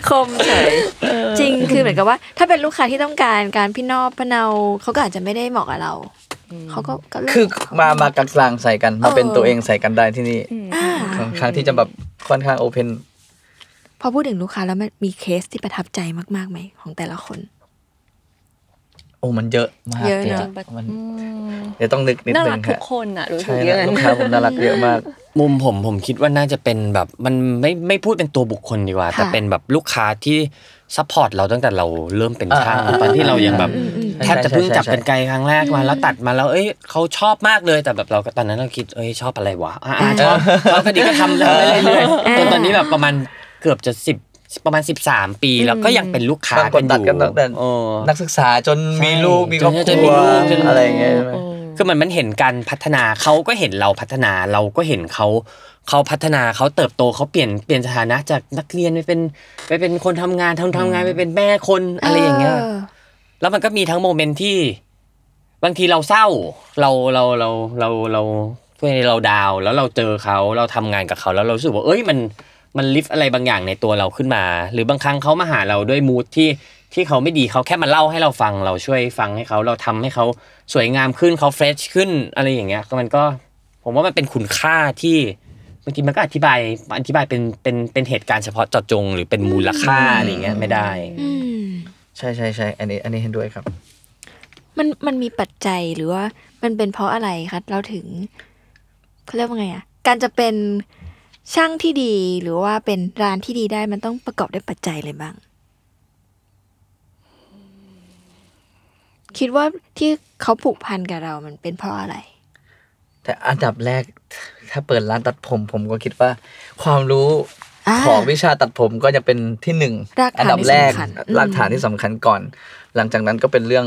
A: คมเฉย จริงคือเหมือนกับว่า ถ้าเป็นลูกค้าที่ต้องการการพี่นอบพะเนาเขาก็อาจจะไม่ได้เหมาะกับเราเขาก็ก็เลืก
B: คือ
A: ของเข
B: มามากลางๆใส่กัน มาเป็น
A: เออ
B: ตัวเองใส่กันได้ที่นี่
A: อ่า
B: ค่อนข้างที่จะแบบค่อนข้างโอเพน
A: พอพูดถึงลูกค้าแล้วมันมีเคสที่ประทับใจมากๆไหมของแต่ละคน
B: โอ้มันเยอะมาก
A: เยอะ
B: จริง
A: เนอะ
B: มัน
E: อืม
B: เดี๋ยวต้องนึกนิด
E: น่า
B: นึ
E: รัก
B: ง
E: ทุก
B: ฮะ
E: คนอ่ะรู้สึ
B: ใช่
E: ก
B: ฮะ
E: เยอะ
B: ลูกค้าผมน่ารักเยอะมาก
D: มุมผมผมคิดว่าน่าจะเป็นแบบมันไม่ไม่พูดเป็นตัวบุคคลดีกว่า แต่
A: ค่ะ
D: เป็นแบบลูกค้าที่ซัพพอร์ตเราตั้งแต่เราเริ่มเป็นช่าง
B: อ่า
D: ตอนที่เรายังแบบ
A: อืมอืม
D: แทบจะเพิ่งจับกันไกลครั้งแรกมาแล้วตัดมาแล้วเอ้ยเขาชอบมากเลยแต่แบบเราก็ตอนนั้นเราคิดเอ้ยชอบอะไรวะอ่าอ่าชอบชอบก็ดีก็ทำทำไปเรื่อยๆจนตอนนี้แบบประมาณเกือบจะสิบ ประมาณ 13 ปีแล้วก็ยังเป็นลูกค้า
B: บางค
D: กัน นอ
B: ตัด
D: ยู่
B: กันตั้งแต่
D: เออ
B: นักศึกษาจนมีลูก
D: ใช่
B: มีครอบ
D: จน
B: ค
D: มี
B: รัว
D: ลูกจน
B: อะไรอย่างเงี้ยใช่ไหม
E: อืม
D: คือมันมันเห็นการพัฒนาเขาก็เห็นเราพัฒนาเราก็เห็นเขาเขาพัฒนาเขาเติบโตเขาเปลี่ยนเปลี่ยนสถานะจากนักเรียนไปเป็นไปเป็นคนทำงานทำทำงานไปเป็นแม่คนอะไรอย่างเงี้ย แล้วมันก็มีทั้งโมเมนต์ที่ บางทีเราเศร้า เราเราเราเราเราเพื่อนเราดาวน์แล้วเราเจอเขาเราทำงานกับเขาแล้วเรารู้สึกว่าเอ้ยมันมันลิฟต์อะไรบางอย่างในตัวเราขึ้นมา หรือบางครั้งเขามาหาเราด้วยมูทที่ที่เขาไม่ดีเขาแค่มาเล่าให้เราฟัง เราช่วยฟังให้เขาเราทำให้เขาสวยงามขึ้นเขาเฟรชขึ้นอะไรอย่างเงี้ยก็มันก็ ผมว่ามันเป็นคุณค่าที่บางทีมันก็อธิบายอธิบายเป็นเป็นเป็นเหตุการณ์เฉพาะเจาะจง หรือเป็นมูลค่าอะไรอย่างเงี้ยไม่ได้
A: อืม
B: ใช่ใช่ใช่ อันนี้อันนี้เห็นด้วยครับ
A: มันมันมีปัจจัยหรือว่ามันเป็นเพราะอะไรคะเราถึงเขาเรียกว่าไงอ่ะ การจะเป็นช่างที่ดีหรือว่าเป็นร้านที่ดีได้มันต้องประกอบด้วยปัจจัยอะไรบ้าง คิดว่าที่เขาผูกพันกับเรามันเป็นเพราะอะไร
B: แต่อันดับแรกถ้าเปิดร้านตัดผมผมก็คิดว่า ความรู้
A: อ่า
B: ของวิชาตัดผมก็จะเป็นที่หนึ่ง
A: รากฐาน
B: อัดับแรก
A: ที่สำคัญอืม
B: รากฐานที่สำคัญก่อน หลังจากนั้นก็เป็นเรื่อง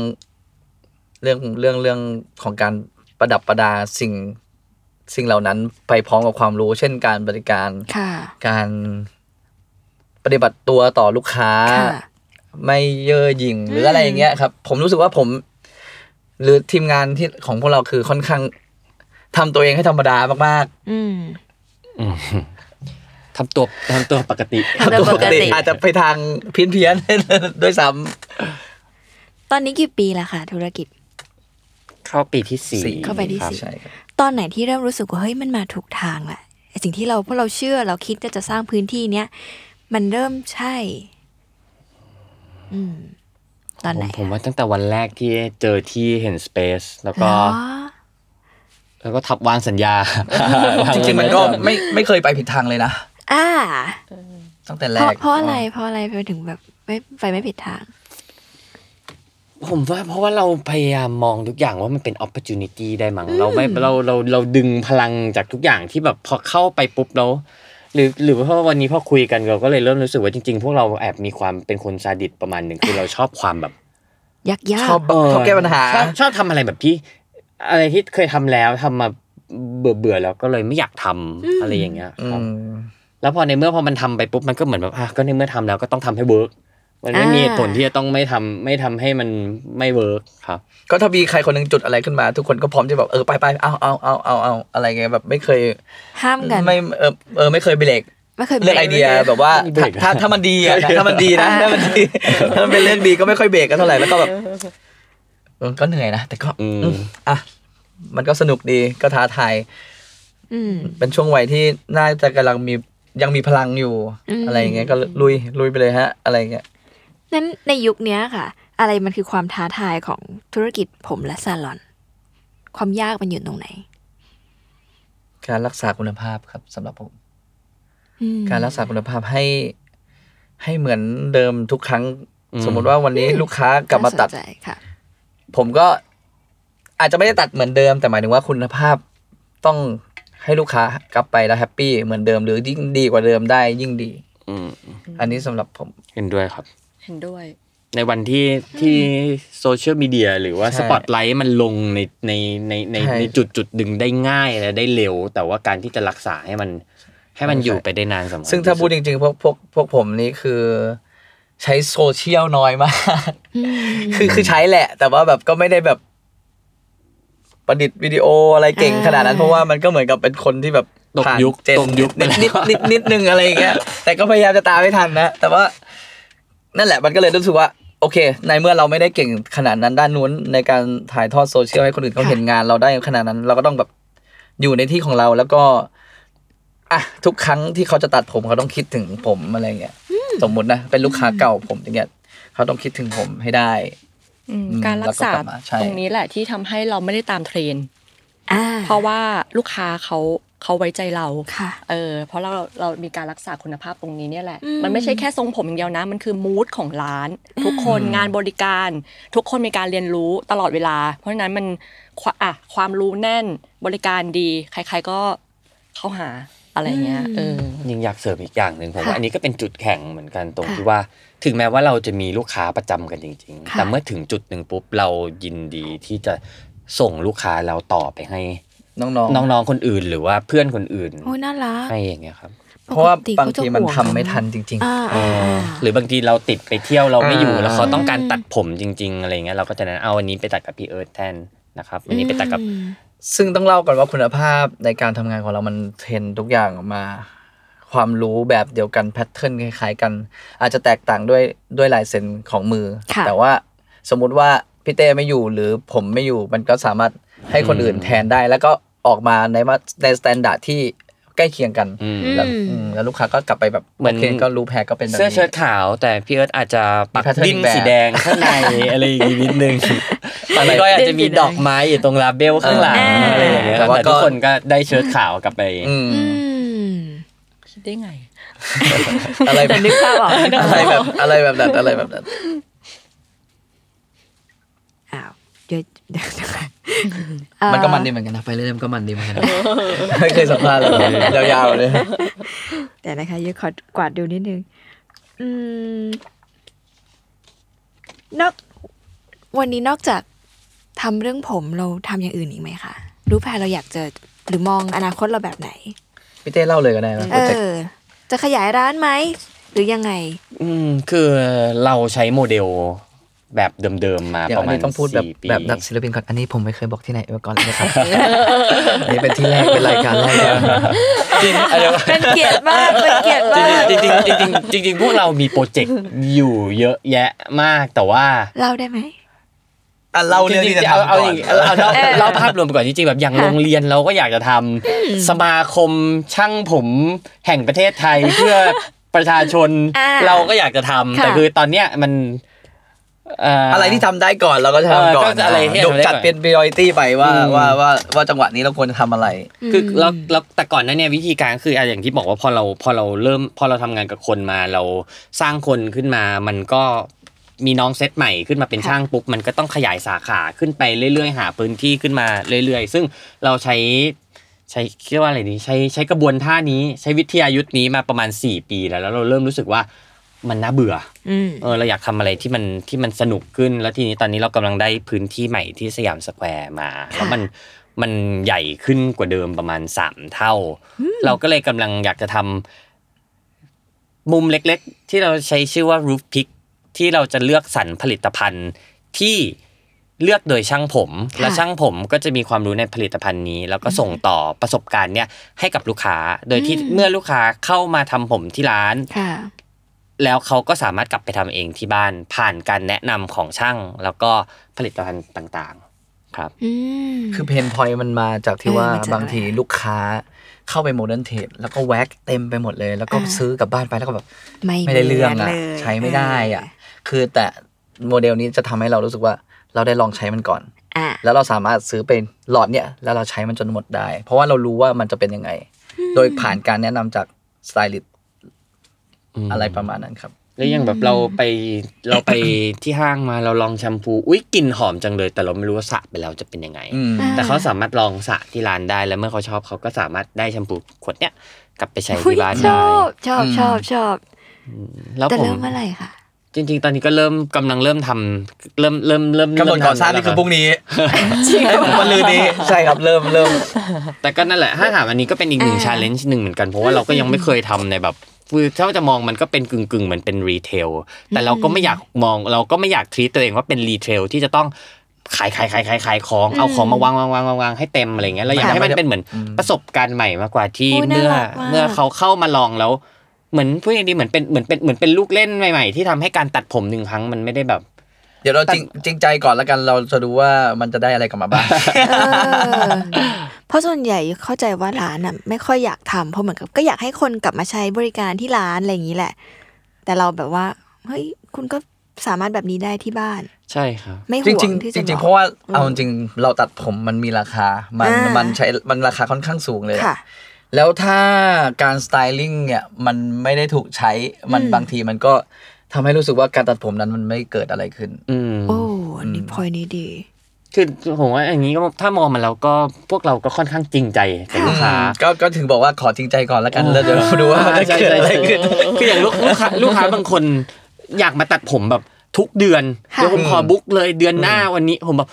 B: เรื่องเรื่องเรื่องของการประดับประดาสิ่งสิ่งเหล่านั้นไปพร้อมกับความรู้ เช่นการบริการ
A: ค่ะ
B: การปฏิบัติตัวต่อลูกค้า
A: ค่ะ
B: ไม่เย่อหยิ่งหรืออะไรอย่างเงี้ยครับ ผมรู้สึกว่าผม หรือทีมงานที่ของพวกเราคือค่อนข้างทำตัวเองให้ธรรมดามาก
A: อืม
D: ทำตัวทำตัวปกติ
B: ๆทำตัวปกติอาจจะไปทางเพี้ยนเพี้ยนๆ ด้วยซ้
A: ตอนนี้กี่ปีละคะธุรกิจ
D: เข้าปีที่สี่
B: ำ
A: เข้าไปที่
D: ครับ
B: ใช่ครับ
A: ตอนไหนที่เริ่มรู้สึกว่าเฮ้ยมันมาถูกทางละไอ้สิ่งที่เราพวกเราเชื่อเราคิดก็จะสร้างพื้นที่เนี้ยมันเริ่มใช่ อืม ตอน
D: ผ
A: ไหน
D: ม
A: อะ
D: ผมว่าตั้งแต่วันแรกที่เจอที่เห็นสเปซแล้ว
A: เหร
D: ก็
A: อ
D: แล้วก็ทับวางสัญญา
B: จริงๆมันก็ไม่ไม่เคยไปผิดทางเลยนะ
A: อ่า
B: ตั้งแต่
A: เพ
B: แร
A: ราะ
B: ก
A: เพราะอะไรเพราะอะไรไปถึงแบบไม่ไปไม่ผิดทาง
D: ผมว่าเพราะว่าเราพยายามมองทุกอย่างว่ามันเป็น opportunity ได้มั้งเราไม่เราเราเราดึงพลังจากทุกอย่างที่แบบพอเข้าไปปุ๊บแล้วหรือหรือเพราะว่าวันนี้พอคุยกันเราก็เลยเริ่มรู้สึกว่าจริงๆ พวกเราแอบมีความเป็นคนซาดิสประมาณหนึ่งคือเราชอบความแบบ
A: ยักยา
B: ชอบ
A: ก
B: ชอบแก้ปัญหา
D: ชอบชอบทำอะไรแบบที่ อะไรที่เคยทำแล้วทำมาเบื่อเบื่อๆแล้วก็เลยไม่อยากทำอะไรอย่างเงี้ย
B: อื
D: ครับ
B: ม
D: แล้วพอในเมื่อพอมันทำไปปุ๊บมันก็เหมือนแบบอ่ะก็ในเมื่อทำแล้วก็ต้องทำให้เวิร์กมันไม่มี
A: อ่า
D: เหตุผลที่จะต้องไม่ทำไม่ทำให้มันไม่เวิร์กครับ
B: ก็ถ้ามีใครคนหนึงจุดอะไรขึ้นมา ทุกคนก็พร้อมที่แบบเออไปไปเอาเอาเอาเอาเอาอะไรเงี้ยแบบไม่เคย
A: ห้ามกัน
B: ไม่เออเออไม่เคยเบรก
A: ไม่เคย
B: เรื่องไอเดียแบบว่า
D: ไม่เบรกอะ
B: ถ้าถ้ามันดีอะนะถ้ามันดีนะถ้ามันดี ถ้ามันเป็นเรื่องดีก็ไม่ค่อยเบรกกันเท่าไหร่แล้วก็แบบเออก็เหนื่อยนะแต่ก็
D: อืม
B: อืมอ่ะมันก็สนุกดีก็ท้าทาย
A: อืม
B: เป็นช่วงวัยที่น่าจะกำลังมียังมีพลังอยู่
A: อืม
B: อะไรอย่างเงี้ยก็ลุยลุยไปเลยฮะ อะไรอย่างเงี้ย
A: นั้นในยุคเนี้ยค่ะ อะไรมันคือความท้าทายของธุรกิจผมและซาลอน ความยากมันอยู่ตรงไหน
B: การรักษาคุณภาพครับสำหรับผม
A: อืม
B: การรักษาคุณภาพให้ ให้เหมือนเดิมทุกครั้ง
D: อืม
B: สมมติว่าวัน นี้ลูกค้ากลับมาตัด
A: น่สนใจค่ะ
B: ผมก็อาจจะไม่ได้ตัดเหมือนเดิม แต่หมายถึงว่าคุณภาพต้องให้ลูกค้ากลับไปแล้วแฮปปี้เหมือนเดิมหรือยิ่งดีกว่าเดิมได้ยิ่งดี
D: อืม
B: อันนี้สำหรับผม
D: เห็นด้วยครับ
E: เห็นด้วย
D: ในวันที่ที่โซเชียลมีเดียหรือว่า
B: ใช่
D: สปอตไลท์มันลงในในในใน
B: ใช่
D: ในจุดจุดดึงได้ง่ายและได้เร็ว แต่ว่าการที่จะรักษาให้มันให้มันอยู่ไปได้นานสำคัญ
B: ซึ่งถ้าพูดจริงๆ พวกพวกพวกผมนี่คือ ใช้โซเชียลน้อยมาก คือคือใช้แหละ แต่ว่าแบบก็ไม่ได้แบบประดิษฐ์วิดีโออะไรเก่งขนาดนั้
A: อ่า
B: นเพราะว่ามันก็เหมือนกับเป็นคนที่แบบ
D: ตก
B: ผ่าน
D: ยุค
B: เจน
D: ตกยุคไป
B: นิด
D: แล้ว
B: นิดนิดนิดนึงอะไรอย่างเงี้ย แต่ก็พยายามจะตามให้ทันนะ แต่ว่านั่นแหละมันก็เลยรู้สึกว่า โอเค ในเมื่อเราไม่ได้เก่งขนาดนั้นด้านนู้นในการถ่ายทอดโซเชียลให้คนอื่นเขาเห็นงานเราได้ขนาดนั้น เราก็ต้องแบบอยู่ในที่ของเราแล้วก็อ่ะทุกครั้งที่เขาจะตัดผมเขาต้องคิดถึงผมอะไรอย่างเงี้ยสมมุตินะเป็นลูกค้าเก่าผมอย่างเงี้ยเขาต้องคิดถึงผมให้ได้
E: อืม
B: อืม
E: การรักษา
B: แล้วก็กลับมาใช่
E: ตรงนี้แหละที่ทำให้เราไม่ได้ตามเทรนด์
A: อ่า
E: เพราะว่าลูกค้าเขาเขาไว้ใจเรา
A: ค่ะ
E: เออเพราะเราเรามีการรักษาคุณภาพตรงนี้เนี่ยแหละ
A: อืม
E: มันไม่ใช่แค่ทรงผมอย่างเดียวนะ มันคือมูดของร้าน ทุกคนงานบริการ ทุกคนมีการเรียนรู้ตลอดเวลา เพราะฉะนั้นมันควอ่ะความรู้แน่นบริการดี ใคร ๆก็เข้าหา อะไรเงี้ยเออ
D: ยังอยากเสริมอีกอย่างหนึ่งผมว่า
A: ค่ะ
D: อันนี้ก็เป็นจุดแข็งเหมือนกันตรง
A: ค่ะ
D: ที่ว่า ถึงแม้ว่าเราจะมีลูกค้าประจำกันจริง
A: ค่ะ
D: ๆ แต่เมื่อถึงจุดหนึ่งปุ๊บเรายินดีที่จะส่งลูกค้าเราต่อไปให้
B: น้องๆ
D: น้องๆคนอื่นหรือว่าเพื่อนคนอื่น
A: โอ้ยน่ารัก
D: ให้อย่างเงี้ยครับ
B: เพราะว่าบาง
A: ปกเข
B: ที
A: จะ
B: มันทำ
A: ห่วง
B: ไม่ทันจริง
A: อ่าอ่าอ่า
D: หรือบางทีเราติดไปเที่ยวเราไม่อยู่
B: อ่า
D: แล้วเขาต้องการตัดผมจริง ๆ อะไรเงี้ยเราก็จะนั้นเอาวันนี้ไปตัดกับพี่เอิร์ธแทนนะครับวันนี้ไปตัดกับ
B: ๆ ซึ่งต้องเล่าก่อนว่าคุณภาพในการทำงานของเรามันเทรนทุกอย่างออกมา ความรู้แบบเดียวกันแพทเทิร์นคล้ายๆ กัน อาจจะแตกต่างด้วยด้วยลายเซ็นของมือ
A: ค่ะ
B: แต่ว่าสมมุติว่าพี่เต้ไม่อยู่หรือผมไม่อยู่มันก็สามารถให้คนอื่นแทนได้ แล้วก็ออกมาในมาในสแตนดาร์ดที่ใกล้เคียงกัน
D: อืม
B: แล้วอืมแล้วลูกค้าก็กลับไปแบบ
D: เหมือน
B: โอเคก็รู้แพ้ก็เป็นแบบนี้
D: เสื้อเชิ้ตขาว แต่พี่เอิร์ธอาจจะปัก
B: มี pattern
D: ดิ้น
B: อีกแบบ
D: สีแดงข้าง ใน อะไรอย่างงี้นิดนึงตอนนี้ก็อาจจะมีดอกไม้อยู่ตรงลาเบลข้างหลัง
A: เอออ
D: อะไรอย่างเงี้ย
B: แต่ว่า
D: แต่ทุก
B: ก็
D: คนก็ได้เชิ้ตขาวกลับไป
B: อืม
A: อืม
E: คิดได้ไง
B: อะไรแบ
A: แต่
B: บ
A: นึกภาพออก
B: อะไรแบบอะไรแบบนั้นอะไรแบบนั้น
A: อ้าวเดี๋ยวเดี๋ยวนะคะ
B: มันก็มันดีเหมือนกันนะไปเรื่อยๆมันก็มันดีเหมือนกันนะ ไม่เคยสัมภาษณ์เลยยาวๆเลย
A: แต่นะคะเดี๋ยวขอกวาดดูนิดนึง อืมนอกวันนี้นอกจากทำเรื่องผมเราทำอย่างอื่นอีกไหมคะรู้แพลนเราอยากจะหรือมองอนาคตเราแบบไหน
B: พี่เต้เล่าเลยก็ได้นะ
A: เออ จะขยายร้านไหม หรือยังไง
D: อืมคือเราใช้โมเดลแบบเดิมๆมา
B: เดี๋ย
D: ป
B: ว
D: ระ
B: อัน
D: มาณ
B: นี้ต้องพูดแบบ
D: สี่ปี
B: แบบนักศิลปินก่อนอันนี้ผมไม่เคยบอกที่ไหนมาก่อนเลยนะครับ อันนี้เป็นที่แรกเป็นรายการแรกเลย
D: จริงอะไรวะ
A: เป็นเกียรติมากเป็นเกียรติมาก
D: จริงๆจริงๆจริงๆจริงๆจริงๆพวกเรามีโปรเจกต์อยู่เยอะแยะมากแต่ว่า
A: เล่าได้ไหม
B: อ่ะเล่าเรื่องที่จะทำ
D: เอา
B: ก่อน
D: เอาเอาเอาเอาเล่าภาพรวมไปก่อนจริงๆแบบอย่าง
A: ค่ะ
D: โรงเรียนเราก็อยากจะทำสมาคมช่างผมแห่งประเทศไทย เพื่อประชาชน
A: อ่า
D: เราก็อยากจะทำ
A: ค่ะ
D: แต่คือตอนเนี้ยมันเ
B: อะไรที่ทำได้ก่อนเราก็จะ
D: เออ
B: ทำก่อน
D: ก็จะอะไรที่
B: ย
D: ทำได้ก่อน
B: จัดเป็น priority ไปว่า
D: อืม
B: ว่าว่าว่าจังหวะนี้เราควรจะทำอะไร
D: คือแล้วแล้วแต่ก่อนนั้นเนี่ยวิธีการคืออะอย่างที่บอกว่าพอเราพอเราเริ่มพอเราทำงานกับคนมาเราสร้างคนขึ้นมา มันก็มีน้องเซตใหม่ขึ้นมาเป็น
A: ค่ะ
D: ช่างปุ๊บมันก็ต้องขยายสาขาขึ้นไปเรื่อยๆ หาพื้นที่ขึ้นมาเรื่อยๆ ซึ่งเราใช้ใช้เรียกว่าอะไรดีใช้ใช้กระบวนท่านี้ใช้วิทยายุทธ์นี้มาประมาณ 4 ปีแล้วแล้วเราเริ่มรู้สึกว่ามันน่าเบื่ออ
A: ม
D: เออเราอยากทำอะไรที่มันที่มันสนุกขึ้น แล้วทีนี้ตอนนี้เรากำลังได้พื้นที่ใหม่ที่สยามสแควร์มาแล้วมัน มันใหญ่ขึ้นกว่าเดิมประมาณ 3 เท่า เราก็เลยกำลังอยากจะทำมุมเล็กๆ ที่เราใช้ชื่อว่า roof pick ที่เราจะเลือกสรรผลิตภัณฑ์ที่เลือกโดยช่างผม
A: ค่ะ
D: และช่างผมก็จะมีความรู้ในผลิตภัณฑ์นี้ แล้วก็ส่งต่อประสบการณ์เนี่ยให้กับลูกค้า โดยที่เมื่อลูกค้าเข้ามาทำผมที่ร้าน
A: ค่ะ
D: แล้วเขาก็สามารถกลับไปทำเองที่บ้าน ผ่านการแนะนำของช่าง แล้วก็ผลิตภัณฑ์ต่างๆครับ
A: อืม
B: คือเพนพอยมันมาจากที่
A: เออ
B: ว่า
A: มาจาก
B: บางทีลูกค้าเข้าไปโมเดิร์นเทรดแล้วก็แว็กเต็มไปหมดเลย แล้วก็
A: อ่า
B: ซื้อกลับบ้านไปแล้วก็แบบ
A: ไม่
B: ไม่ได้เรื่อง
A: หมืน
B: อะ
A: เลย
B: ใช้ไม่ได้อะคือแต่โมเดลนี้จะทำให้เรารู้สึกว่าเราได้ลองใช้มันก่อน
A: อ่ะ
B: แล้วเราสามารถซื้อเป็นหลอดเนี่ย แล้วเราใช้มันจนหมดได้ เพราะว่าเรารู้ว่ามันจะเป็นยังไง โดยผ่านการแนะนำจากสไตลิสต์อะไรประมาณนั้นครับ
D: แล้วอย่างแบบเราไปเราไป ที่ห้างมาเราลองแชมพูอุ้ยกลิ่นหอมจังเลย แต่เราไม่รู้ว่าสระไปแล้วจะเป็นยังไง
B: อืม
D: แต่เขาสามารถลองสระที่ร้านได้แล้วเมื่อเขาชอบเขาก็สามารถได้แชมพูขวดเนี้ยกลับไปใช้
A: อุ๊ย
D: ที่บ้าน
A: ช
D: ได้
A: อบชอบ
B: อืม
A: ชอบชอบ
D: แล้ว
A: แต่
D: ผม
A: เริ่มเมื่อไหร่คะ
D: จริง ๆ ตอนนี้ก็เริ่มกำลังเริ่มทำเริ่มเริ่มเริ่ม
B: กำหนด
D: เมทำ
B: ก่อนสร้าง
D: แล้ว
B: นี่คือพรุ่งนี้
A: จริง
B: ให้ผมวันลืนนี้ใช่ครับเริ่มเริ่ม
D: แต่ก็นั่นแหละถ้าถามอันนี้ก็เป็นอีกหนึ่งชาเลนจ์หนึ่งเหมือนกันเพราะว่าเราก็ยังไม่เคยทำในแบบคือถ้าจะมองมันก็เป็นกึ่งกึ่งๆเหมือนเป็นรีเทลแต่เราก็ไม่อยากมองเราก็ไม่อยากทีตัวเองว่าเป็นรีเทลที่จะต้องขายขายขายขายขายของเอาของมาวางวางวางวางวางให้เต็มอะไรเงี้ยเราอยากให้มันเป็นเหมือน
B: อืม
D: ประสบการณ์ใหม่มากกว่าที่
A: โอ้ยน่ารักมาก
D: เมื่อเมื่อเขาเข้ามาลองแล้ว เหมือนพูดอย่างดีเหมือนเป็นเหมือนเป็นเหมือนเป็นลูกเล่นใหม่ ๆ ที่ทำให้การตัดผมหนึ่งครั้งมันไม่ได้แบบ
B: เดี๋ยวเราจริงจริงใจก่อนแล้วกันเราจะดูว่ามันจะได้อะไรกลับมาบ้าง
A: เออเพราะส่วนใหญ่เข้าใจว่าร้านอ่ะ ไม่ค่อยอยากทำเพราะเหมือนกับก็อยากให้คนกลับมาใช้บริการที่ร้านอะไรอย่างนี้แหละ แต่เราแบบว่าเฮ้ยคุณก็สามารถแบบนี้ได้ที่บ้าน
D: ใช่ครับ
A: ไม่ห่
B: จริง
A: ว
B: จริง
A: งที่
B: จ
A: จะ
B: ริ
A: บ
B: ง ๆ
A: อก
B: เพราะว่าเอาจริงๆเราตัดผมมันมีราคา มัน
A: อ่ามั
B: มันใช้มันราคาค่อนข้างสูงเลย
A: ค่ะ
B: แล้วถ้าการสไตลิ่งเนี่ยมันไม่ได้ถูกใช้มัน
A: อืม
B: บางทีมันก็ทำให้รู้สึกว่าการตัดผมนั้นมันไม่เกิดอะไรขึ้น
D: อืม
A: โอ้อันนี่พอยนี้ดี
D: คือผมว่าอย่างนี้ก็ถ้ามองมันแล้วก็พวกเราก็ค่อนข้างจริงใจกับลูกค้า
B: ก็ก็ถึงบอกว่าขอจริงใจก่อนแล้วกันแล้วเดี๋ยวดูว่า
D: ใช่ใช่
B: เกิด
D: ใช่
B: อะไรขึ้น
D: คืออย่างลูก ลูกค้าลูกค้าบางคนอยากมาตัดผมแบบทุกเดือน
A: ค่ะ
D: เดี๋ยวผมขอบุ๊กเลยเดือนหน้าวันนี้ผมแบบ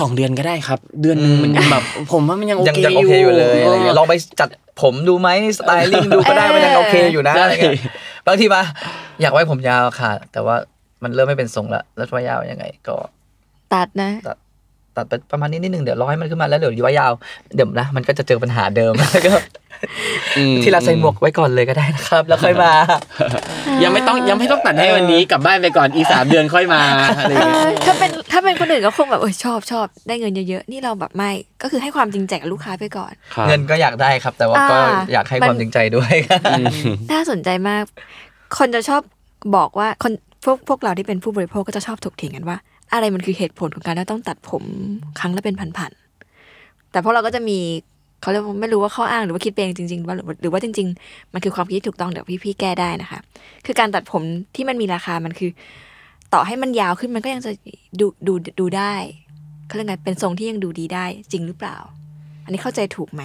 D: สองเดือนก็ได้ครับ เดือนหนึงมันยังแบบ ผมว่ามันยังโอ
B: ยัง
D: เค
B: ยังโอเค
D: อ
B: อยู่ ยู่เลยอะไรเงี้ยลองไปจัดผมดูไหมสไตลิ่งดูก็ได้มันยังโอเคอยู่นะอะไรเงี้ยบางทีมาอยากไว้ผมยาวค่ะ แต่ว่ามันเริ่มไม่เป็นทรงละแล้วจะไว้ยาวยังไง ก็
A: ตัดนะ
B: ตัดไปประมาณนี้นิดนึงเดี๋ยวร้อยมันขึ้นมาแล้วเดี๋ยวไว้ยาวเดี๋ยวนะมันก็จะเจอปัญหาเดิม แล้วก็
D: อืม
B: ที่รักใส่หมวกไว้ก่อนเลยก็ได้นะครับ แล้วค่อยมา
D: ยังไม่ต้องยังไม่ต้องตัดให้วันนี้กลับบ้านไปก่อนอีกสามเดือนค่อยมาอะไรอ
A: เอย่าง
D: เงี้ย
A: อถ้าเป็นถ้าเป็นคนอื่นก็คงแบบเออชอบชอบได้เงินเยอะๆ นี่เราแบบไม่ก็คือให้ความจริงใจกับลูกค้าไปก่อน
D: ครับ
B: เงินก็อยากได้ครับ แต่ว่าก็
A: อ่า
B: อยากให้
A: มัน
B: ความจริงใจด้วย
A: น่าสนใจมาก คนจะชอบบอกว่าคนพวกพวกเราที่เป็นผู้บริโภคก็จะชอบถกเถียงกันว่า อะไรมันคือเหตุผลของการที่ต้องตัดผมครั้งละเป็นพันๆแต่พวกเราก็จะมีเขาเรียกว่าไม่รู้ว่าข้ออ้างหรือว่าคิดไปเองจริงๆว่าหรือหรือว่าจริง ๆ มันคือความคิดที่ถูกต้องเดี๋ยวพี่ๆแก้ได้นะคะ คือการตัดผมที่มันมีราคามันคือ ต่อให้มันยาวขึ้นมันก็ยังจะดูดูดูได้เขาเรียกไงเป็นทรงที่ยังดูดีได้จริงหรือเปล่า อันนี้เข้าใจถูกไหม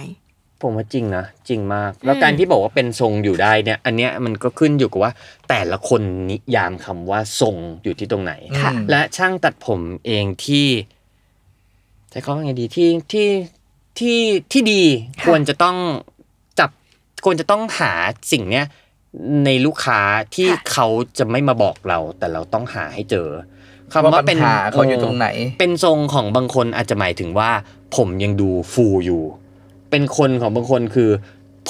D: ผมว่าจริงนะจริงมาก แล้วการที่บอกว่าเป็นทรงอยู่ได้เนี่ย อันเนี้ยมันก็ขึ้นอยู่กับว่า แต่ละคนนิยามคำว่าทรงอยู่ที่ตรงไหน
A: ค่ะ
B: อืม
D: และช่างตัดผมเองที่ใช้คำว่าไงดีที่ที่ที่ที่ดี
A: ค่ะ
D: ควรจะต้องจับควรจะต้องหาสิ่งเนี้ยในลูกค้าที่เขาจะไม่มาบอกเรา แต่เราต้องหาให้เจอคำว่า
B: ว่าปัญ
D: เป็น
B: หาเขาอยู่ตรงไหน
D: เป็นทรงของบางคนอาจจะหมายถึงว่า ผมยังดูฟูอยู่ เป็นคนของบางคนคือ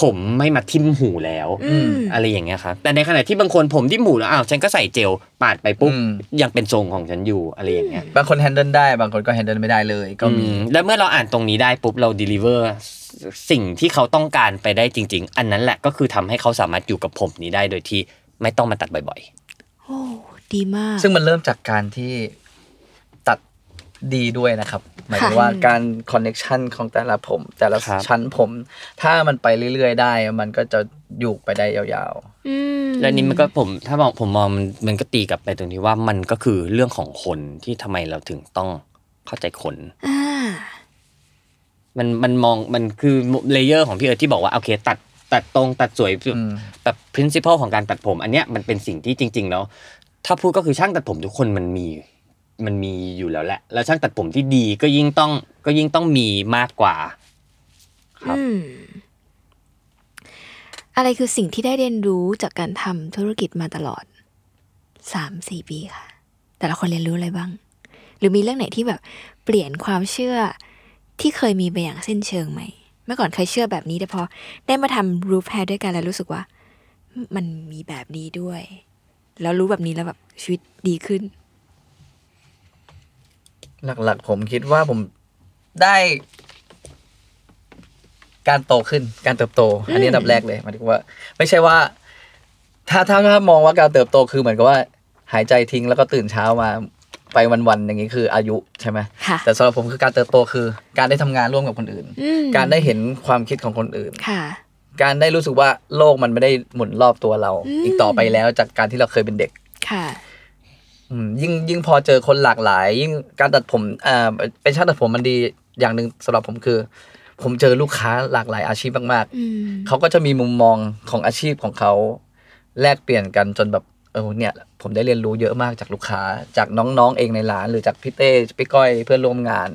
D: ผมไม่มาทิ่มหูแล้ว
A: อืม
D: อะไรอย่างเงี้ยครับแต่ในขณะที่บางคนผมที่หมูแล้วอ้าวฉันก็ใส่เจลปาดไปปุ๊บ
B: อืม
D: ยังเป็นทรงของฉันอยู่อะไรอย่างเงี้ย
B: บางคนแฮนเดิลได้ บางคนก็แฮนเดิลไม่ได้เลยก็มี
D: อืมแล้วเมื่อเราอ่านตรงนี้ได้ปุ๊บเรา deliver สิ่งที่เขาต้องการไปได้จริง ๆ อันนั้นแหละก็คือทำให้เขาสามารถอยู่กับผมนี้ได้โดยที่ไม่ต้องมาตัดบ่อย
A: โอ้ดีมาก
B: ซึ่งมันเริ่มจากการที่ตัดดีด้วยนะครับ หมายถึงว่าการคอนเน็ชันของแต่ละผม แต่ละ
D: ครับ
B: ชั้นผม ถ้ามันไปเรื่อย ๆ ได้ มันก็จะอยู่ไปได้ยาว
A: อืม
D: ๆ และนี่มันก็ผมถ้ามองผมมองมันมันก็ตีกลับไปตรงที่ว่ามันก็คือเรื่องของคนที่ทำไมเราถึงต้องเข้าใจคน
A: อ่า
D: มันมันมองมันคือเลเยอร์ของพี่เอิร์ธที่บอกว่าโอเค ตัดตัดตรงตัดสวย
B: อืม
D: แบบ principle ของการตัดผม อันเนี้ยมันเป็นสิ่งที่จริง ๆ แล้ว ถ้าพูดก็คือช่างตัดผมทุกคนมันมีมันมีอยู่แล้วแหละ แล้วช่างตัดผมที่ดีก็ยิ่งต้องก็ยิ่งต้องมีมากกว่า ครับ
A: อืม อะไรคือสิ่งที่ได้เรียนรู้จากการทำธุรกิจมาตลอดสามสี่ปีค่ะ แต่ละคนเรียนรู้อะไรบ้าง หรือมีเรื่องไหนที่แบบเปลี่ยนความเชื่อที่เคยมีไปอย่างสิ้นเชิงไหม เมื่อก่อนเคยเชื่อแบบนี้แต่พอ ได้มาทำรูปแ i r ด้วยกันแล้วรู้สึกว่า มันมีแบบนี้ด้วย แล้วรู้แบบนี้แล้วแบบชีวิตดีขึ้น
B: ๆ หลัก ๆ ผมคิดว่าผมได้ การโตขึ้น การเติบโต อันนี้อันดับแรกเลยหมายถึงว่า ไม่ใช่ว่า ถ้าถ้าถ้ามองว่าการเติบโตคือเหมือนกับว่า หายใจทิ้งแล้วก็ตื่นเช้ามาไปวันๆอย่างนี้คืออายุใช่ไหม
A: ค่ะ
B: แต่สำหรับผมคือการเติบโตคือ การได้ทำงานร่วมกับคนอื่น
A: อืม
B: การได้เห็นความคิดของคนอื่น
A: ค่ะ
B: การได้รู้สึกว่าโลกมันไม่ได้หมุนรอบตัวเรา
A: อืม
B: อีกต่อไปแล้วจากการที่เราเคยเป็นเด็ก
A: ค่ะ
B: อืมยิ่งยิ่งพอเจอคนหลากหลาย ยิ่งการตัดผมเอ่อเป็นช่างตัดผมมันดีอย่างหนึ่งสำหรับผมคือ ผมเจอลูกค้าหลากหลายอาชีพมาก
A: อืม
B: ๆเขาก็จะมีมุมมองของอาชีพของเขาแลกเปลี่ยนกันจนแบบเออเนี่ย ผมได้เรียนรู้เยอะมากจากลูกค้า จากน้องๆเองในร้าน หรือจากพี่เต้พี่ก้อยเพื่อนร่วมงาน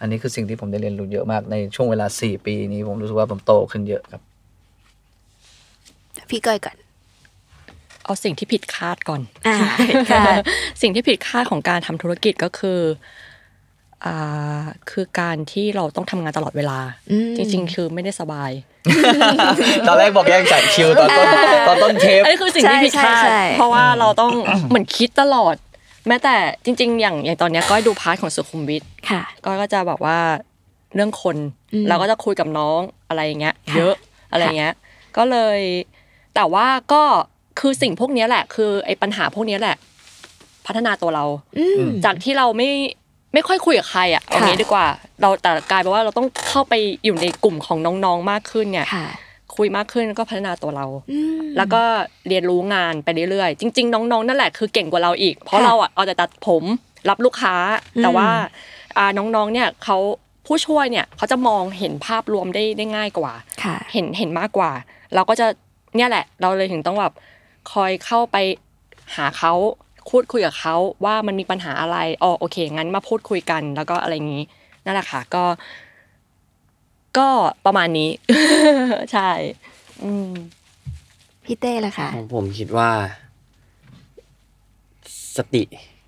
B: อันนี้คือสิ่งที่ผมได้เรียนรู้เยอะมากในช่วงเวลาสี่ปีนี้ผมรู้สึกว่าผมโตขึ้นเยอะครับ
A: พี่ก้อยก่อน
E: เอาสิ่งที่ผิดคาดก่ อน
A: อ่าค่ะ
E: สิ่งที่ผิดคาดของการทำธุรกิจก็คืออ่าคือการที่เราต้องทำงานตลอดเวลา
A: อืม
E: จริง ๆ คือไม่ได้สบาย
B: ตอนแรกบอกยังจัดคิวตอนต้นตอนต้นเทป
E: อันนี้คือสิ่งที่ผิดคาด
A: ใช่ใช่ใช่
E: เพราะว่าเราต้อง เหมือนคิดตลอด แม้แต่จริง ๆ อย่างอย่างตอนเนี้ยก้อยดูพาร์ทของสุขุมวิท
A: ค่ะ
E: ก็ก็จะแบบว่าเรื่องคน
A: อืม
E: เราก็จะคุยกับน้องอะไรอย่างเงี้ย
A: ค่ะ
E: เยอะอะไรอย่างเงี้ย ก็เลย แต่ว่าก็คือสิ่งพวกเนี้ยแหละ คือไอ้ปัญหาพวกเนี้ยแหละ พัฒนาตัวเรา
A: อืม
E: จากที่เราไม่ไม่ค่อยคุยกับใครอ่ะเอางี้
A: ค่ะ
E: ดีกว่า เราแต่กลายเป็นว่าเราต้องเข้าไปอยู่ในกลุ่มของน้องๆมากขึ้นเนี่ย
A: ค่ะ
E: คุยมากขึ้นก็พัฒนาตัวเรา
A: อืม
E: แล้วก็เรียนรู้งานไปเรื่อยๆ จริง ๆ น้องๆ นั่นแหละคือเก่งกว่าเราอีก เพราะ
A: ค่ะ
E: เราอ่ะเอาแต่ตัดผมรับลูกค้า
A: อืม
E: แต่ว่า อ่าน้องๆเนี่ยเขาผู้ช่วยเนี่ยเขาจะมองเห็นภาพรวมได้ได้ง่ายกว่า
A: ค่ะ
E: เห็นเห็นมากกว่า เราก็จะเนี่ยแหละ เราเลยถึงต้องแบบคอยเข้าไปหาเขาพูดคุยกับเขาว่ามันมีปัญหาอะไรอ๋อโอเค งั้นมาพูดคุยกัน แล้วก็อะไรอย่างนี้นั่นแหละค่ะก็ ก็ประมาณนี้ ใช่ อืม
A: พี่เต้ล่ะค่ะ
D: ของผมคิดว่า สติ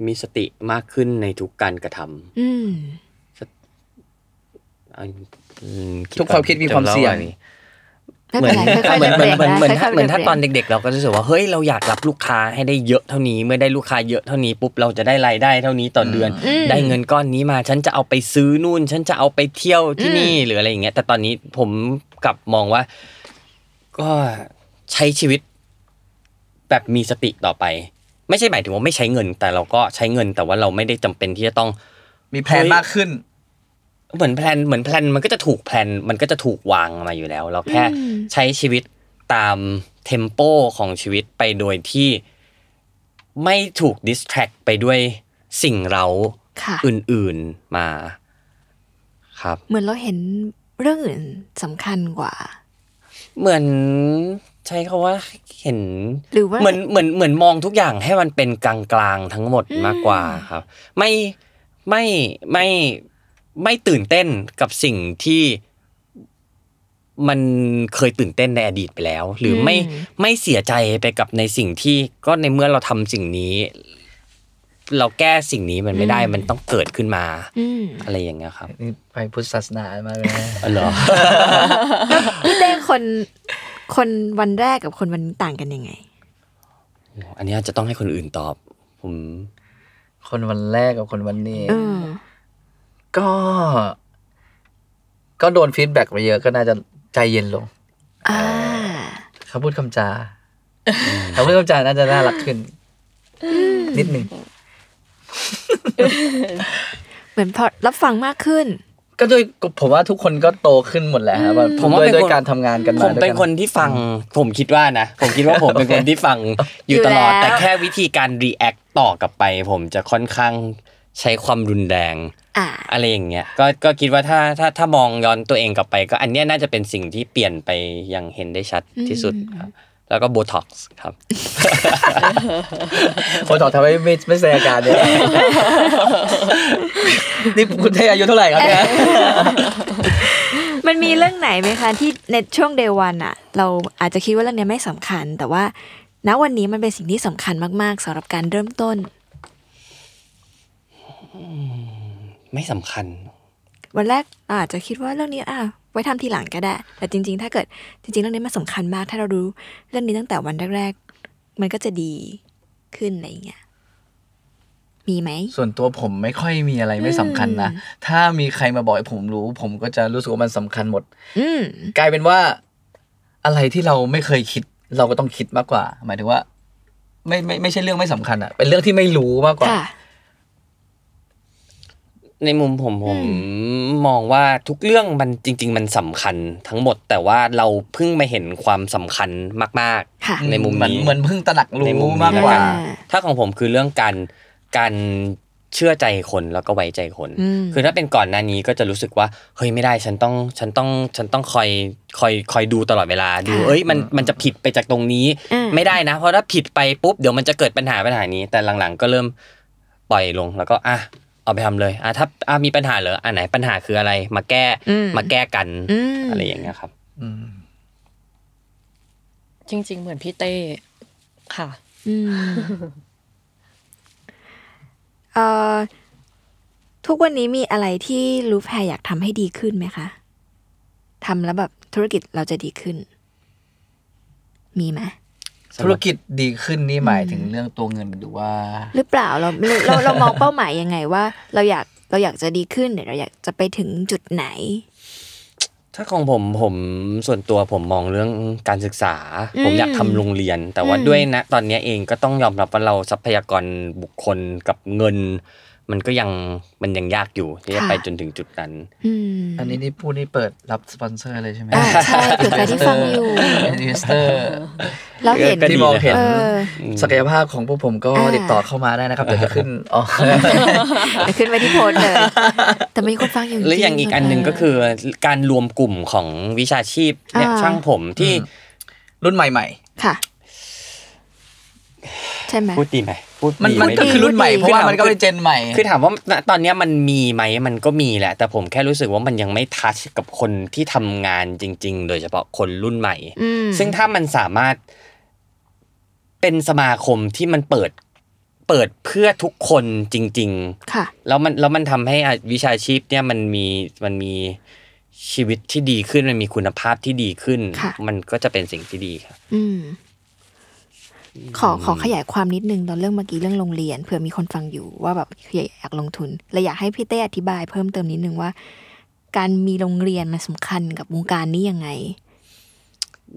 D: มีสติมากขึ้นในทุกการกระทำ
A: อืม
D: เอาอืม
B: ทุกความคิดมีความเสี่ยง
A: ไม่
D: เหมื
A: เป็
D: อ
A: น
D: น
A: ไรค่อยๆ
D: เหมือนเหมือนเหมือนเหมือน
A: ค่ยๆ
D: เหมือนถ้า
A: เบรก
D: ตอนเด็ก ๆ เราก็รู้สึกว่าเฮ้ยเราอยากรับลูกค้าให้ได้เยอะเท่านี้เมื่อได้ลูกค้าเยอะเท่านี้ปุ๊บเราจะได้รายได้เท่านี้ต่อเดือน
A: อืม
D: ได้เงินก้อนนี้มาฉันจะเอาไปซื้อนู่น ฉันจะเอาไปเที่ยวที่นี่หรืออะไรอย่างเงี้ยแต่ตอนนี้ผมกลับมองว่า ก็ใช้ชีวิต แบบมีสติต่อไป ไม่ใช่หมายถึงว่าไม่ใช้เงิน แต่เราก็ใช้เงินแต่ว่าเราไม่ได้จำเป็นที่จะต้อง
B: มีแพลน
D: เฮ้ย
B: มากขึ้น
D: เหมือนแพลนเหมือนแพลนมันก็จะถูกแพลนมันก็จะถูกวางมาอยู่แล้ว เราแค่
A: อืม
D: ใช้ชีวิตตามเทมโปของชีวิตไปโดยที่ไม่ถูกดิสแทรกไปด้วยสิ่งเรา
A: ค่ะ
D: อื่นๆมาครับ
A: เหมือนเราเห็นเรื่องอื่นสำคัญกว่า
D: เหมือนใช้คาว่าเห็น
A: หรือว่า
D: เหมือนเหมือนเหมือนมองทุกอย่างให้มันเป็นกลางๆทั้งหมด
A: อืม
D: มากกว่าครับ ไม่ไม่ไม่ไม่ตื่นเต้นกับสิ่งที่มันเคยตื่นเต้นในอดีตไปแล้ว หรืออไม่ไม่เสียใจไปกับในสิ่งที่ก็ในเมื่อเราทำสิ่งนี้ เราแก้สิ่งนี้มันไม่ได้มันต้องเกิดขึ้นมา
A: อืม
D: อะไรอย่างเงี้ยครับ
B: นี่ไปพุทธศาสนามาเลยนะ
D: อ๋อเหรอ
A: พี่เต้คน คนวันแรกกับคนวันต่างกันยังไง
D: อันนี้อาจจะต้องให้คนอื่นตอบ ผม
B: คนวันแรกกับคนวันนี้
A: เออ
B: ก็ ก็โดนฟีดแบ็กมาเยอะก็น่าจะใจเย็นลง
A: อ่า
B: คำพูดคำจาคำพูดคำจาน่าจะน่ารักขึ้น นิดหนึ่ง
A: เหมือนพอรับฟังมากขึ้น
B: ก็ด้วยผมว่าทุกคนก็โตขึ้นหมดแหละครับ
D: ผ
B: ผม ม
D: ว่า
B: ว่าด้วยด้ว
D: เป็นคน
B: ยการทำงานกัน
D: ผ
B: มาม ด้วยกั
D: เป็นคนที่ฟัง ผมคิดว่านะ ผมคิดว่าผมเป็นคนที่ ฟังอยู่ตลอด
A: อยู่แล้ว
D: แต่แค่วิธีการรีแอคต่อกลับไป ผมจะค่อนข้างใช้ความรุนแรง
A: อ่า
D: อะไรอย่างเงี้ยก็ก็คิดว่าถ้าถ้าถ้ามองย้อนตัวเองกลับไป ก็อันเนี้ยน่าจะเป็นสิ่งที่เปลี่ยนไปอย่างเห็นได้ชัดที่สุดครับแล้วก็โบท็อกซ์ครับ
B: คนตอบทำให้ไม่ไม่แสดงอา การเนี่ย นี่คุณเทอายุเท่าไหร่ครับเนี่ย
A: มันมีเรื่องไหนไหมคะ ที่ในช่วงเดวันอะเราอาจจะคิดว่าเรื่องเนี้ยไม่สำคัญ แต่ว่าณวันนี้มันเป็นสิ่งที่สำคัญมากๆสำหรับการเริ่มต้น
D: ไม่สำคัญ
A: วันแรกเราอาจจะคิดว่าเรื่องนี้อ่ะไว้ทำทีหลังก็ได้ แต่จริง ๆ ถ้าเกิดจริง ๆ เรื่องนี้มันสำคัญมาก ถ้าเรารู้เรื่องนี้ตั้งแต่วันแรกๆ มันก็จะดีขึ้นอะไรอย่างเงี้ยมีไหม
B: ส่วนตัวผมไม่ค่อยมีอะไรไม่สำคัญนะ ถ้ามีใครมาบอกให้ผมรู้ ผมก็จะรู้สึกว่ามันสำคัญหมด
A: อืม
B: กลายเป็นว่าอะไรที่เราไม่เคยคิด เราก็ต้องคิดมากกว่า หมายถึงว่า ไม่ไม่ไม่ใช่เรื่องไม่สำคัญอะเป็นเรื่องที่ไม่รู้มากกว่า
A: ค่ะ
D: ในมุมผมผมมองว่าทุกเรื่องมันจริง ๆ มันสำคัญทั้งหมด แต่ว่าเราเพิ่งมาเห็นความสำคัญมาก
A: ค่ะ
D: ๆ ในมุม
B: เหมือน
D: นี้
B: เหมือนเพิ่งตระหนัก
D: ใน
B: รู้
D: มุม
B: มากกว่า
D: นี้
A: อ่า
D: ถ้าของผมคือเรื่องการการเชื่อใจคนแล้วก็ไว้ใจคน
A: อืม
D: คือถ้าเป็นก่อนหน้านี้ก็จะรู้สึกว่าเฮ้ยไม่ได้ฉันต้องฉันต้องฉันต้องคอยคอยคอยดูตลอดเวลาดูเอ้ยมันมันจะผิดไปจากตรงนี้
A: อ่า
D: ไม่ได้นะ เพราะถ้าผิดไปปุ๊บเดี๋ยวมันจะเกิดปัญหาปัญหานี้ แต่หลังๆ ก็เริ่มปล่อยลงแล้วก็อ่ะเอาไปทำเลยอ่ะถ้าอ่ะมีปัญหาเหรออ่ะไหนปัญหาคืออะไรมาแก้มาแก้กัน
A: อืม
D: อะไรอย่างเงี้ยครับ
B: อืม
E: จริง ๆ เหมือนพี่เต้ค่ะ
A: อืมเอ่อทุกวันนี้มีอะไรที่รู้แพรอยากทำให้ดีขึ้นไหมคะทำแล้วแบบธุรกิจเราจะดีขึ้น มีไหม
B: ธุรกิจดีขึ้นนี่หมายถึงเรื่องตัวเงินหรือว่า
A: หรือเปล่าเราเราเราเรามองเป้าหมายยังไงว่า เราอยากเราอยากจะดีขึ้นหรือเราอยากจะไปถึงจุดไหน
D: ถ้าของผมผมส่วนตัวผมมองเรื่องการศึกษา
A: อืม
D: ผมอยากทำโรงเรียน แต่ว่า
A: อืม
D: ด้วยนะ ตอนเนี้ยเองก็ต้องยอมรับว่าเราทรัพยากรบุคคลกับเงิน มันก็ยังมันยังยากอยู่ที่จะ
A: ค่ะ
D: ไปจนถึงจุดนั้น
A: อืม
B: อันนี้นี่พูดนี่เปิดรับสปอนเซอร์เลยใช่ไหม
A: อ่าใช่เผื่อใครที่ฟังอยู่
B: อินสเตอร์
A: เราเห็น
D: ก็ดี
B: ที่มองเห็น
A: เออ
B: ศักยภาพของพวกผมก็
A: อ่า
B: ติดต่อเข้ามาได้นะครับเดี๋ยวจะขึ้น อ๋อ
A: เดี๋ยวขึ้นไปที่โพสต์เลย แต่มีคนฟังอยู่จริง
D: และอย่างอีกอันหนึ่งก็คือการรวมกลุ่มของวิชาชีพเนี่ย
A: อ่า
D: ช่างผมที่
B: อืม รุ่นใหม่
A: ค่ะ ใช่ไหม
D: พูดดีไหมพูด
B: ๆ มัน
D: ดี
B: มัน
D: ไดี
B: ก็คือรุ่นใหม่
A: ดี
B: เพราะว่ามันก็เป็นเจนใหม่
D: คือถามว่าณตอนเนี้ยมันมีไหมมันก็มีแหละ แต่ผมแค่รู้สึกว่ามันยังไม่ทัชกับคนที่ทำงานจริง ๆ โดยเฉพาะคนรุ่นใหม่
A: อืม
D: ซึ่งถ้ามันสามารถเป็นสมาคมที่มันเปิดเปิดเพื่อทุกคนจริง
A: ค่ะ
D: ๆ แล้วมันแล้วมันทำให้อ่ะวิชาชีพเนี่ยมันมีมันมีชีวิตที่ดีขึ้นมันมีคุณภาพที่ดีขึ้น
A: ค่ะ
D: มันก็จะเป็นสิ่งที่ดีครับ
A: อืม ขอขอขยายความนิดนึงตอนเรื่องเมื่อกี้เรื่องโรงเรียนเผื่อมีคนฟังอยู่ว่าแบบอยากลงทุนและอยากให้พี่เต้อธิบายเพิ่มเติมนิดนึงว่า การมีโรงเรียนมันสำคัญกับวงการนี้ยังไง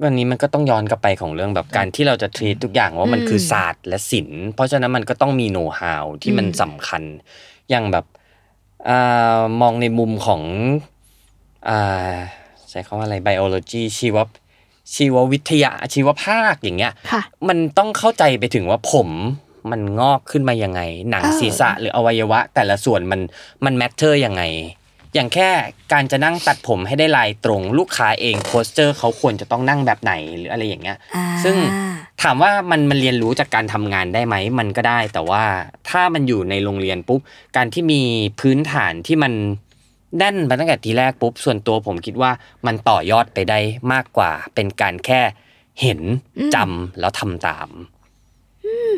D: วันนี้มันก็ต้องย้อนกลับไปของเรื่องแบบการที่เราจะทรีทุกอย่างว่ามัน
A: อืม
D: คือศาสตร์และศิลป์เพราะฉะนั้นมันก็ต้องมีโน้ตฮาวที่มัน
A: อืม
D: สำคัญอย่างแบบอามองในมุมของอาใช้คำว่าอะไรไบโอโลจีชีวชีววิทยาชีวภาคอย่างเงี้ย
A: ค่ะ
D: มันต้องเข้าใจไปถึงว่าผมมันงอกขึ้นมายังไง หนัง
A: เออ
D: ศีรษะหรืออวัยวะ แต่ละส่วนมันมันแมทเทอร์ยังไง อย่างแค่การจะนั่งตัดผมให้ได้ลายตรง ลูกค้าเองโพสเจอร์เขาควรจะต้องนั่งแบบไหนหรืออะไรอย่างเงี้ย
A: อ่า
D: ซึ่งถามว่ามันมันเรียนรู้จากการทำงานได้ไหม มันก็ได้ แต่ว่าถ้ามันอยู่ในโรงเรียนปุ๊บ การที่มีพื้นฐานที่มันแน่นมาตั้งแต่ทีแรกปุ๊บ ส่วนตัวผมคิดว่ามันต่อยอดไปได้มากกว่า เป็นการแค่เห็นจำแล้วทำตาม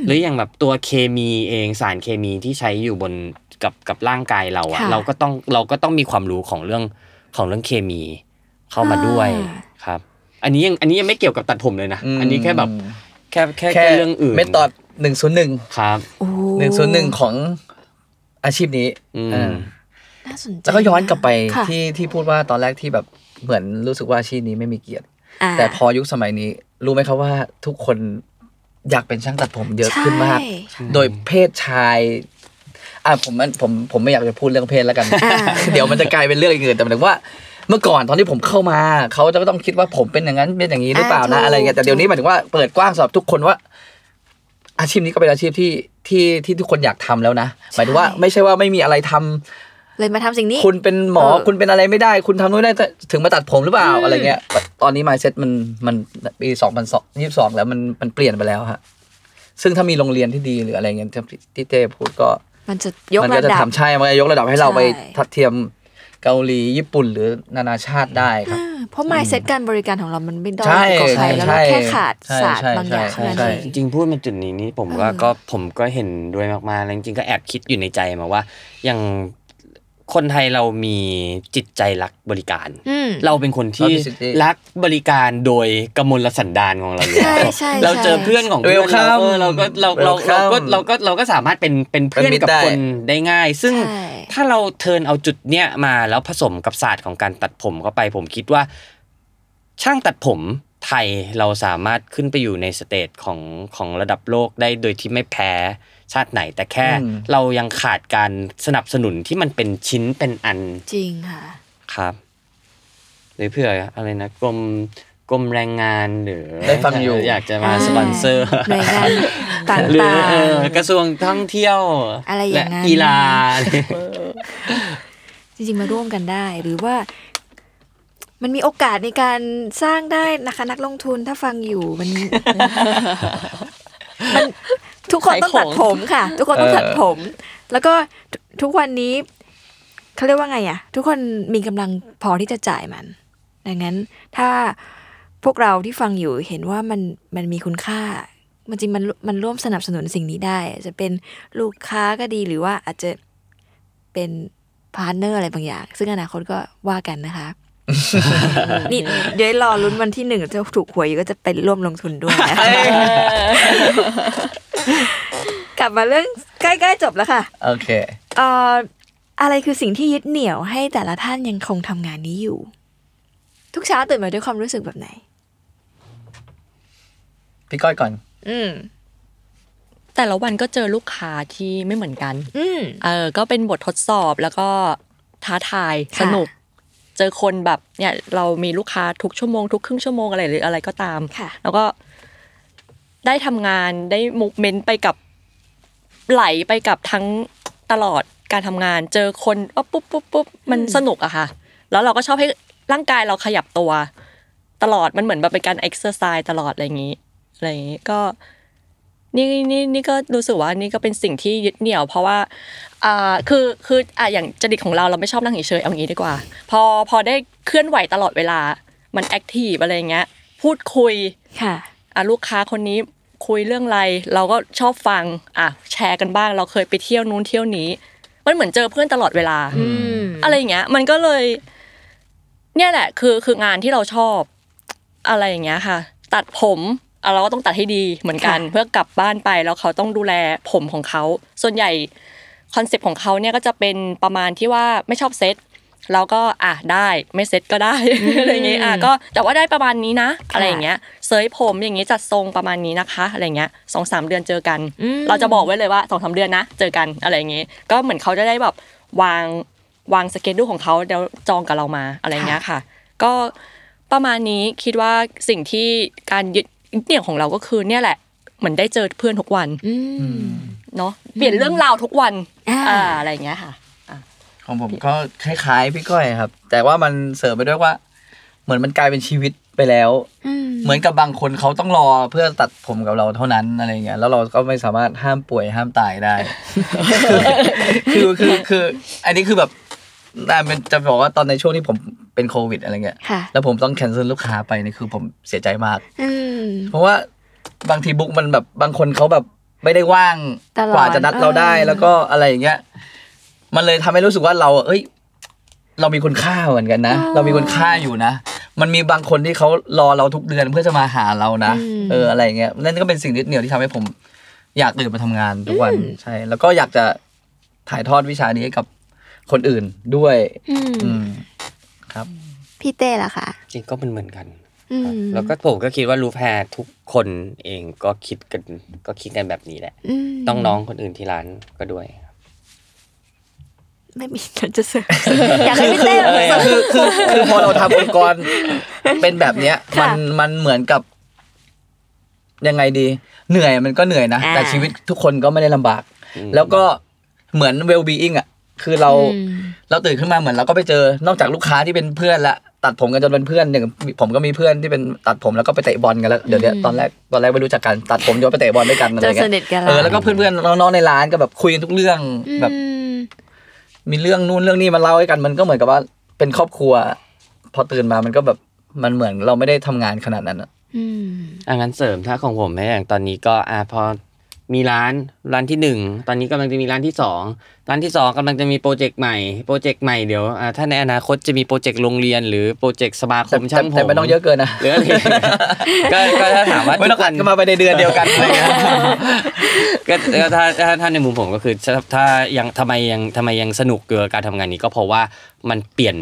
D: หรืออย่างแบบตัวเคมีเองสารเคมีที่ใช้อยู่บนกับกับร่างกายเราอะ
A: ค่ะ
D: เราก็ต้องเราก็ต้องมีความรู้ของเรื่องของเรื่องเคมีเข้ามาด้วย
A: อ่า
D: ครับ อันนี้ยังอันนี้ยังไม่เกี่ยวกับตัดผมเลยนะ
B: อืม
D: อันนี้แค่แบบแค่แค่แค่เรื่องอื่น
B: เมธอดหนึ่งศูนย์หนึ่ง
D: ครับ
A: โอ้
B: หนึ่งศูนย์หนึ่งของอาชีพนี้
D: อืม
B: เออ
A: น่าสนใจ
B: แล้วก็ย้อนกลับไป
A: ค่ะ
B: ที่ที่พูดว่าตอนแรกที่แบบเหมือนรู้สึกว่าอาชีพนี้ไม่มีเกียรติ
A: า
B: แต่พอยุคสมัยนี้ รู้ไหมครับว่าทุกคนอยากเป็นช่างตัดผมเยอะขึ้นมาก
A: ใช่
B: โดยเพศชาย อ่ะผมมันผมผมไม่อยากจะพูดเรื่องเพศแล้วกัน
A: อ่า
B: เดี๋ยวมันจะกลายเป็นเรื่องอื่นแต่หมายถึงว่า เมื่อก่อนตอนที่ผมเข้ามาเขาจะต้องคิดว่าผมเป็นอย่างนั้นเป็นอย่างนี้หรือเปล่านะ
A: อ่าถูก
B: อะไรเงี้ยแต่เดี๋ยวนี้หมายถึงว่าเปิดกว้างสำหรับทุกคนว่า อาชีพนี้ก็เป็นอาชีพที่ที่ที่ทุกคนอยากทำแล้วนะหมายถึงว่า
A: ใช่
B: ไม่ใช่ว่าไม่มีอะไรทำ
A: เลยมาทำสิ่งนี้
B: คุณเป็นหมอ
A: เออ
B: คุณเป็นอะไรไม่ได้ คุณทำนู่นได้แต่ถึงมาตัดผมหรือเปล่าอะไรเงี้ย ตอนนี้ mindset มันมันปีสองพันสองยี่สิบสองแล้วมันมันเปลี่ยนไปแล้วฮะซึ่งถ้ามีโรงเรียนที่ดีหรืออะไรเงี้ยที่ที่เต้พูดก็
A: มันจะยก
B: มันก็
A: ระ
B: จะ
A: ดับ
B: ทำใช่มันจะยกระดับให้เรา
A: ใช่
B: ไปทัดเทียมเกาหลีญี่ปุ่นหรือนานาชาติได้ครับ
A: อ่าเพราะ mindset การบริการของเรามันไม่ด้อย
B: ใช่
A: กว่าใคร
B: ใช่
A: แล้วเรา
B: ใช่
A: แค่ขาด
B: ใช่
A: ศาสตร์บางอย่าง
B: ใช่
A: เท่านั้น
B: ใช่
A: เอ
D: จ
A: ง
D: ริงๆพูดมาจุดนี้นี่ผมว่า
A: เออ
D: ก็ผมก็เห็นด้วยมากๆแล้วจริงๆก็แอบคิดอยู่ในใจมาว่า อย่างคนไทยเรามีจิตใจรักบริการ
A: อืม
D: เราเป็นคนที่
B: เรามีสิทธิ
D: รักบริการโดยกมลสันดานของเราอยู่
A: ใช่
D: แล้ว
A: ใช่
D: เราเจอ
A: ใช่
D: เพื่อนของเพื่อนเรา
B: Welcome
D: เออเราก็เราเราเราก็
B: Welcome
D: เราก็เราก็สามารถเป็นเป็นเพื่อน
B: เป็นมิตร
D: กับ
B: ได้
D: คนได้ง่าย ซึ่ง
A: ใช่
D: ถ้าเราเทิร์นเอาจุดเนี้ยมาแล้วผสมกับศาสตร์ของการตัดผมเข้าไป ผมคิดว่า ช่างตัดผมไทยเราสามารถขึ้นไปอยู่ในสเตจของของระดับโลกได้โดยที่ไม่แพ้ชาติไหน แต่แค่
B: อืม
D: เรายังขาดการสนับสนุนที่มันเป็นชิ้นเป็นอัน
A: จริงค่ะ
D: ครับ หรือเผื่ออะไรนะกรมกรมแรงงานหรือ
B: ได้ฟังอยู่
D: อยากจะมาสปอนเซอร์
A: หน่วยงาน ต่างๆ
D: หรือเออกระทรวงท่องเที่ยว
A: อะไรอย่างนั้น
D: และกีฬา
A: จริงๆมาร่วมกันได้หรือว่ามันมีโอกาสในการสร้างได้นะคะ นักลงทุนถ้าฟังอยู่มัน มันทุกคนต้องตัดผมค่ะ ทุกคนต้องตัดผม แล้วก็ทุทุกวันนี้เขาเรียกว่าไงอะทุกคนมีกำลังพอที่จะจ่ายมัน ดังนั้นถ้าพวกเราที่ฟังอยู่เห็นว่ามันมันมีคุณค่า มันจริงมันมันร่วมสนับสนุนสิ่งนี้ได้ จะเป็นลูกค้าก็ดีหรือว่าอาจจะ เป็นพาร์ทเนอร์อะไรบางอย่าง ซึ่งอนาคตก็ว่ากันนะคะ นี่เดี๋ยวรอลุ้นวันที่หนึ่งจะถูกหวยอยู่ก็จะไปร่วมลงทุนด้วยนะ กลับมาเรื่องใกล้ๆจบแล้วค่ะ
B: โอเค
A: เอ่ออะไรคือสิ่งที่ยึดเหนี่ยวให้แต่ละท่านยังคงทำงานนี้อยู่ ทุกเช้าตื่นมาด้วยความรู้สึกแบบไหน
B: พี่ก้อยก่อน
A: อืม
E: แต่ละวันก็เจอลูกค้าที่ไม่เหมือนกัน
A: อืม
E: เออก็เป็นบททดสอบแล้วก็ท้าทาย
A: ค่ะ
E: สนุก เจอคนแบบเนี่ยเรามีลูกค้าทุกชั่วโมงทุกครึ่งชั่วโมงอะไรหรืออะไรก็ตาม
A: ค่ะ
E: แล้วก็ได้ทำงานได้มูฟเมนต์ไปกับไหลไปกับทั้งตลอดการทำงาน เจอคนปั๊บปุ๊บปุ๊บปุ๊บมันสนุกอะค่ะ แล้วเราก็ชอบให้ร่างกายเราขยับตัว ตลอดมันเหมือนแบบเป็นการเอ็กซ์เซอร์ไซส์ตลอดอะไรอย่างนี้อะไรอย่างนี้ก็นี่นี่นี่ก็รู้สึกว่านี่ก็เป็นสิ่งที่ยึดเหนี่ยว เพราะว่าอ่าคือคืออ่ะอย่างจริตของเราเราไม่ชอบนั่งเฉยๆเอางี้ดีกว่า พอพอได้เคลื่อนไหวตลอดเวลามันแอคทีฟอะไรอย่างเงี้ยพูดคุย
A: ค่ะ
E: อ่ะลูกค้าคนนี้คุยเรื่องอะไร เราก็ชอบฟังอ่ะแชร์กันบ้าง เราเคยไปเที่ยวนู้นเที่ยวนี้ มันเหมือนเจอเพื่อนตลอดเวลา
A: อืม
E: อะไรอย่างเงี้ย มันก็เลย เนี่ยแหละ คือคืองานที่เราชอบ อะไรอย่างเงี้ยค่ะ ตัดผมอ่ะเราก็ต้องตัดให้ดีเหมือนกัน
A: ค่ะ
E: เพื่อกลับบ้านไปแล้วเขาต้องดูแลผมของเขา ส่วนใหญ่คอนเซปต์ของเขาเนี่ยก็จะเป็นประมาณที่ว่าไม่ชอบเซ็ตแล้วก็อ่ะได้ไม่เซ็ตก็ได้ อะไรอย่างเงี้ยอ่ะก็แต่ว่าได้ประมาณนี้นะ อะไรอย่างเงี้ยเซยผมอย่างงี้จัดทรงประมาณนี้นะคะอะไรอย่างเงี้ยสองสามเดือนเจอกัน เราจะบอกไว้เลยว่าสองสามเดือนนะเจอกันอะไรอย่างเงี้ยก็เหมือนเขาจะได้แบบวาง วางสเกจดูของเขาเดี๋ยวจองกับเรามาอะไรเงี้ยค่ะ ก็ประมาณนี้คิดว่าสิ่งที่การยึดเหนี่ยวของเราก็คือเนี่ยแหละเหมือนได้เจอเพื่อนทุกวัน
A: อืม
E: เนาะเปลี่ยนเรื่องราวทุกวัน
A: อ่า
E: อ่าอะไรเงี้ยค่ะ
B: ของผมก็คล้ายๆพี่ก้อยครับ แต่ว่ามันเสริมไปด้วยว่า เหมือนมันกลายเป็นชีวิตไปแล้ว
A: อืม
B: เหมือนกับบางคนเขาต้องรอเพื่อตัดผมกับเราเท่านั้นอะไรเงี้ยแล้วเราก็ไม่สามารถห้ามป่วยห้ามตาย ได้ คือคือคืออันนี้คือแบบน่าเป็นจะบอกว่าตอนในช่วงที่ผมเป็นโควิดอะไรเงี้ย
A: ค่ะ
B: แล้วผมต้องแคนเซิลลูกค้าไปนี่คือผมเสียใจมาก
A: อืม
B: เพราะว่าบางทีบุ๊กมันแบบบางคนเขาแบบไม่ได้ว่าง
A: ตลอด
B: กว่าจะนัดเราได้
A: เออ
B: แล้วก็อะไรอย่างเงี้ย มันเลยทำให้รู้สึกว่าเราอะเอ้ย เรามีคุณค่าเหมือนกันนะ เรามีคุณค่าอยู่นะ มันมีบางคนที่เขารอเราทุกเดือนเพื่อจะมาหาเรานะเอออะไรอย่างเงี้ยนั่นก็เป็นสิ่งยึดเหนี่ยวที่ทำให้ผม อยากตื่นมาทำงานทุกวันใช่ แล้วก็อยากจะถ่ายทอดวิชานี้ให้กับคนอื่นด้วย
A: อืม
B: อืมครับ
A: พี่เต้ล่ะค่ะ
D: จริงก็เป็นเหมือนกัน
A: อื
D: ครับ
A: ม
D: แล้วก็ผมก็คิดว่ารูแพรทุกคนเองก็คิดกันก็คิดกันแบบนี้แหละ
A: ม
D: ต้องน้องคนอื่นที่ร้านก็ด้วย
A: ไม่มี ฉันจะเสริมอยากให้พี่เต้
B: คือ
A: เสริม
B: คือคือคือพอเราทำองค์ก รเป็นแบบเนี้ย มั
A: ค่ะ
B: นมันเหมือนกับ ยังไงดี เหนื่อยมันก็เหนื่อยนะ
A: อ่า
B: แต่ชีวิตทุกคนก็ไม่ได้ลำบาก แล้วก็เหมือน well being อ่ะ คือเรา
A: อืม
B: เราตื่นขึ้นมาเหมือนเราก็ไปเจอนอกจากลูกค้าที่เป็นเพื่อนละตัดผมกันจนเป็นเพื่อนอย่างผมก็มีเพื่อนที่เป็นตัดผมแล้วก็ไปเตะบอลกันแล้วเดี๋ยวเนี้ยตอนแรกตอนแรกไม่รู้จักกันตัดผมย้อนไปเตะบอลด้วยกันอะไรเงี้
A: เจอสนิทกัน
B: ย
A: ละ
B: เออแล้วก็เพื่อนๆน้องๆในร้านก็แบบคุยกันทุกเรื่องแบบ
A: อืม
B: มีเรื่องนู่นเรื่องนี้มาเล่าให้กันมันก็เหมือนกับว่าเป็นครอบครัว พอตื่นมามันก็แบบมันเหมือนเราไม่ได้ทำงานขนาดนั้นอะ
A: อืม
D: อังนั้นเสริมถ้าของผมให้อย่างตอนนี้ก็อ่าพอมีร้านร้านที่หนึ่งตอนนี้กำลังจะมีร้านที่สองร้านที่สองกำลังจะมีโปรเจกต์ใหม่โปรเจกต์ใหม่เดี๋ยวอ่าถ้าในอนาคตจะมีโปรเจกต์โรงเรียน หรือโปรเจกต์สมาค
B: แต่
D: มช่างผม
B: แต่แต่ไม่ต้องเยอะเกินนะ
D: หรืออะไร อย่างเงี้ยก็ก็ถ้าถามว่า
B: ไม่ต้อง
D: ทุ
B: กั
D: วัน น
B: ก็มาไปในเดือนเดียวกันอะไรเงี้ย
D: ก็ก็ถ้าถ้าถ้าในมุมผมก็คือถ้าถ้ายังทำไมยังทำไมยังสนุกเกือการทำงานนี้ก็เพราะว่ามันเปลี่ยน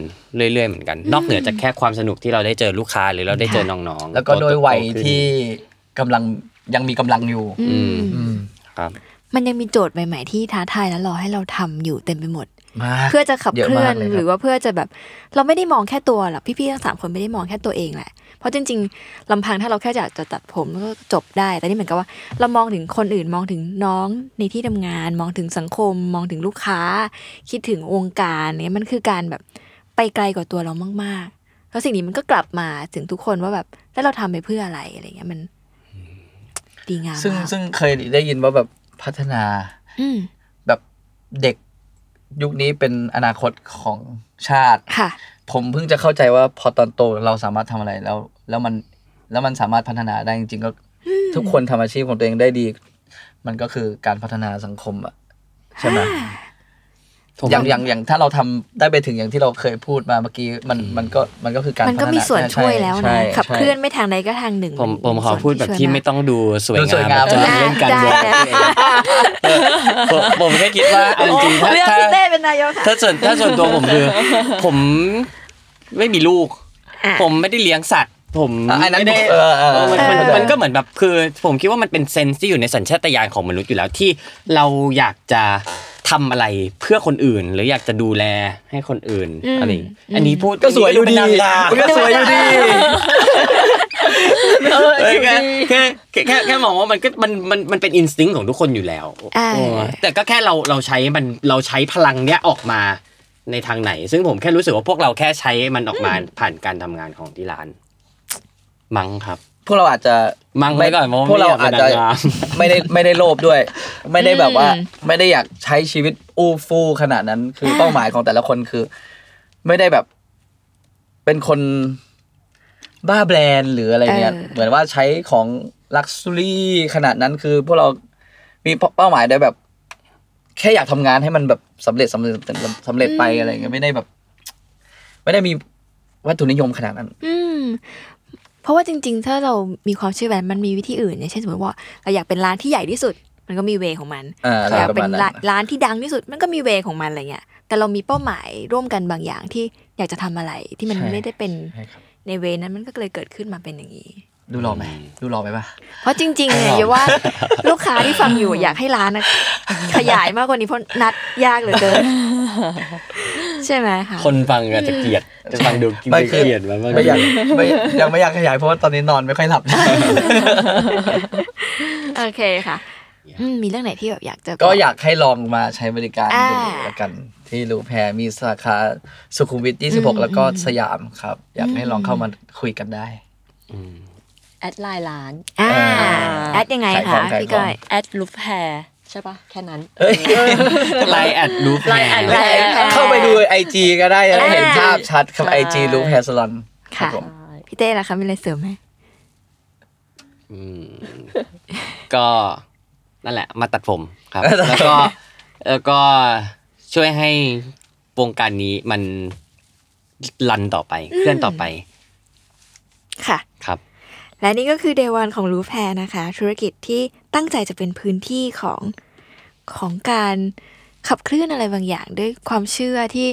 D: เรื่อยๆเหมือนกัน นอกเหนือจากแค่ความสนุกที่เราได้เจอลูกค้าหรือเราได้เจอน้องๆ
B: แล้วก็โดวยวัย
D: โตขึ้น
B: ที่กำลังยังมีกำลังอยู่
D: อืม
B: อืม
D: ครับ
A: มันยังมีโจทย์ใหม่ ๆ ที่ท้าทายและรอให้เราทำอยู่เต็มไปหมด
B: มาก
A: เพื่อจะขับเคลื่อน
B: เยอะมากเลยครับ
A: หรือว่าเพื่อจะแบบ เราไม่ได้มองแค่ตัวหรอกพี่ๆทั้งสามคนไม่ได้มองแค่ตัวเองแหละ เพราะจริงๆลำพังถ้าเราแค่อยากจะตัดผมก็จบได้ แต่นี่เหมือนกับว่า เรามองถึงคนอื่นมองถึงน้องในที่ทำงาน มองถึงสังคม มองถึงลูกค้า คิดถึงวงการเนี่ยมันคือการแบบไปไกลกว่าตัวเรามากๆแล้วสิ่งนี้มันก็กลับมาถึงทุกคนว่าแบบแล้วเราทำไปเพื่ออะไรอะไรเงี้ยมัน ดีงาม
B: ซึ่ง
A: มาก
B: ซึ่งเคยได้ยินว่าแบบพัฒนา
A: อืม
B: แบบเด็กยุคนี้เป็นอนาคตของชาติ
A: ค่ะ
B: ผมเพิ่งจะเข้าใจว่าพอตอนโตเราสามารถทำอะไรแล้ว แล้วมันแล้วมันสามารถพัฒนาได้จริงๆก็ทุกคนทำอาชีพของตัวเองได้ดี มันก็คือการพัฒนาสังคมอะใช่ไหมอย่างอย่างอย่างถ้าเราทำได้ไปถึงอย่างที่เราเคยพูดมาเมื่อกี้มันมันก็มันก็คือการ
A: มันก็มี
B: พัฒา
A: ส่วนช่วย
B: ใ
A: แล้วนะ
B: ใช่
A: ขับเคลื่อน
B: ใช่
A: ไม่ทางใดก็ทางหนึ่ง
D: ผม
A: น
D: ผมขอ
A: ส่วน
D: พูดแบบที่ไม่
A: ช่วย
D: ต้องดูสวย
B: ดูสวยงาง
D: าม มแบบ
B: นะ
D: เล่นกัน
A: ได้
D: เมือง
A: ได้
D: เออผมผมแค่คิดว่าเอาจริงๆ
A: มากเลือก
D: ถ้า
A: พี่
D: ถ้า
A: เต้เป็นนายกค่ะ
D: ถ้าส่วนถ้าส่วนตัวผมคือ ผมไม่มีลูก
A: อ่ะ
D: ผมไม่ได้เลี้ยงสัตว์ ผม
B: อ่ะอันนั้น
D: ไม่ได้
B: เออเออ
D: เออมันมัน
B: เออ
D: มันก็เหมือนแบบคือ ผมคิดว่ามันเป็นเซนส์ที่อยู่ในสัญชาตญาณของมนุษย์อยู่แล้วที่เราอยากจะทำอะไรเพื่อคนอื่น หรืออยากจะดูแลให้คนอื่นอะไรอย่างงี้อันนี้พูด
B: ก็สวยอยู่ดี
D: อันนี้เป็นนางงาม
B: ก็สวยอยู่ดี
E: เออ
D: เอ้ย
E: อยู่
D: แค่
E: ดี
D: แค่แค่แค่แค่มองว่ามันก็มันมันมันเป็นอินสติ้งของทุกคนอยู่แล้ว
A: อ่า
D: เออแต่ก็แค่เราเราใช้มันเราใช้พลังเนี้ยออกมาในทางไหน ซึ่งผมแค่รู้สึกว่าพวกเราแค่ใช้มันออกมาผ่านการทำงานของที่ร้าน มั้งครับ
B: พวกเราอาจจะ
D: มั่งไว้ก่อนเพ
B: พ
D: ราะว่า
B: วกเราอาจจะ
D: ไม่อยากเป็นนางงาม
B: ไม่ได้ไม่ได้โลภ ด้วย ไม่ได้แบบว่า
A: อืม
B: ไม่ได้อยากใช้ชีวิตอู้ฟู่ขนาดนั้น คือ
A: อ่า
B: เป้าหมายของแต่ละคนคือ ไม่ได้แบบ เป็นคนบ้าแบรนด์หรืออะไรเนี่ย
A: เออ
B: เหมือนว่าใช้ของลักซ์รี่ขนาดนั้นคือ พวกเรา มีเป้าหมายได้แบบ แค่อยากทำงานให้มันแบบสำเร็จสำเร็จสำเร็จไปอะไรเงี้ยไม่ได้แบบ ไม่ได้มีวัตถุนิยมขนาดนั้น
A: อืม เพราะว่าจริง ๆ ถ้าเรามีความเชื่อแบบนั้นมันมีวิธีอื่นอย่างเช่นสมมติว่าเราอยากเป็นร้านที่ใหญ่ที่สุด มันก็มีเวของมัน
B: อ่าอะไร
A: อยากเป็น
B: ประมาณนั้น
A: ร้านร้านที่ดังที่สุดมันก็มีเวของมันอะไรเงี้ยแต่เรามีเป้าหมายร่วมกันบางอย่างที่อยากจะทำอะไรที่มันไม่ได้เป็น
B: ใช่ครับ
A: ในเวนั้นมันก็เลยเกิดขึ้นมาเป็นอย่างนี้
B: ดูหล่อไหมดูหล่อไหมปะ
A: เพราะจริงๆเนี่ยอย่าว่าลูกค้าที่ฟังอยู่อยากให้ร้าน อะขยายมากกว่านี้เพราะนัดยากเหลือเกิน ใช่ไหมคะ
D: คนฟังอาจจะเกลียดจะฟังดู
B: ไม่
D: เก
B: คือ
D: ลียดมันบ้าง
B: ไม่อยากไม่ยังไม่อยากขยายเพราะว่าตอนนี้นอนไม่ค่อยหลับ
A: โอเคค่ะอืมมีเรื่องไหนที่แบบอยากจะ
B: ก็อยากให้ลองมาใช้บริการ
A: อ่า
B: ดูแล้วกัน ที่รูแพรมีสาขาสุขุมวิท 26 แล้วก็สยามครับ อยากให้ลองเข้ามาคุยกันได้
E: แอดไลน์ร้าน
A: อ่า
B: อ่า
A: แอดยังไง
B: ขายขอ
A: คะ
B: งขาย
A: พี่ก้อย
B: ของ
E: แอดลูฟแฮร์ใช่ปะแค่นั้น
D: ไลน์แอดรูป
E: ไลน์แอดรูป
B: เข้าไปดูไอจีก็ได้จะได้เห็นภาพชัดครับ
E: ใช่
B: ไอจีรูแพรสลอนครับ
A: ค่ะ
B: ผม
A: พี่เต้ล่ะคะมีอะไรเสริมไหม
D: ก็นั่นแหละ มาตัดผมครับ แล้วก็แล้วก็ช่วยให้วงการนี้มันรันต่อไปเคลื่อนต่อไป
A: ค่ะ
D: ครับ
A: และนี่ก็คือ Day One ของ r o o f a i r นะคะ ธุรกิจที่ตั้งใจจะเป็นพื้นที่ของของการขับเคลื่อนอะไรบางอย่าง ด้วยความเชื่อที่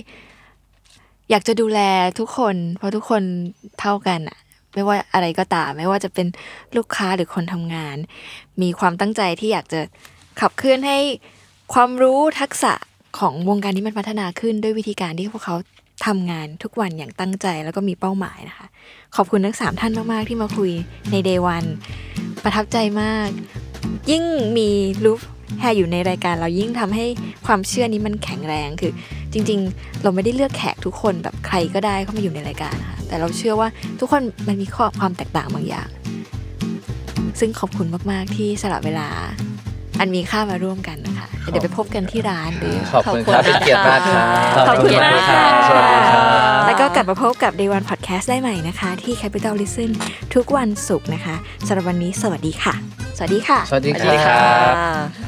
A: อยากจะดูแลทุกคน เพราะทุกคนเท่ากันอะไม่ว่าอะไรก็ตาม ไม่ว่าจะเป็นลูกค้าหรือคนทำงาน มีความตั้งใจที่อยากจะขับเคลื่อนให้ความรู้ทักษะของวงการนี้มันพัฒนาขึ้นด้วยวิธีการที่พวกเขาทำงานทุกวันอย่างตั้งใจแล้วก็มีเป้าหมายนะคะ ขอบคุณทั้งสามท่านมาก ๆ ที่มาคุยใน Day 1 ประทับใจมาก ยิ่งมีรูฟแฮร์อยู่ในรายการเรายิ่งทำให้ความเชื่อนี้มันแข็งแรงคือ จริง ๆ เราไม่ได้เลือกแขกทุกคนแบบใครก็ได้เข้ามาอยู่ในรายการนะคะแต่เราเชื่อว่าทุกคนมันมีข้อความแตกต่างบางอย่าง ซึ่งขอบคุณมาก ๆ ที่สละเวลา อันมีค่ามาร่วมกันนะคะเดี๋ยวไปพบกันที่ร้านหรือ
B: ขอบคุณครับเป็นเกียรติมากครับ
A: ขอบคุณมากค่ะ
B: สวัสดีครับ
A: แล้วก็กลับมาพบกับ Day One Podcast ได้ใหม่นะคะ ที่ Capital Listen ทุกวันศุกร์นะคะสำหรับวันนี้สวัสดีค่ะ สวัสดีค่ะ
B: สวัสดี
E: สวั
B: ค
E: สดี
B: รั
E: ค่ะ
B: บ
E: บ